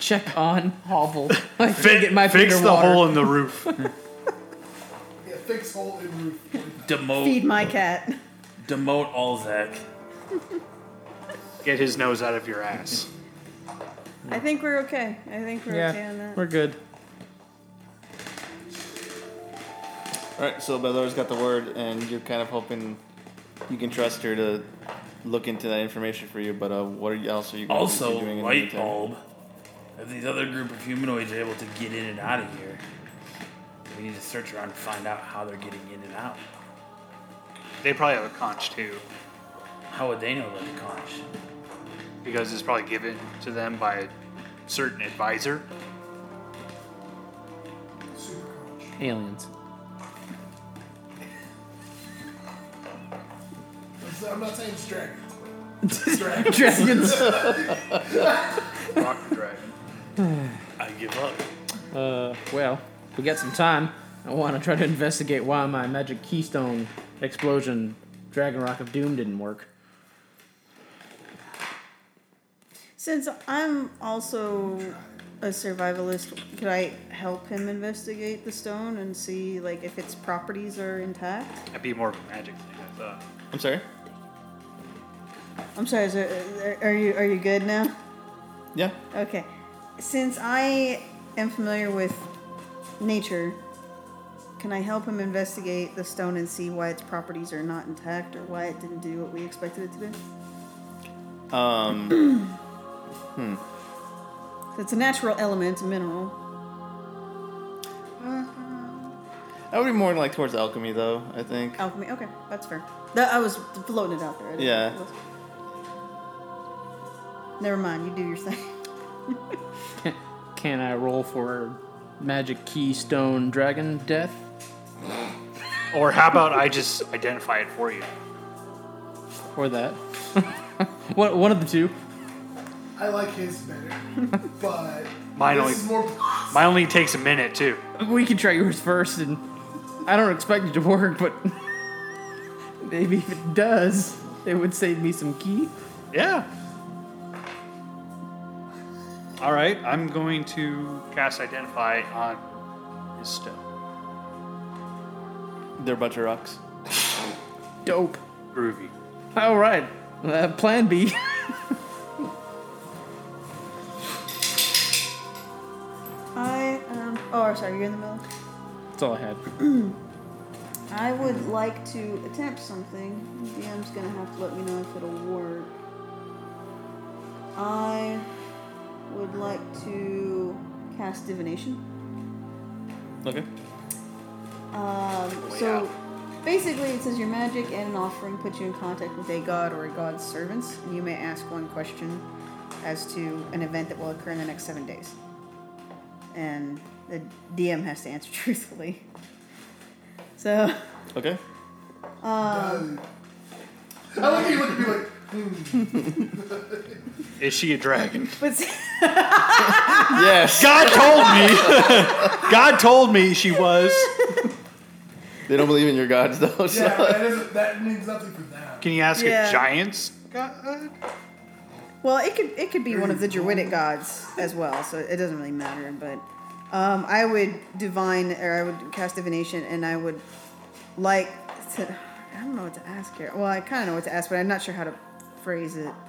Check on hovel. I can get my
Fix
finger
the
water.
hole in the roof.
Yeah, fix hole in roof.
Feed
Demote,
my cat.
demote Alzac.
Get his nose out of your ass.
I think we're okay. I think we're okay
Yeah,
on that.
we're good.
All right. So Bellar's got the word, and you're kind of hoping you can trust her to look into that information for you. But uh, what are- else are you going to
Also,
be doing? in the
light
meantime?
bulb. If these other group of humanoids are able to get in and out of here, we need to search around to find out how they're getting in and out.
They probably have a conch too,
How would they know about the conch?
because it's probably given to them by a certain advisor.
Aliens.
So I'm not saying it's dragons.
Dragons.
Rock the dragon.
I give up.
Uh, well, we got some time. I want to try to investigate why my magic keystone explosion dragon rock of doom didn't work.
Since I'm also a survivalist, could I help him investigate the stone and see like if its properties are intact?
That'd be more of a magic thing, I thought.
I'm sorry.
I'm sorry. Is there, are you are you good now?
Yeah.
Okay. Since I am familiar with nature, can I help him investigate the stone and see why its properties are not intact or why it didn't do what we expected it to do?
Um,
It's a natural element, a mineral.
I would be more like towards alchemy, though. I think.
Oh.
Alchemy. Okay, that's fair. That, I was floating it out there. I didn't-
Yeah.
Never mind. You do your thing.
Can I roll for magic keystone dragon death?
Or how about I just identify it for you?
Or that? one, one of the two.
I like his better, but
Mine
this
only-
is more.
Mine only takes a minute too.
We can try yours first, and I don't expect it to work, but maybe if it does, it would save me some key.
Yeah. All right, I'm going to cast identify on his stone.
They're a bunch of rocks.
Dope.
Groovy.
All right. Uh, plan B.
I um. Oh, sorry. You're in the middle.
That's all I had.
I would like to attempt something. DM's gonna have to let me know if it'll work. I would like to cast divination.
Okay.
Um, so basically, it says your magic and an offering put you in contact with a god or a god's servants, and you may ask one question as to an event that will occur in the next seven days. And the DM has to answer truthfully. So.
Okay.
I like how you look at me like,
Is she a dragon?
But see,
Yes.
Ah!
God told me. God told me she was.
They don't believe in your gods though. So.
Yeah, but that, doesn't, that means nothing for them.
Can you ask
Yeah.
a giant's god?
Well, it could it could be one of the Druidic gods as well, so it doesn't really matter. But um, I would divine or I would cast divination, and I would like to. I don't know what to ask here. Well, I kind of know what to ask, but I'm not sure how to phrase it.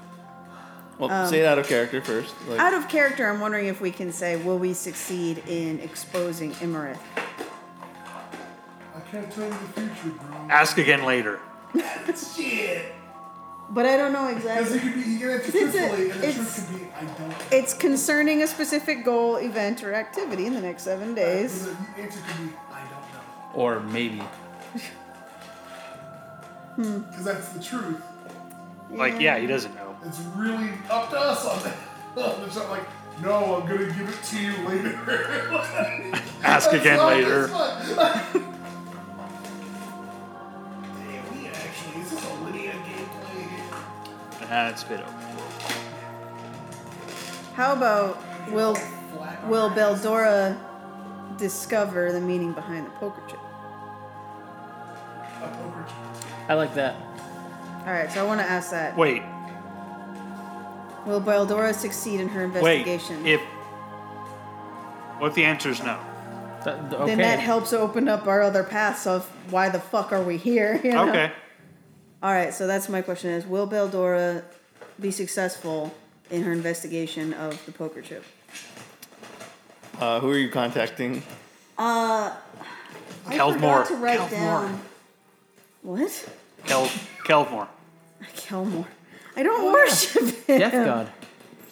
Well,
Um,
say it out of character first. Like,
Out of character, I'm wondering if we can say, will we succeed in exposing Imrith?
I can't tell you the future, bro.
Ask again later.
Shit.
But I don't know
Because
exactly.
it could be, you
It's a-
can answer truthfully, and the
it's-
truth could be, I don't know.
It's concerning a specific goal, event, or activity in the next seven days.
The answer could be, I don't know.
Or maybe.
Because that's the truth.
Like, yeah, he doesn't know.
It's really up to us on that. It's not like, no, I'm going to give it to you later.
Ask
That's
again
not-
later.
that's not- Damn, we actually, is this a linear gameplay?
That's a bit over.
How about will
Flat
will Beldora discover the meaning behind the poker chip?
a poker chip.
I like that.
All right, so I want to ask that.
Wait,
Will Beldora succeed in her
wait.
investigation?
If what if the answer is no?
That- th-
then
okay.
that helps open up our other paths of why the fuck are we here? you know?
Okay.
All right, so that's my question: Is will Beldora be successful in her investigation of the poker chip?
uh, who are you contacting?
I
Kelvmore.
forgot to write
Kelvmore.
down. What?
Kel Kelmore.
Kelmore. I don't worship him.
Death God.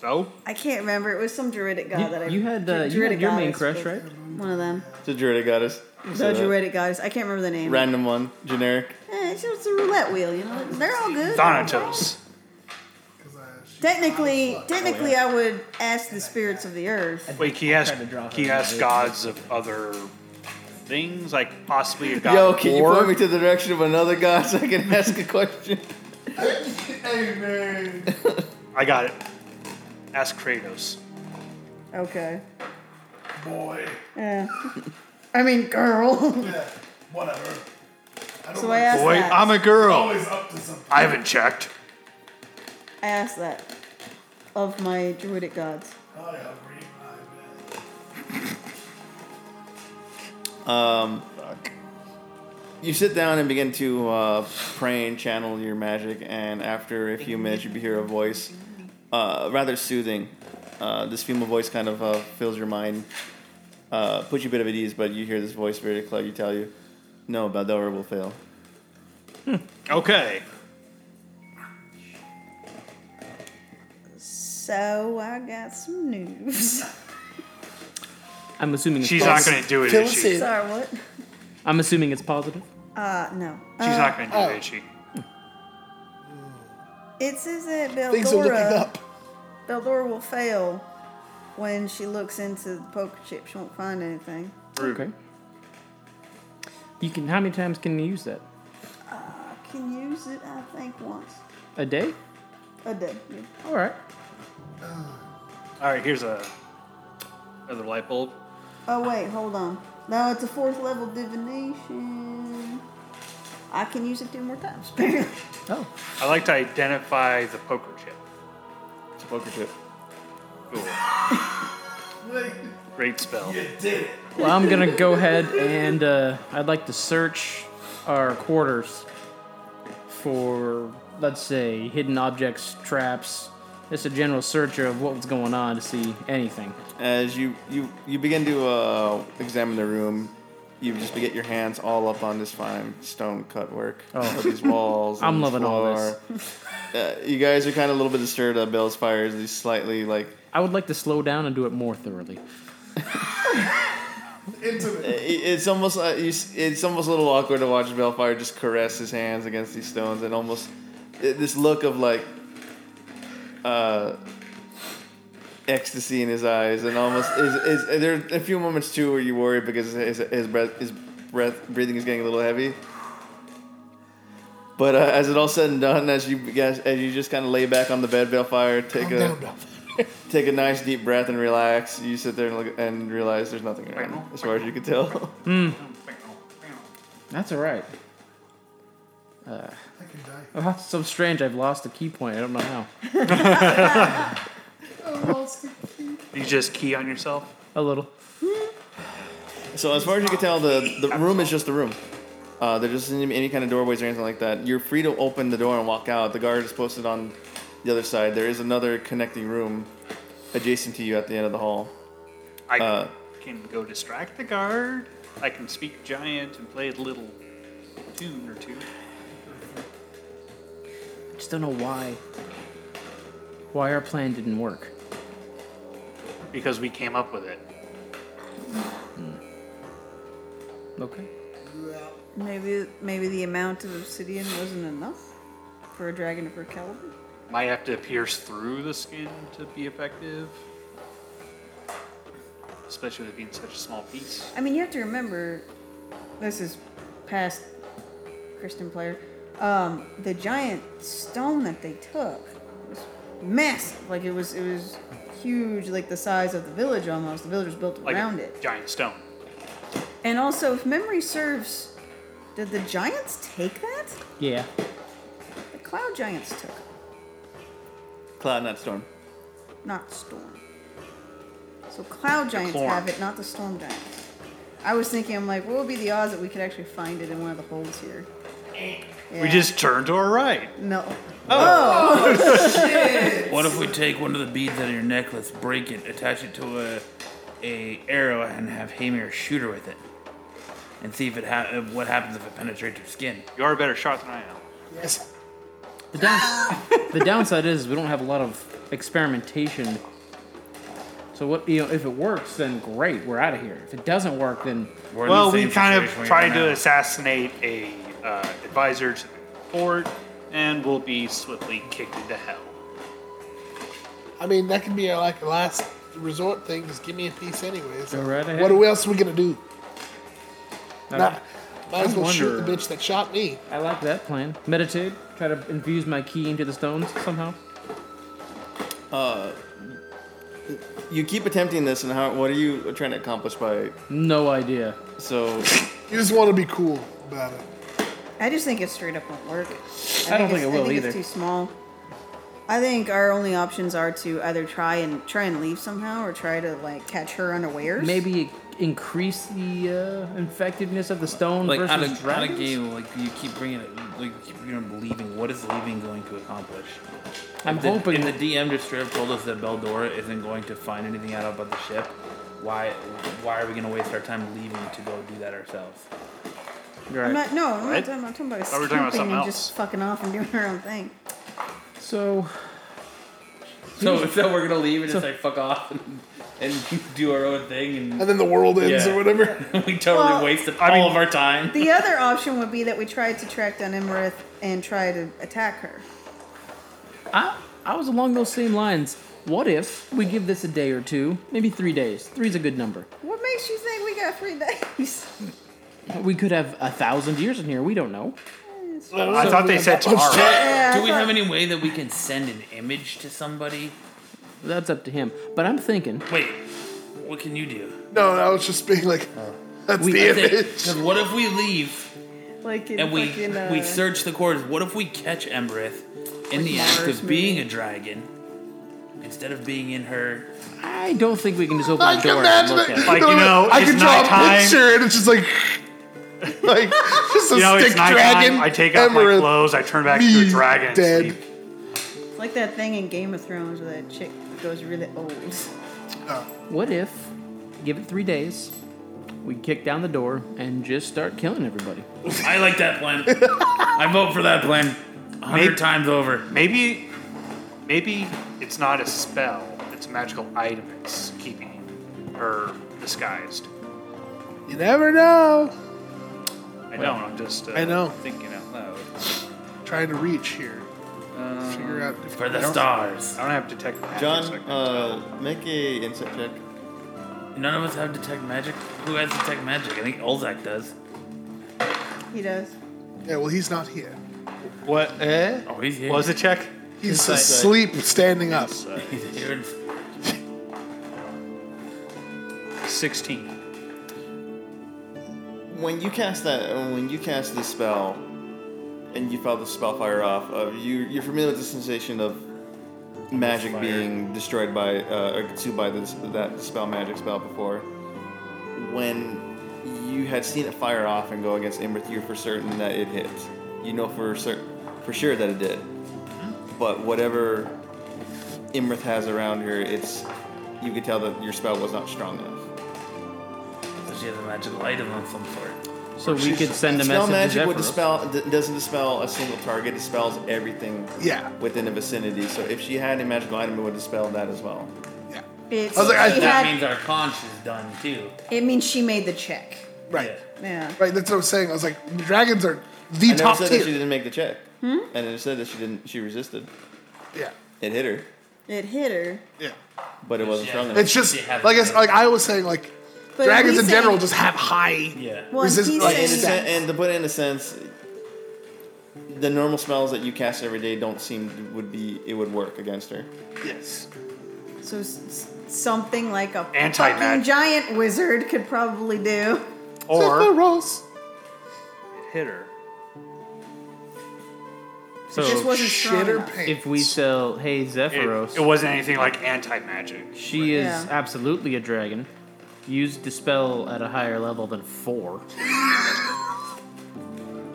So
I can't remember. It was some druidic god
You,
that I.
you had uh, you
druidic
had your main
goddess
crush,
was
right?
One of them.
The druidic goddess.
The
So,
druidic goddess. I can't remember the name.
Random one, generic.
Eh, it's just a roulette wheel, you know. They're all good.
Thanatos.
Because she
Technically, technically, I would ask the spirits of the earth.
Wait, can you ask?
tried to draw
Can you
her
ask gods of other things, like possibly a god
Yo,
of
can you
war?
point me to the direction of another god so I can ask a question?
Hey, man.
I got it. Ask Kratos.
Okay.
Boy.
Yeah. I mean, girl.
Yeah, whatever. I don't
so I
like
asked
Boy,
that.
I'm a girl.
always up to something.
I haven't checked.
I asked that of my druidic gods.
I agree. I
You sit down and begin to uh, pray and channel your magic, and after a few minutes, you hear a voice, uh, rather soothing. Uh, this female voice kind of uh, fills your mind, uh, puts you a bit of at ease, but you hear this voice very clearly tell you, "No, Baldora will fail."
Okay.
So I got some news.
I'm assuming it's
She's not
positive.
gonna do it,
Fill
is
us
she?
in.
She's
Sorry, what?
I'm assuming it's positive.
Uh, no. Uh,
not gonna do it, is she?
It says that
Things are looking
Beldora,
up.
Beldora will fail when she looks into the poker chip. She won't find anything.
Okay. You can. How many times can you use that?
I can use it, I think, once
A day.
a day. yeah.
All right.
All right, here's a another light bulb.
Oh wait, hold on. No, it's a fourth level divination. I can use it two more times. apparently.
Oh.
I like to identify the poker chip.
It's a poker chip.
Cool.
agree.
Great spell.
Like, you did it.
Well, I'm gonna go ahead and uh, I'd like to search our quarters for, let's say, hidden objects, traps. Just a general search of what was going on to see anything.
As you you you begin to uh, examine the room, you just get your hands all up on this fine stone cut work of these walls.
Oh. I'm
and
loving all this.
floor. Uh, you guys are kind of a little bit disturbed that Bell's fire is these slightly like
I would like to slow down and do it more thoroughly.
Intimate.
It- it's almost uh, you s- it's almost a little awkward to watch Belfire just caress his hands against these stones and almost it- this look of like uh, ecstasy in his eyes and almost is, is uh, there are a few moments too where you worry because his, his breath his breath breathing is getting a little heavy. But uh, as it all said and done, as you guys, as you just kind of lay back on the bed, Belfire, take
Oh,
Calm
a
down, Ralph.
take a nice deep breath and relax. You sit there and, look, and realize there's nothing around, as far as you can tell.
That's all right.
I can die.
Oh, that's so strange. I've lost a key point. I don't know how.
You just key on yourself.
A little.
So as far as you can tell, the, the room is just the room. Uh, there just isn't any kind of doorways or anything like that. You're free to open the door and walk out. The guard is posted on the other side. There is another connecting room adjacent to you at the end of the hall.
I
Uh,
can go distract the guard. I can speak giant and play a little tune or two.
I just don't know why. Why our plan didn't work.
because we came up with it.
Okay.
Maybe maybe the amount of obsidian wasn't enough for a dragon of her caliber.
Might have to pierce through the skin to be effective, especially with it being such a small piece.
I mean, you have to remember, this is past Kristen player. Um, the giant stone that they took was massive. Like it was, it was huge, like the size of the village almost. The villagers built
Like
around
a
it.
giant stone.
And also, if memory serves, did the giants take that?
Yeah.
The cloud giants took it,
Cloud, not storm.
not storm. So cloud giants
Clorn.
have it, not the storm giants. I was thinking, I'm like, what would be the odds that we could actually find it in one of the holes here?
We
Yeah.
just turned to our right.
No.
What if we take one of the beads out of your necklace, break it, attach it to a, a arrow, and have Hamir shoot her with it, and see if it ha- if- what happens if it penetrates her skin?
You are a better shot than I am.
Yes.
The, down- the downside is we don't have a lot of experimentation. So what you know, if it works, then great, we're out of here. If it doesn't work, then
We're in the
Well, we
same
kind of
situation we are
tried
now.
to assassinate a uh, advisor to the court, and will be swiftly kicked into hell.
I mean, that can be a, like a last resort thing. Just give me a piece anyway. So
Go right ahead.
What else we gonna do?
I,
Nah, might as well shoot the
wonder-
bitch that shot me.
I like that plan. Meditate, try to infuse my key into the stones somehow.
You keep attempting this, and how? What are you trying to accomplish by?
No idea.
So
You just want to be cool about it.
I just think it straight up won't work. I,
don't think
it's-
it will
I think
either.
It's too small. I think our only options are to either try and try and leave somehow, or try to like catch her unawares.
Maybe increase the uh, infectiveness of the stone
like
versus
out of, out
dragons?
of game, like you keep bringing it, like you keep bringing up leaving. What is leaving going to accomplish?
I'm
If the,
hoping
if the DM just straight up told us that Beldora isn't going to find anything out about the ship. Why? Why are we going to waste our time leaving to go do that ourselves?
I'm not, no, I'm
Right?
not, I'm not talking about
Oh, we're talking about
escaping
something
and
else.
just fucking off and doing her own thing.
So
So, so we're gonna leave and just like fuck off and, and do our own thing,
And then the world ends
Yeah.
or whatever.
and we totally
Well,
wasted
I mean-
all of our time.
The other option would be that we tried to track down Emmerith and try to attack her.
I I was along those same lines. What if we give this a day or two, maybe three days? Three's a good number.
What makes you think we got three days?
We could have a thousand years in here. We don't know.
I thought they said tomorrow.
Yeah,
Do
I
we
thought-
have any way that we can send an image to somebody?
That's up to him. But I'm thinking,
Wait, what can you do?
No, I was just being like,
Uh,
that's
We-
the
I
That's it.
image.
'Cause what if we leave
Like in
and we
fucking, uh,
we search the corridors? What if we catch Emberith in the act
Mars
of being a dragon instead of being in her?
I don't think we can just open
I
the
can
door and
imagine
look
it.
at it.
Like, you know,
I
it's
can draw
nighttime.
a picture and it's just like, like just a
You know,
stick
it's nighttime.
dragon.
I take off my
emerald,
clothes. I turn back
me
to a dragon. and
dead.
sleep.
It's like that thing in Game of Thrones where that chick goes really old.
What if, give it three days, we kick down the door and just start killing everybody?
I like that plan. I vote for that plan.
Maybe-
a Hundred times over.
Maybe, maybe it's not a spell. It's a magical item that's keeping her disguised.
You never know.
I don't. I'm just. Uh,
I know.
Thinking out loud.
Trying to reach here. Figure out if
For the stars.
I don't have detect magic.
John,
so I can tell.
uh, make a insight check.
None of us have detect magic. Who has detect magic? I think Olzak does.
He does.
Yeah, well, he's not here.
what? Eh?
Oh, he's here.
What was the check?
He's asleep, standing up.
He's here. in-
Sixteen.
when you cast that, when you cast the spell, and you felt the spell fire off, uh, you you're familiar with the sensation of magic being destroyed by uh, or consumed by this, that spell magic spell before. When you had seen it fire off and go against Imrith, you're for certain that it hit. You know for cer- for sure that it did. But whatever Imrith has around her, it's you could tell that your spell was not strong enough.
So she has a magic item of some sort.
So we could send a
Spell
message
magic
to
would
Zephyros.
dispel d- doesn't dispel a single target. It spells everything
Yeah.
within a vicinity. So if she had a magical item, it would dispel that as well.
Yeah.
It's,
I was like, I-
she
That
had-
means our conch is done too.
it means she made the check.
Right.
Yeah.
Right. That's what I was saying. I was like, the dragons are the
And then it
top
said that she
tier.
didn't make the check. And it said that she didn't. She resisted.
Yeah.
It hit her,
It hit her.
Yeah.
but it wasn't strong enough.
It's just
They have-
like I, s- like I was saying, like
But
dragons
he's
in
saying-
general just have high.
Yeah.
Well,
Resist-
he's
like,
in a
saying-
sen- and to put it in a sense, the normal spells that you cast every day don't seem would be it would work against her.
Yes.
So s- s- something like a
Anti-magic.
fucking giant wizard could probably do.
Or
rolls.
hit her.
This
So
wasn't strong
Shitter
enough.
pants.
if we sell, hey
It,
Zephyros,
it wasn't anything like anti magic.
she is
Yeah.
absolutely a dragon. Use dispel at a higher level than four.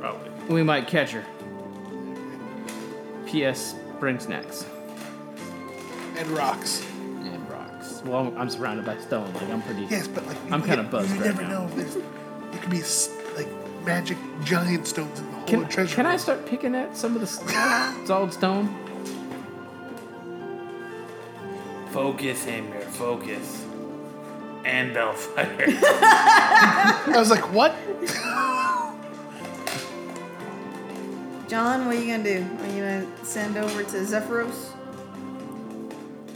Probably.
We might catch her. P.S. Bring snacks
and rocks.
and rocks. Well, I'm, I'm surrounded by stone. Like I'm pretty.
Yes, but like
I'm
you-
kinda
you-
buzzed
You
right
never
now.
know. If there's, there could be s- like magic giant stones in the whole
Can,
treasure.
can I
room.
start picking at some of the s- solid stone?
Focus, Amir. Focus. And Belfire.
I was like, what?
John, what are you gonna do? Are you gonna send over to Zephyros?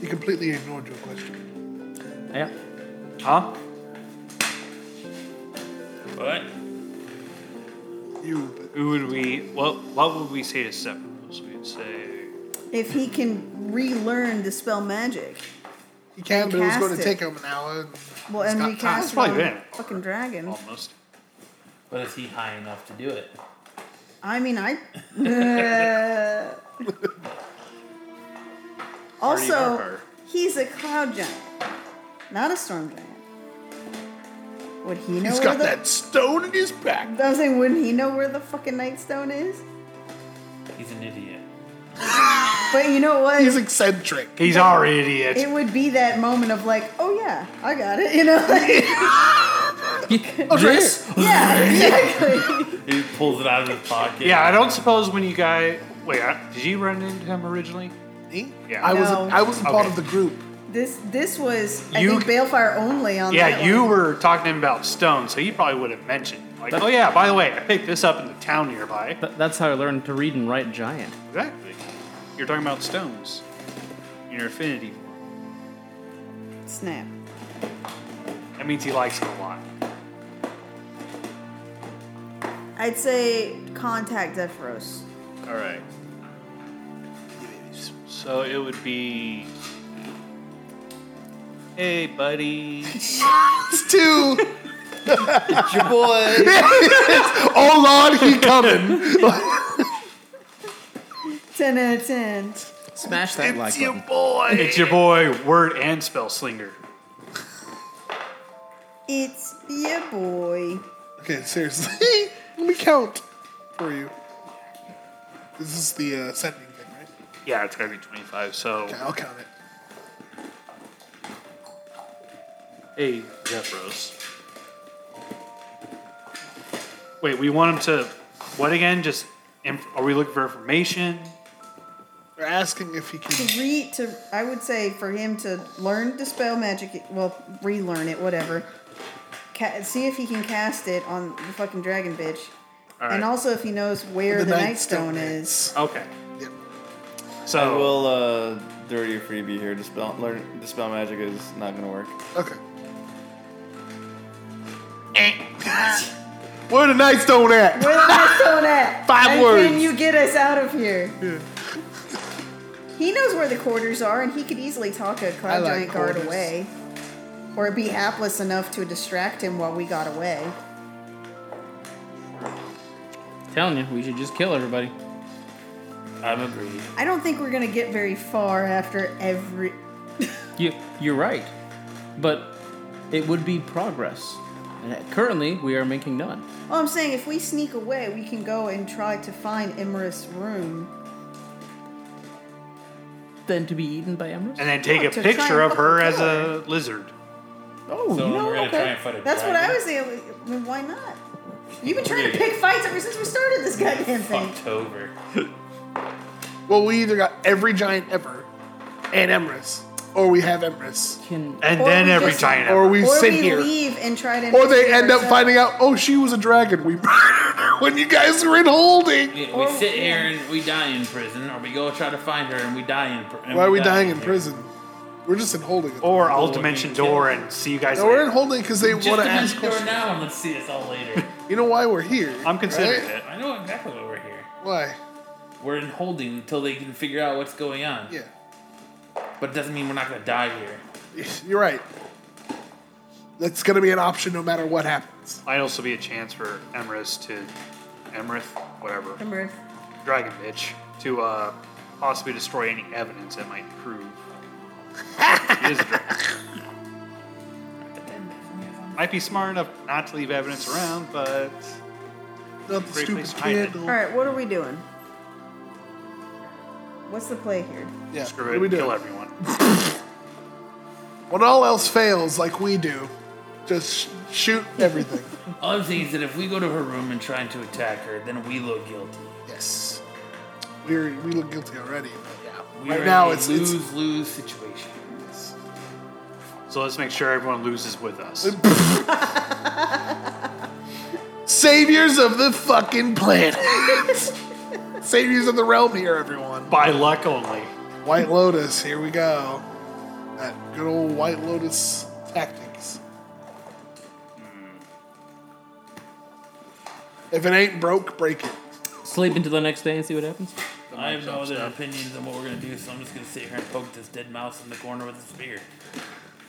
You completely ignored your question.
Yeah.
Huh?
what?
You. But
Who would we? What? What would we say to Sephiroth? We'd say.
If he can relearn the spell magic,
you can, but it was going to
Recast
take
it.
him an hour. And
well,
it's
and
not time.
recast it
probably
on
been-
fucking dragon.
Almost.
But is he high enough to do it?
I mean, I. Uh, also,
Hardy.
he's a cloud giant, not a storm giant. Would he know
He's
where
got
the?
that stone in his back.
I was saying, wouldn't he know where the fucking nightstone is?
He's an idiot.
But you know what?
He's eccentric.
He's our idiot.
it would be that moment of like, oh yeah, I got it, you know? Like,
Oh, dress.
yeah, exactly.
He pulls it out of his pocket.
yeah, I don't suppose when you guys. Wait, I, did you run into him originally?
Me?
Yeah.
I wasn't.
No.
I wasn't part
Okay.
of the group.
This this was I
You-
think Balefire only on
Yeah,
that
you
one.
were talking to him about stone, so you probably would have mentioned like, oh yeah, by the way, I picked this up in the town nearby.
Th- that's how I learned to read and write giant.
Exactly. You're talking about stones. Your affinity. for
snap.
it. That means he likes it a lot.
I'd say contact Zephyros.
All right. So it would be. Hey, buddy.
It's two.
It's your boy.
Oh Lord, he coming.
Ten out of ten.
Smash that like button.
boy.
it's your boy, word and spell slinger.
It's your boy.
Okay, seriously. Let me count for you. This is the uh, sending thing, right?
Yeah, it's gotta be 25. So
Okay, I'll count it.
Hey, Jeffros. Wait, we want him to what again? Just inf- are we looking for information?
They're asking if he can.
To read to I would say for him to learn dispel magic well, relearn it, whatever. Ca- see if he can cast it on the fucking dragon bitch. And
right.
also if he knows where the, nightstone is.
Okay.
Yep.
I
So
will uh, dirty your freebie here. Dispel learn dispel magic is not gonna work.
Okay. Eh. Where the nightstone at?
Where's my stone at?
Five
and Can
words.
you get us out of here? He knows where the quarters are, and he could easily talk a
I
cloud
like
giant guard
quarters.
away, or be hapless enough to distract him while we got away.
Telling you, we should just kill everybody.
I'm agreed.
I don't think we're gonna get very far after every.
You, you're right, but it would be progress. And uh, currently, we are making none.
Well, I'm saying if we sneak away, we can go and try to find Imrus' room.
Then to be eaten by Emrys?
And then take
Oh,
a
to try
picture
and
of her
fucking
as
kill
a lizard.
Oh,
So
you know,
we're gonna try
okay.
and fight a
That's what
dragon.
I was saying. I mean, why not? You've been trying to pick fights ever since we started this goddamn thing.
October.
Well, we either got every giant ever and Emrys, or we have Emrys,
Can,
And
Or
then
we
every
just-
giant
or we
or
sit
we
here,
leave and try to.
or they
investigate
end up
ourselves.
finding out, oh, she was a dragon. We murdered her when you guys were in holding.
We, we
Oh,
sit here and we die in prison, or we go try to find her and we die in prison.
Why are we dying in prison? We're just in holding.
or I'll
we
dimension
kill
door and see you guys
No, we're in
later.
holding because they want
Just
to ask
dimension door
questions.
now and let's see us all later.
You know why we're here?
I'm considering
right?
it.
I know exactly why we're here.
Why?
We're in holding until they can figure out what's going on.
Yeah,
But it doesn't mean we're not gonna die here.
you're right. That's gonna be an option no matter what happens.
Might also be a chance for Emrys to Emrith, whatever.
Imrith.
Dragon bitch. To uh possibly destroy any evidence that might prove it is a dragon. Might be smart enough not to leave evidence around, but
Not the
Great
stupid
place to hide it.
candle.
All right, what are we doing? What's the play here?
Yeah.
screw
what
it,
do we do?
kill everyone.
When all else fails, like we do, just sh- shoot everything.
All I'm saying is that if we go to her room and try to attack her, then we look guilty.
yes. We are we look guilty already.
We
Right
are
now,
in a
it's- it's-
lose lose situation.
So let's make sure everyone loses with us.
Saviors of the fucking planet. Saviors of the realm here, everyone.
By luck only.
White Lotus, here we go. That good old White Lotus tactics. Hmm. If it ain't broke, break it.
sleep until the next day and see what happens?
I have no other opinions on what we're gonna do, so I'm just gonna sit here and poke this dead mouse in the corner with a spear.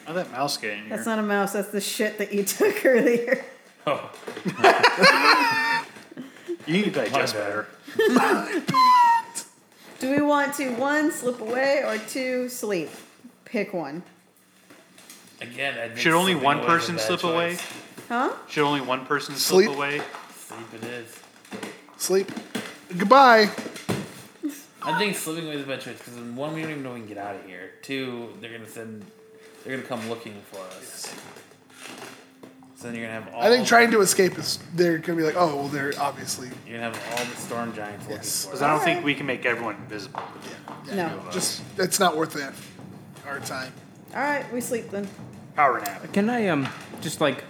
How'd that mouse get in here?
That's not a mouse. That's the shit that you took earlier.
Oh,
you need to digest
My bad.
better.
Do we want to one slip away or two sleep? Pick one,
again, I think
Should only
slipping
one
away is a
person
bad
slip
choice.
away?
huh?
Should only one person
Sleep.
slip away?
Sleep it is.
Sleep. Goodbye.
I think slipping away is a bad choice because one, we don't even know we can get out of here. Two, they're gonna send, they're gonna come looking for us. So then you're gonna have all.
I think trying to escape is they're gonna be like, oh well, they're obviously
You're gonna have all the storm giants
Yes.
looking
Because
for
I
us.
don't think we can make everyone invisible.
No.
just it's not worth it. Our time.
All right, we sleep then.
Power nap.
Can I um just like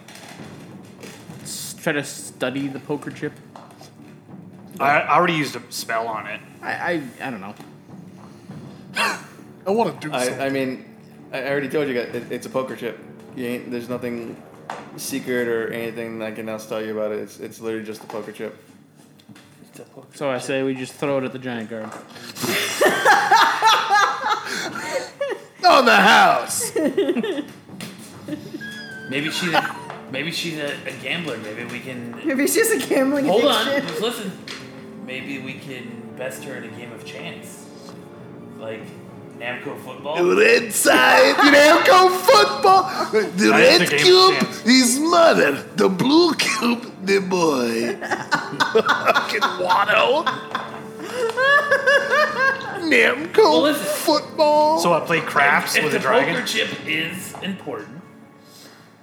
s- try to study the poker chip?
I, I already used a spell on it.
I I, I don't know.
I want to do something.
I, I mean, I I already told you guys, it, it's a poker chip. You ain't, there's nothing secret or anything I can else tell you about it. It's, it's literally just a poker chip.
So I say we just throw it at the giant guard.
on the house.
Maybe she's, a, maybe she's a, a gambler. Maybe we can.
Maybe it's just a gambling
Hold on,
addiction.
just listen. Maybe we can best her in a game of chance, like Namco football.
Red side, Namco football. The
That's
red
the game
cube
chance.
is mother. The blue cube, the boy. Fucking Watto. Namco
listen.
football.
So I play craps
If
with
the
a dragon.
poker chip is important,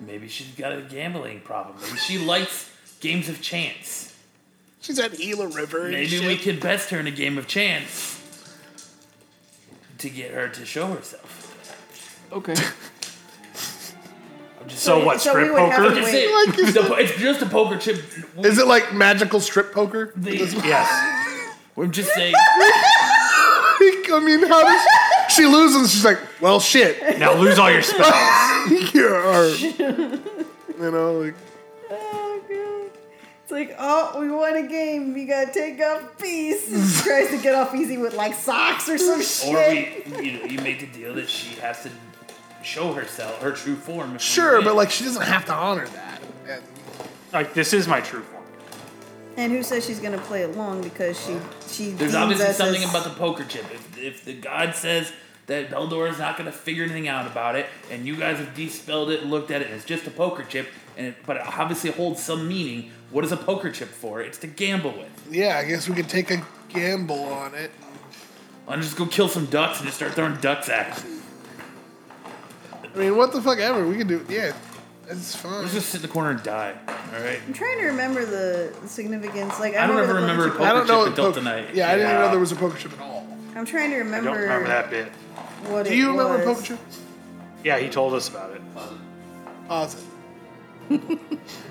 maybe she's got a gambling problem. Maybe she likes games of chance.
She's at Gila River. and
Maybe
shit.
we could best her in a game of chance to get her to show herself.
Okay.
I'm just
So
saying.
what?
so we
Strip
would have
poker?
to wait.
Just say-
Like it's
the po- it's just a poker chip. We-
Is it like magical strip poker?
the-
Yes.
We're just saying.
I mean, how does she, she loses? She's like, well, shit.
Now lose all your spells.
Here are, you know, like
Oh god. It's like, oh, we won a game. We gotta take off peace. tries to get off easy with like socks or some shit.
Or we, you know, you make the deal that she has to show herself, her true form. if we
sure,
win.
but like she doesn't have to honor that. And
Like this is my true form.
And who says she's gonna play along because she she
There's
deems
obviously
us
something
as-
about the poker chip. If, if the god says that Beldor is not going to figure anything out about it, and you guys have dispelled it and looked at it, and it's just a poker chip, and it, but it obviously holds some meaning. What is a poker chip for? It's to gamble with.
Yeah, I guess we could take a gamble on it.
I'll just go kill some ducks and just start throwing ducks at it.
I mean, what the fuck ever. We can do. Yeah, it's fine.
Let's just sit in the corner and die. All right.
I'm trying to remember the significance. Like I,
I don't ever
the
remember
poker
a
I don't
Poker
know. what
chip adult
poker-
tonight.
Yeah, I didn't even
Yeah.
know there was a poker chip at all.
chip. I'm trying to
I
remember.
don't remember that bit.
What
Do
it
you remember
was.
poker chip?
Yeah, he told us about it.
Awesome.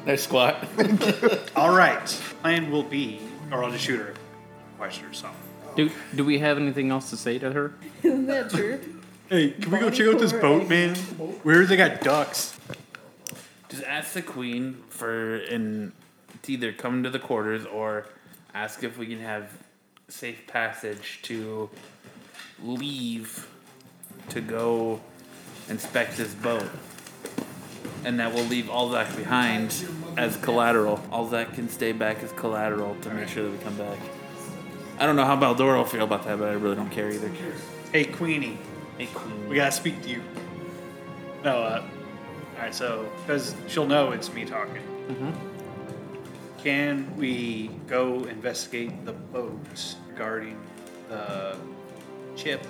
Nice squat.
All right. Plan will be, or I'll just shoot her a question or something.
Do, do we have anything else to say to her?
Isn't that true?
Hey, can we
go check out this boat,
man? Where they got ducks?
Just ask the queen for and to either come to the quarters or ask if we can have safe passage to leave to go inspect this boat. And that will leave Alzac behind as collateral. Alzac can stay back as collateral to make sure that we come back. I don't know how Baldor will feel about that, but I really don't care either.
Hey, Queenie,
Hey, queen.
we gotta speak to you. No, uh, all right. So, because she'll know it's me talking. Can we go investigate the boats regarding the chip?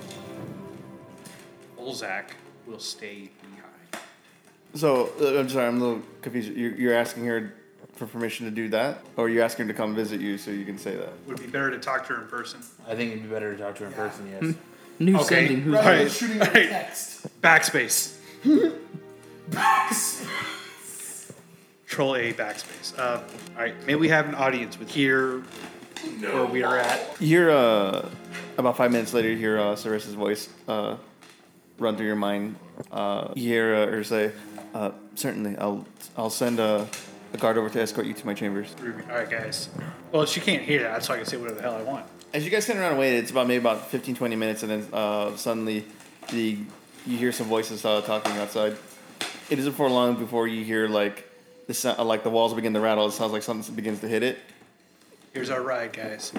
Olzak will stay behind.
So uh, I'm sorry, I'm a little confused. You're, you're asking her for permission to do that, or you're asking her to come visit you so you can say that.
Would it be better to talk to her in person?
I think it'd be better to talk to her in person, yes.
New
Okay.
sending. Who's
All
Rather than
right.
shooting at a text.
Backspace. Troll A backspace. Uh, all right, maybe we have an audience with here where we are at.
You're uh, about five minutes later. You hear uh, Sarissa's voice uh, run through your mind. Uh, you hear uh, her say, uh, "Certainly, I'll I'll send a, a guard over to escort you to my chambers."
All right, guys. Well, she can't hear that, so I can say whatever the hell I want.
As you guys sit around and wait, it's about maybe about 15, 20 minutes, and then uh, suddenly the you hear some voices uh, talking outside. It isn't for long before you hear like the sound, like the walls begin to rattle. It sounds like something begins to hit it.
Here's our ride, guys.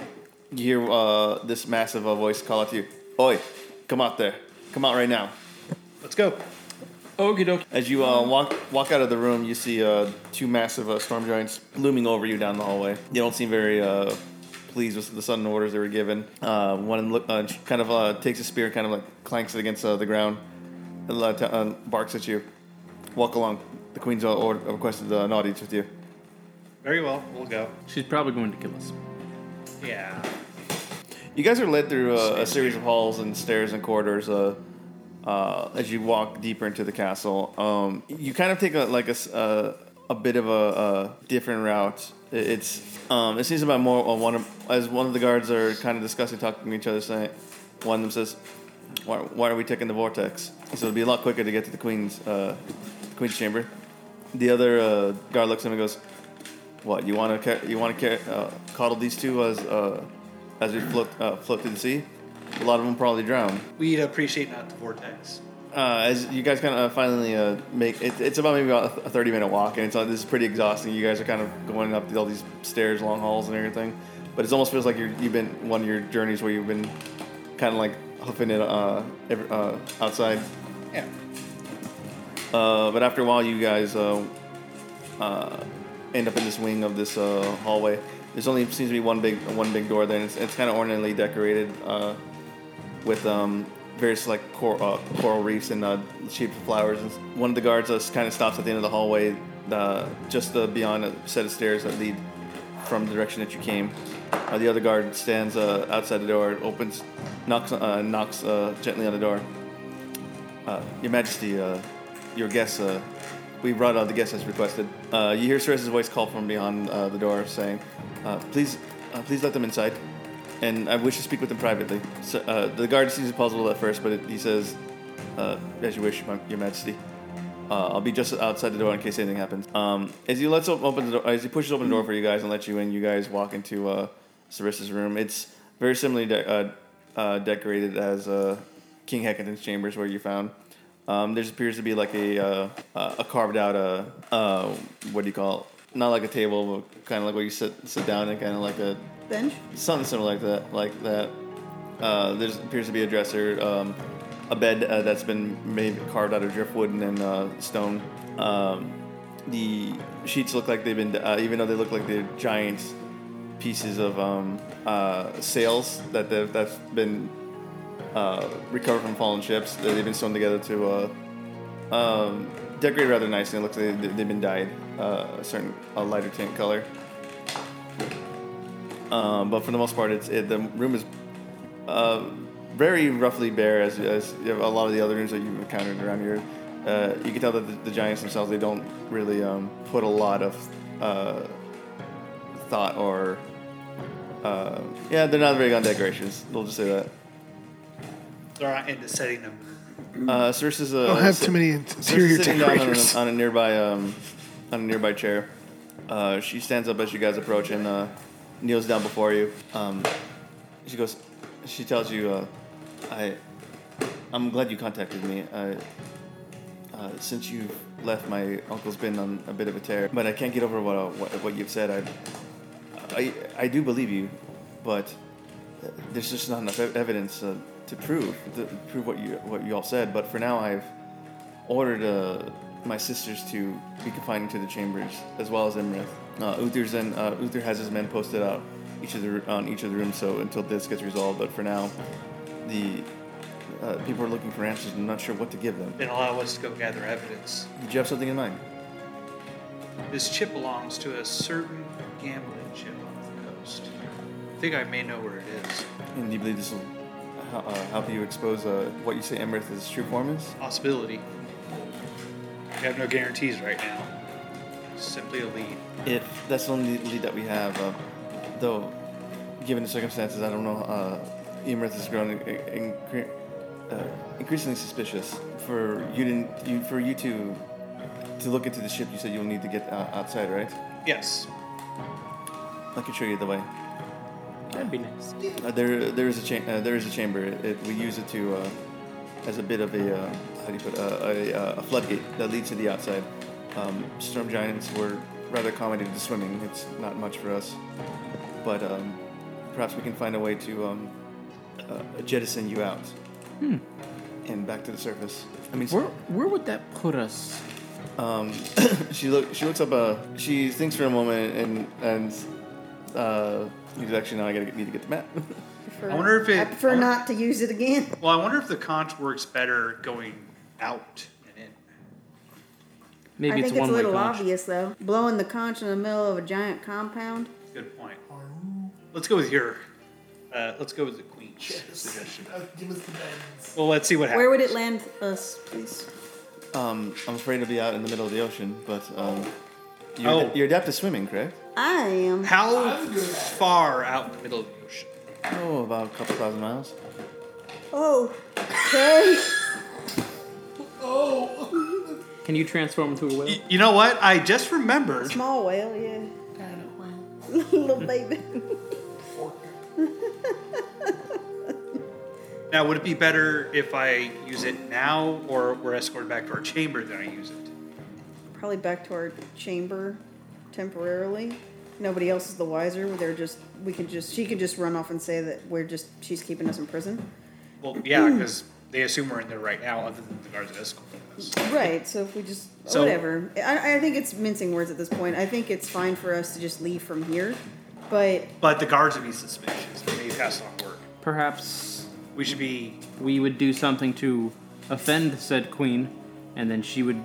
You hear uh, this massive uh, voice call out to you, "Oi, come out there! Come out right now!"
Let's go.
Okie dokie.
As you uh, walk walk out of the room, you see uh, two massive uh, storm giants looming over you down the hallway. They don't seem very uh, pleased with the sudden orders they were given. Uh, one of them look, uh, kind of uh, takes a spear, kind of like clanks it against uh, the ground, and uh, t- uh, barks at you. Walk along. The queen's uh, order, requested uh, an audience with you.
Very well, we'll go.
She's probably going to kill us.
Yeah.
You guys are led through a, a series of halls and stairs and corridors uh, uh, as you walk deeper into the castle. Um, you kind of take a, like a, s- uh, a bit of a, a different route. I- It's um, it seems about more uh, one of, as one of the guards are kind of discussing, talking to each other. Saying, one of them says, "Why, why are we taking the vortex?" So it'll be a lot quicker to get to the queen's uh, queen's chamber. The other uh, guard looks at him and goes, what you want to you want to uh, coddle these two as uh, as we float uh, float through the sea? A lot of them probably drown.
We'd appreciate not the vortex.
Uh, as you guys kind of finally uh, make it, it's about maybe about a thirty minute walk, and it's uh, this is pretty exhausting. You guys are kind of going up all these stairs, long halls, and everything. But it almost feels like you're, you've been one of your journeys where you've been kind of like hoofing it uh, every, uh, outside.
Yeah.
Uh, but after a while, you guys uh, uh, end up in this wing of this uh, hallway. There's only seems to be one big one big door there, and it's, it's kind of ornately decorated uh, with um, various like cor- uh, coral reefs and uh, shaped flowers. And s- one of the guards uh, kind of stops at the end of the hallway, uh, just uh, beyond a set of stairs that lead from the direction that you came. Uh, the other guard stands uh, outside the door, opens, knocks, uh, knocks uh, gently on the door. Uh, your Majesty, uh, your guests, uh, we brought out the guests as requested. Uh, you hear Ceres' voice call from beyond uh, the door saying, uh, please, uh, please let them inside. And I wish to speak with them privately. So, uh, the guard seems puzzled at first, but it, he says, uh, as you wish, my, your Majesty. Uh, I'll be just outside the door in case anything happens. Um, as he lets op- open the door, as he pushes open the door for you guys and lets you in, you guys walk into uh, Ceres's room. It's very similarly de- uh, uh, decorated as uh, King Hecaton's chambers, where you found. Um, there appears to be like a uh, uh, a carved out uh, uh, what do you call it? not like a table, but kind of like where you sit sit down and kind of like a
Bench?
something similar like that. Like that. Uh, there appears to be a dresser, um, a bed uh, that's been made carved out of driftwood and then uh, stone. Um, the sheets look like they've been, uh, even though they look like they're giant pieces of um, uh, sails that they've, that's been uh, recovered from fallen ships. that They've been sewn together to uh, um, decorate rather nice, and it looks like they- they've been dyed uh, a certain a lighter tint color. Um, but for the most part, it's it, the room is uh, very roughly bare, as, as you have a lot of the other rooms that you've encountered around here. Uh, you can tell that the, the giants themselves they don't really um, put a lot of uh, thought or uh, yeah, they're not very good on decorations. They'll just say that.
They're not into setting them.
Uh, Circe is a,
don't have
si-
too many
Circe is
interior
sitting down on a-
decorators.
on, a, nearby um, on a nearby chair. Uh, she stands up as you guys approach and uh, kneels down before you. Um, she goes, she tells you, uh, I, I'm glad you contacted me. I, uh, since you left, my uncle's been on a bit of a tear, but I can't get over what uh, what, what you've said. I, I, I do believe you, but there's just not enough ev- evidence uh, to prove to prove what you what you all said. But for now, I've ordered uh, my sisters to be confined to the chambers as well as Imrith. Uh, Uther's and uh, Uther has his men posted out each of the on each of the rooms. So until this gets resolved, but for now, the uh, people are looking for answers. and not sure what to give them.
Then allow us to go gather evidence.
Did you have something in mind?
This chip belongs to a certain gambling chip on the coast. I think I may know where it is.
And do you believe this will uh, uh, help you expose uh, what you say Imrith's true form is?
Possibility. I have no guarantees right now. Simply a lead.
If that's the only lead that we have, uh, though, given the circumstances, I don't know. Uh, Emirates has grown in- in- incre- uh, increasingly suspicious. For you didn't, you, for you to to look into the ship, you said you'll need to get uh, outside, right?
Yes.
I can show you the way.
That'd be nice.
Uh, there, there is a cha- uh, there is a chamber. It, it, we use it to uh, as a bit of a uh, how do you put uh, a, uh, a floodgate that leads to the outside. Um, storm giants were rather accommodated to swimming. It's not much for us, but um, perhaps we can find a way to um, uh, jettison you out
Hmm.
and back to the surface. I mean,
Where, where would that put us?
she look she looks up a she thinks for a moment and and uh, actually now I gotta get, need to get the map.
Prefer-
I wonder if it-
I prefer not to use it again.
Well, I wonder if the conch works better going out and in.
Maybe
I
it's
think it's,
one
a
way
little
conch.
obvious though. Blowing the conch in the middle of a giant compound.
Good point. Let's go with your. Uh, let's go with the queen.
Uh, give us the bends.
Well, let's see what happens.
Where would it land us, please?
Um, I'm afraid to be out in the middle of the ocean, but um, you're,
Oh.
you're adept at swimming, correct?
I am.
How far out in the middle of the ocean?
Oh, about a couple thousand miles.
Oh, okay.
Can you transform into a whale?
Y- You know what? I just remembered.
Small whale, yeah. Little baby.
Now, would it be better if I use it now or we're escorted back to our chamber than I use it?
Probably back to our chamber temporarily. Nobody else is the wiser. They're just we can just she could just run off and say that we're just she's keeping us in prison.
Well, yeah,
Hmm.
because they assume we're in there right now, other than the guards that escorted us.
Right. So if we just
So-
whatever, I, I think it's mincing words at this point. I think it's fine for us to just leave from here, but
But the guards would be suspicious. They may pass on work.
Perhaps
We should be.
we would do something to offend said queen, and then she would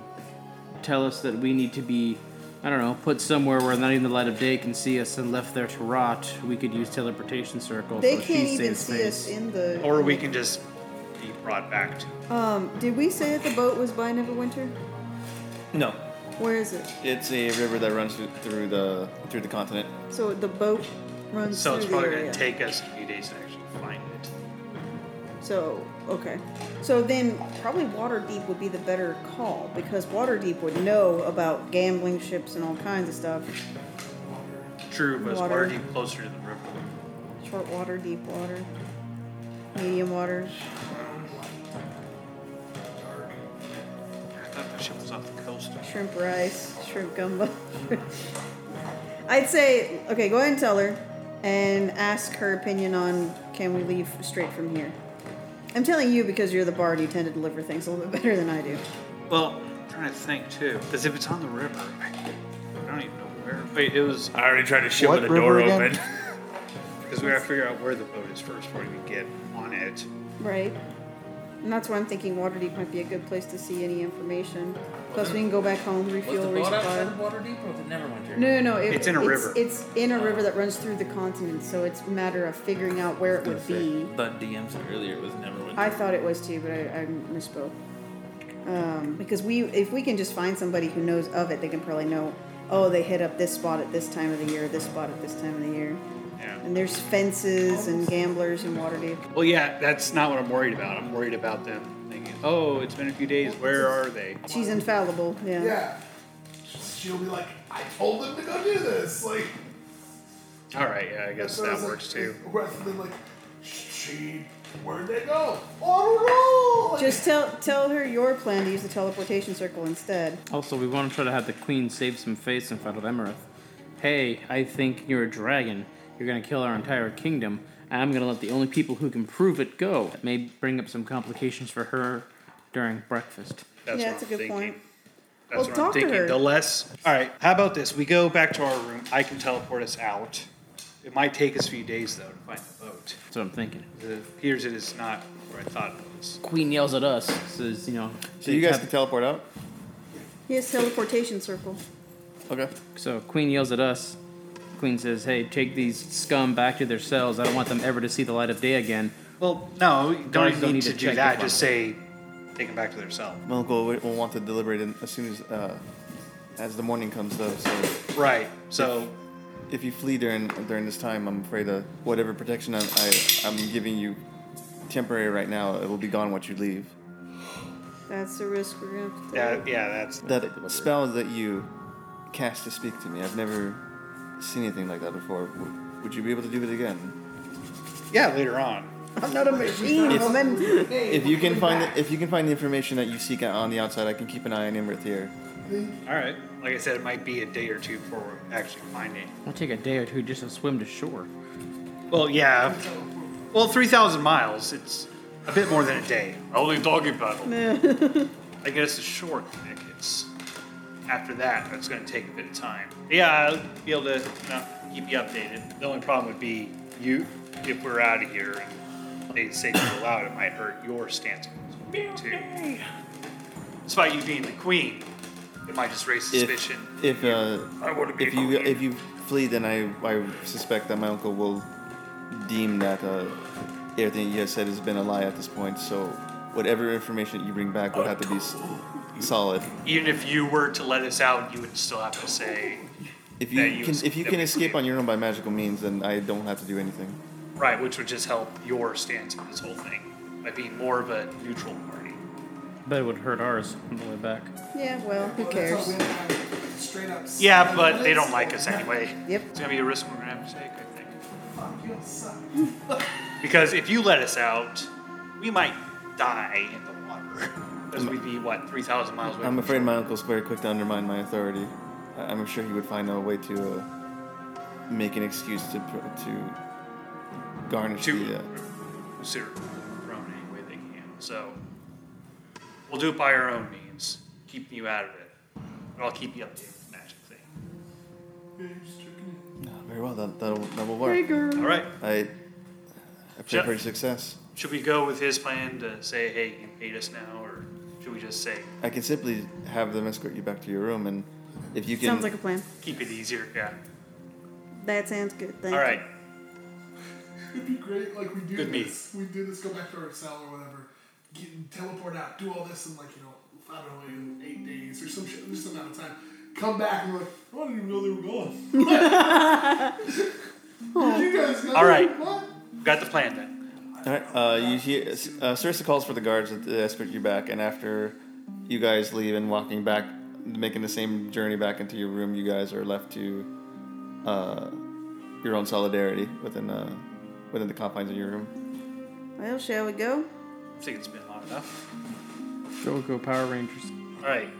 tell us that we need to be, I don't know, put somewhere where not even the light of day can see us and left there to rot. We could use teleportation circles.
they
so she
can't even
saves
see
face.
us in the.
Or we can just be brought back to.
Um, did we say that the boat was by Neverwinter?
No,
Where is it?
it's a river that runs through, through the through the continent.
So the boat runs
So
through
it's probably
the
going
area.
to take us a few days to actually find it.
So okay, so then probably Waterdeep would be the better call because Waterdeep would know about gambling ships and all kinds of stuff.
True, but it's
Water.
already closer to the river.
Short water, deep water, medium water.
I thought the ship was off the coast.
shrimp rice, shrimp gumbo. I'd say, okay, go ahead and tell her and ask her opinion on can we leave straight from here. I'm telling you because you're the bard, you tend to deliver things a little bit better than I do.
Well, I'm trying to think too, because if it's on the river, I I don't even know where. Wait, it was
I already tried to shit
What
with a
river
door
again?
open.
because we gotta figure out where the boat is first before we get on it.
Right. And that's why I'm thinking Waterdeep might be a good place to see any information. Plus, we can go back home, refuel, resupply.
water deep or was it never went
No, no, no. it-
It's in a
it's,
river.
It's in a river that runs through the continent, so it's a matter of figuring out where it would be.
But DM said earlier it was never went
I thought it was too, but I, I misspoke. Um, because we, if we can just find somebody who knows of it, they can probably know. Oh, they hit up this spot at this time of the year, this spot at this time of the year.
Yeah.
And there's fences and gamblers in Waterdeep.
Well, yeah, that's not what I'm worried about. I'm worried about them thinking, "Oh, it's been a few days. Where are they?"
She's infallible.
Yeah. She'll be like, I told them to go do this. Like,
All right, yeah, I guess
so it's
that
like-
works too.
Rather than like, she, where'd they go? On a roll. Like,
Just tell tell her your plan to use the teleportation circle instead.
Also, we want to try to have the queen save some face in front of Emerith. Hey, I think you're a dragon. You're going to kill our entire kingdom. I'm going to let the only people who can prove it go. That may bring up some complications for her during breakfast.
That's
yeah,
what
that's a
I'm
good
thinking.
point.
That's
Well,
what
talk
I'm
to
thinking.
her.
The less. All right, how about this? We go back to our room. I can teleport us out. It might take us a few days though to find the boat.
That's what I'm thinking.
It appears it is not where I thought it was.
Queen yells at us, says, you know.
So you guys can teleport out.
He has teleportation circle.
Okay.
So Queen yells at us. Queen says, "Hey, take these scum back to their cells. I don't want them ever to see the light of day again."
Well, no, you don't
Guards
even
don't
need
need
to,
to
do
check
that.
the
Just say, take them back to their cell.
My uncle will will want to deliberate in- as soon as uh, as the morning comes, though. So
Right. So
if you flee during during this time, I'm afraid that whatever protection I'm, I, I'm giving you temporary right now, it will be gone once you leave.
That's the risk we're gonna have to
yeah,
take.
yeah, that's
That spell that you cast to speak to me, I've never seen anything like that before. Would- Would you be able to do it again?
yeah. Later on,
I'm not a machine.
It's-
woman.
If you can find the, if you can find the information that you seek out on the outside, I can keep an eye on Imrith here.
all right. Like I said, it might be a day or two before we actually find it.
It'll take a day or two just to swim to shore.
Well, yeah. Well, three thousand miles. It's a bit more than a day. Only doggy paddle. I guess the short Nick. It's after that. That's going to take a bit of time. Yeah, I'll be able to you know, keep you updated. The only problem would be you if we're out of here and they say you're allowed. It might hurt your stance too. Despite you being the queen, it might just raise
If
suspicion.
if uh,
I want to be
if
a queen.
you if you flee, then I I suspect that my uncle will deem that uh, everything you have said has been a lie at this point. So whatever information you bring back would have to be s- solid.
Even if you were to let us out, you would still have to say,
If
That
you
you
can
es-
if you
that
can
we-
escape on your own by magical means, then I don't have to do anything.
right, which would just help your stance in this whole thing by being more of a neutral party.
But it would hurt ours on the way back.
Yeah, well, who
Well,
cares?
That's all we have to kind of straight up. say.
Yeah, but they don't like us anyway.
Yep.
It's going to be a risk we're going to have to take, I think.
Fuck, you suck.
Because if you let us out, we might die in the water. Because we'd be, what, 3,000 miles away?
I'm
from
afraid my uncle's very quick to undermine my authority. I- I'm sure he would find a way to uh, make an excuse to pr- to garnish
to
the. Uh,
consider prone any way they can. So we'll do it by our own means, keeping you out of it. But I'll keep you updated with the magic thing.
very well, that that'll, that will
Hey,
work.
girl.
All right.
I I pray
Jeff?
for your success.
Should we go with his plan to say, hey, you hate us now, or should we just say,
I can simply have them escort you back to your room, and if you can,
Sounds like a plan.
keep it easier? Yeah.
That sounds good. Thank
All right.
It'd be great, like we do
Good meat.
this. We do this, go back to our cell or whatever, get teleport out, do all this in like, you know, I don't know, in eight days or some shit, just amount of time. Come back and we're like, I didn't even know they were gone. Did you guys know?
All right.
What?
Got the plan then.
all right. Uh, you hear uh, Cersei calls for the guards to escort you back, and after you guys leave and walking back, making the same journey back into your room, you guys are left to uh, your own solidarity within uh, within the confines of your room.
Well, shall we go?
I think it's been long enough.
Sure, go Power Rangers.
All right.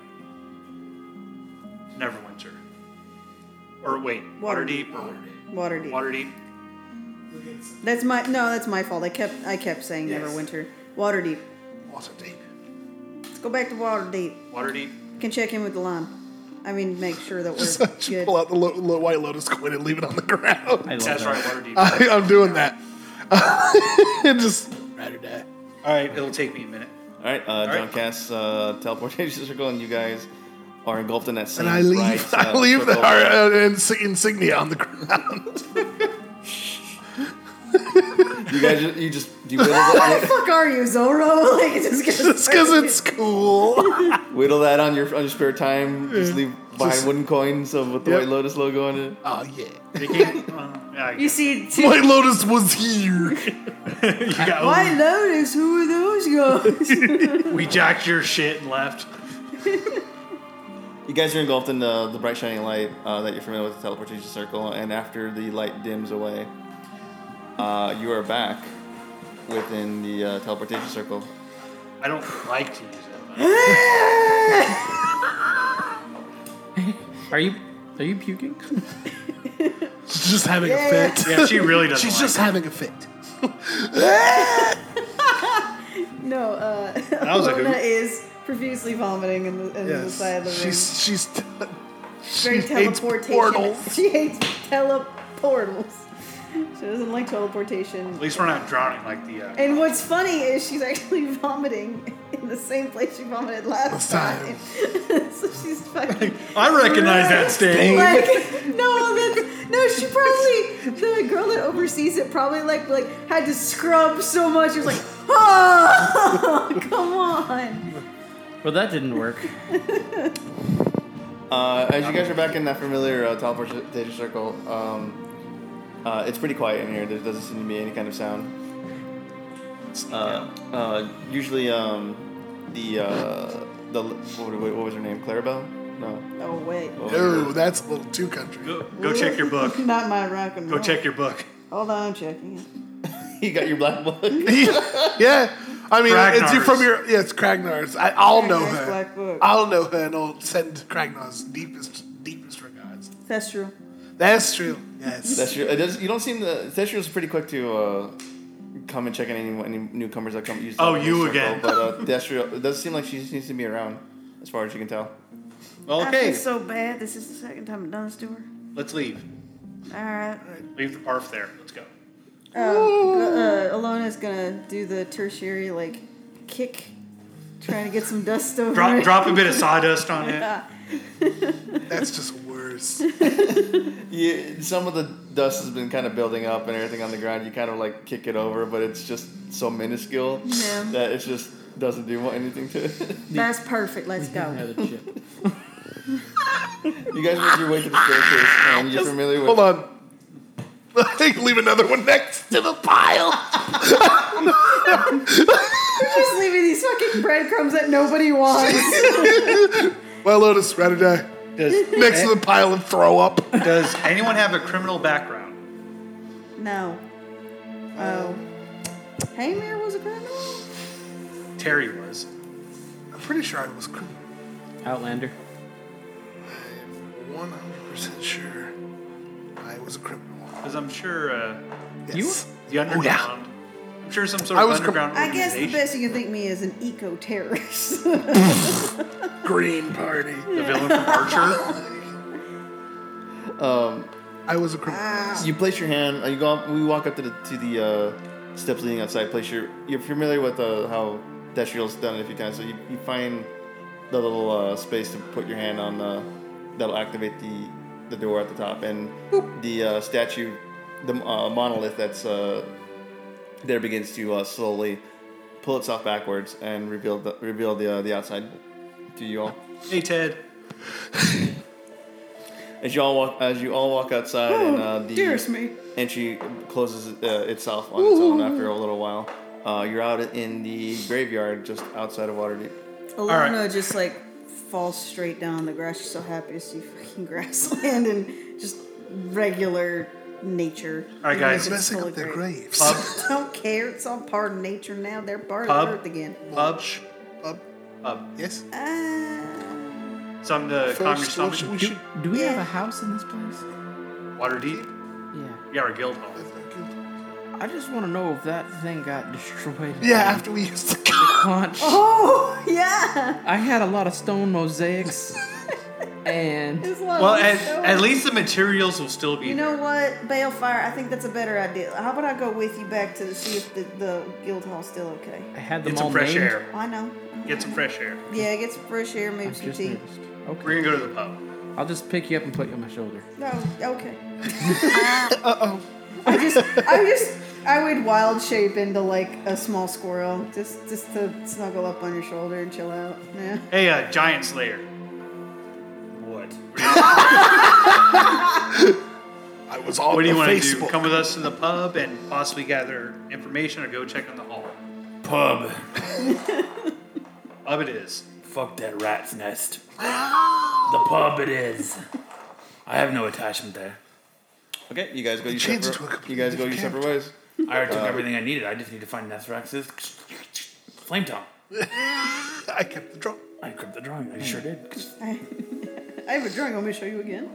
Neverwinter. or wait, Waterdeep or
Waterdeep.
Waterdeep.
That's my no. That's my fault. I kept I kept saying
Yes.
Neverwinter. Waterdeep.
Water deep.
Let's go back to Waterdeep.
Waterdeep.
Can check in with the lime. I mean, make sure that
Just,
we're good.
pull out the lo- lo- white lotus coin and leave it on the ground.
I love that.
That's right, Waterdeep.
I, I'm doing that. and just ride or die.
All right, it'll take me a minute.
All right, uh, John
right.
casts uh, teleportation circle, and you guys are engulfed in that same.
And I leave.
bright,
I
uh,
leave the
circle.
our, uh, ins- insignia on the ground.
You guys, ju- you just you whittle, that,
fuck are you, Zoro? Like, it's just gonna
just because it's cool.
whittle that on your on your spare time. Just leave behind
Just-
wooden coins of, with the
Yep.
White Lotus logo on it.
oh yeah.
You can't. well, Uh, yeah, I
You
guess.
see, two,
White lotus was here.
White Lotus. Who are those guys?
we jacked your shit and left.
You guys are engulfed in the, the bright shining light uh, that you're familiar with, the teleportation circle, and after the light dims away, uh, you are back within the uh, teleportation circle.
I don't like to use that.
Are you are you puking?
She's just having a fit.
Yeah, she really doesn't.
She's
like
just
it.
having a fit.
no, uh,
was a hoot.
Luna is profusely vomiting in the, in the side of the room.
She's she's t-
Very
she hates
teleportation.
portals.
She hates teleportals. She doesn't like teleportation.
At least we're not drowning like the. Uh,
And what's funny is she's actually vomiting in the same place she vomited
Last
last
time.
time. so she's fucking.
I recognize that stain.
Like, no, that, no, she probably the girl that oversees it probably like like had to scrub so much. She was like, oh, come on.
Well, that didn't work.
Uh, as you guys are back in that familiar uh, teleportation circle, um, uh, it's pretty quiet in here. There doesn't seem to be any kind of sound. Uh, uh, usually, um, the uh, the what, what what was her name? Clarabelle? No.
Oh wait,
What was her
no, that's a little too country.
Go, go check your book.
not my rock and
Go
roll.
check your book.
Hold on, I'm checking it.
You got your black book.
yeah, I mean, it's you
Kragnars.
from your yeah, it's Kragnars. I, I'll know
Kragnars
her.
Black Book.
I'll know her, and I'll send Kragnar's deepest deepest regards.
That's true.
That's true. Yes.
That's true. It does, you don't seem to. Theshiel's pretty quick to uh, come and check on any, any newcomers that come. Use the
Oh, you
circle,
again.
But uh, Theshiel, it does seem like she seems to be around, as far as you can tell.
Well,
I feel
okay,
so bad. This is the second time I've done this to her.
let's leave.
All right.
Leave the parf there. Let's go.
Uh, Alona's gonna do the tertiary like kick, trying to get some dust over
Drop,
it.
drop a bit of sawdust on it.
That's just worse.
You, some of the dust has been kind of building up and everything on the ground. You kind of like kick it over, but it's just so minuscule
Yeah.
that it just doesn't do anything to it.
That's perfect. Let's go.
Another chip.
you guys make your way to the staircase, and you're familiar with.
Hold on. Leave another one next to the pile.
Just leaving these fucking breadcrumbs that nobody wants.
Well, Lotus, ride or die.
Does,
Next to the pile and throw up.
does anyone have a criminal background?
no. Oh. Haymere was a criminal.
Terry was.
I'm pretty sure I was criminal.
Outlander.
100% sure I was a criminal.
Because I'm sure uh,
Yes.
the underground. I'm sure some sort
Oh, I
of
was cr-
underground.
I guess the
organization-
best you can think me is an eco terrorist.
Green Party.
The villain from Archer.
I was a criminal.
You place your hand. uh, You go. Up, we walk up to the to the uh, steps leading outside. Place your. You're familiar with uh, how Destrial's done it a few times. So you, you find the little uh, space to put your hand on. Uh, that'll activate the the door at the top and the uh, statue, the uh, monolith that's uh, there begins to uh, slowly pull itself backwards and reveal the reveal the uh, the outside to you all.
Hey, Ted.
As you all walk, as you all walk outside, and uh, the
Oh, dearest me.
entry closes uh, itself on its own after a little while. Uh, you're out in the graveyard just outside of Waterdeep.
Alona just like falls straight down on the grass. She's so happy to see fucking grassland and just regular nature.
All right, guys.
It's messing
totally
up their
great.
graves.
Pub.
Don't care. It's all part of nature now. They're part
Pub.
of the earth again.
Pub.
Pub.
Pub.
Yes?
Uh,
Something to calm your
First, what
stomach.
should, we should.
Do we have a house in this place?
Water deep.
Yeah.
Yeah, or guild hall.
I just want to know if that thing got destroyed.
Yeah, after we used the car.
Punch.
Oh, yeah.
I had a lot of stone mosaics, and
It's a lot
Well,
of
at,
stone.
at least the materials will still be.
You know what, Balefire? I think that's a better idea. How about I go with you back to see if the, the guild hall's still okay?
I had them
Get
all
some fresh
named.
air.
I know.
Get some fresh air.
Yeah, get some fresh air, move
I've
some
just
tea.
noticed.
We're
Okay.
gonna go to the pub.
I'll just pick you up and put you on my shoulder.
No, Oh, okay. I just, I just, I would wild shape into like a small squirrel, just, just to snuggle up on your shoulder and chill out. Yeah.
Hey, uh, Giant Slayer. What?
I was all
What do you
on
want to do?
Facebook.
Come with us to the pub and possibly gather information, or go check on the hall.
Pub.
Pub it is.
Fuck that rat's nest. the pub it is. I have no attachment there.
Okay, you guys go your
Change it to a
separate. You
completely
guys go your
different
separate ways.
I already took everything I needed. I just need to find Nesrax's flame tongue.
I kept the drum.
I grabbed the drawing. I sure did.
I have a drawing. Want me to show you again?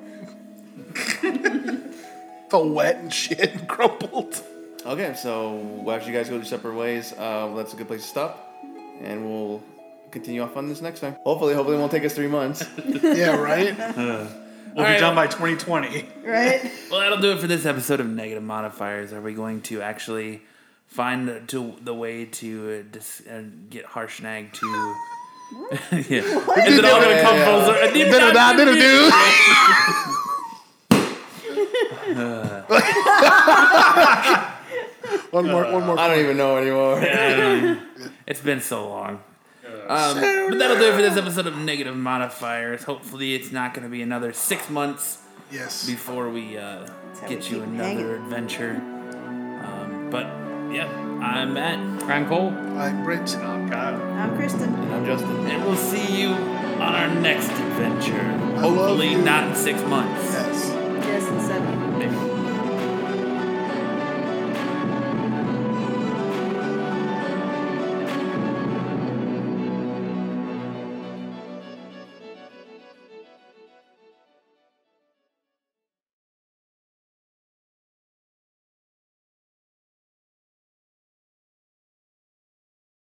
It's all wet and shit and crumpled.
Okay, so after you guys go your separate ways, uh, well, that's a good place to stop, and we'll continue off on this next time. Hopefully, hopefully it won't take us three months.
Yeah, right?
We'll be
right.
done by 2020.
Right.
Well, that'll do it for this episode of Negative Modifiers. Are we going to actually find the, to, the way to uh, dis, uh, get Harshnag to? yeah. Is it all going to come full circle? A deep
Better
dive
not, better
review.
do. one more, one more.
I don't even know anymore.
It's been so long. Um, but that'll do it for this episode of Negative Modifiers. Hopefully, it's not going to be another six months
Yes.
before we uh,
how we
get you
keep
another
hanging.
adventure. Um, but yeah, I'm Matt,
I'm Cole.
I'm Brent.
God.
I'm Kristen.
I'm Justin.
and we'll see you on our next adventure.
love
Hopefully,
you.
not in six months.
Yes.
Yes, and seven.
Maybe.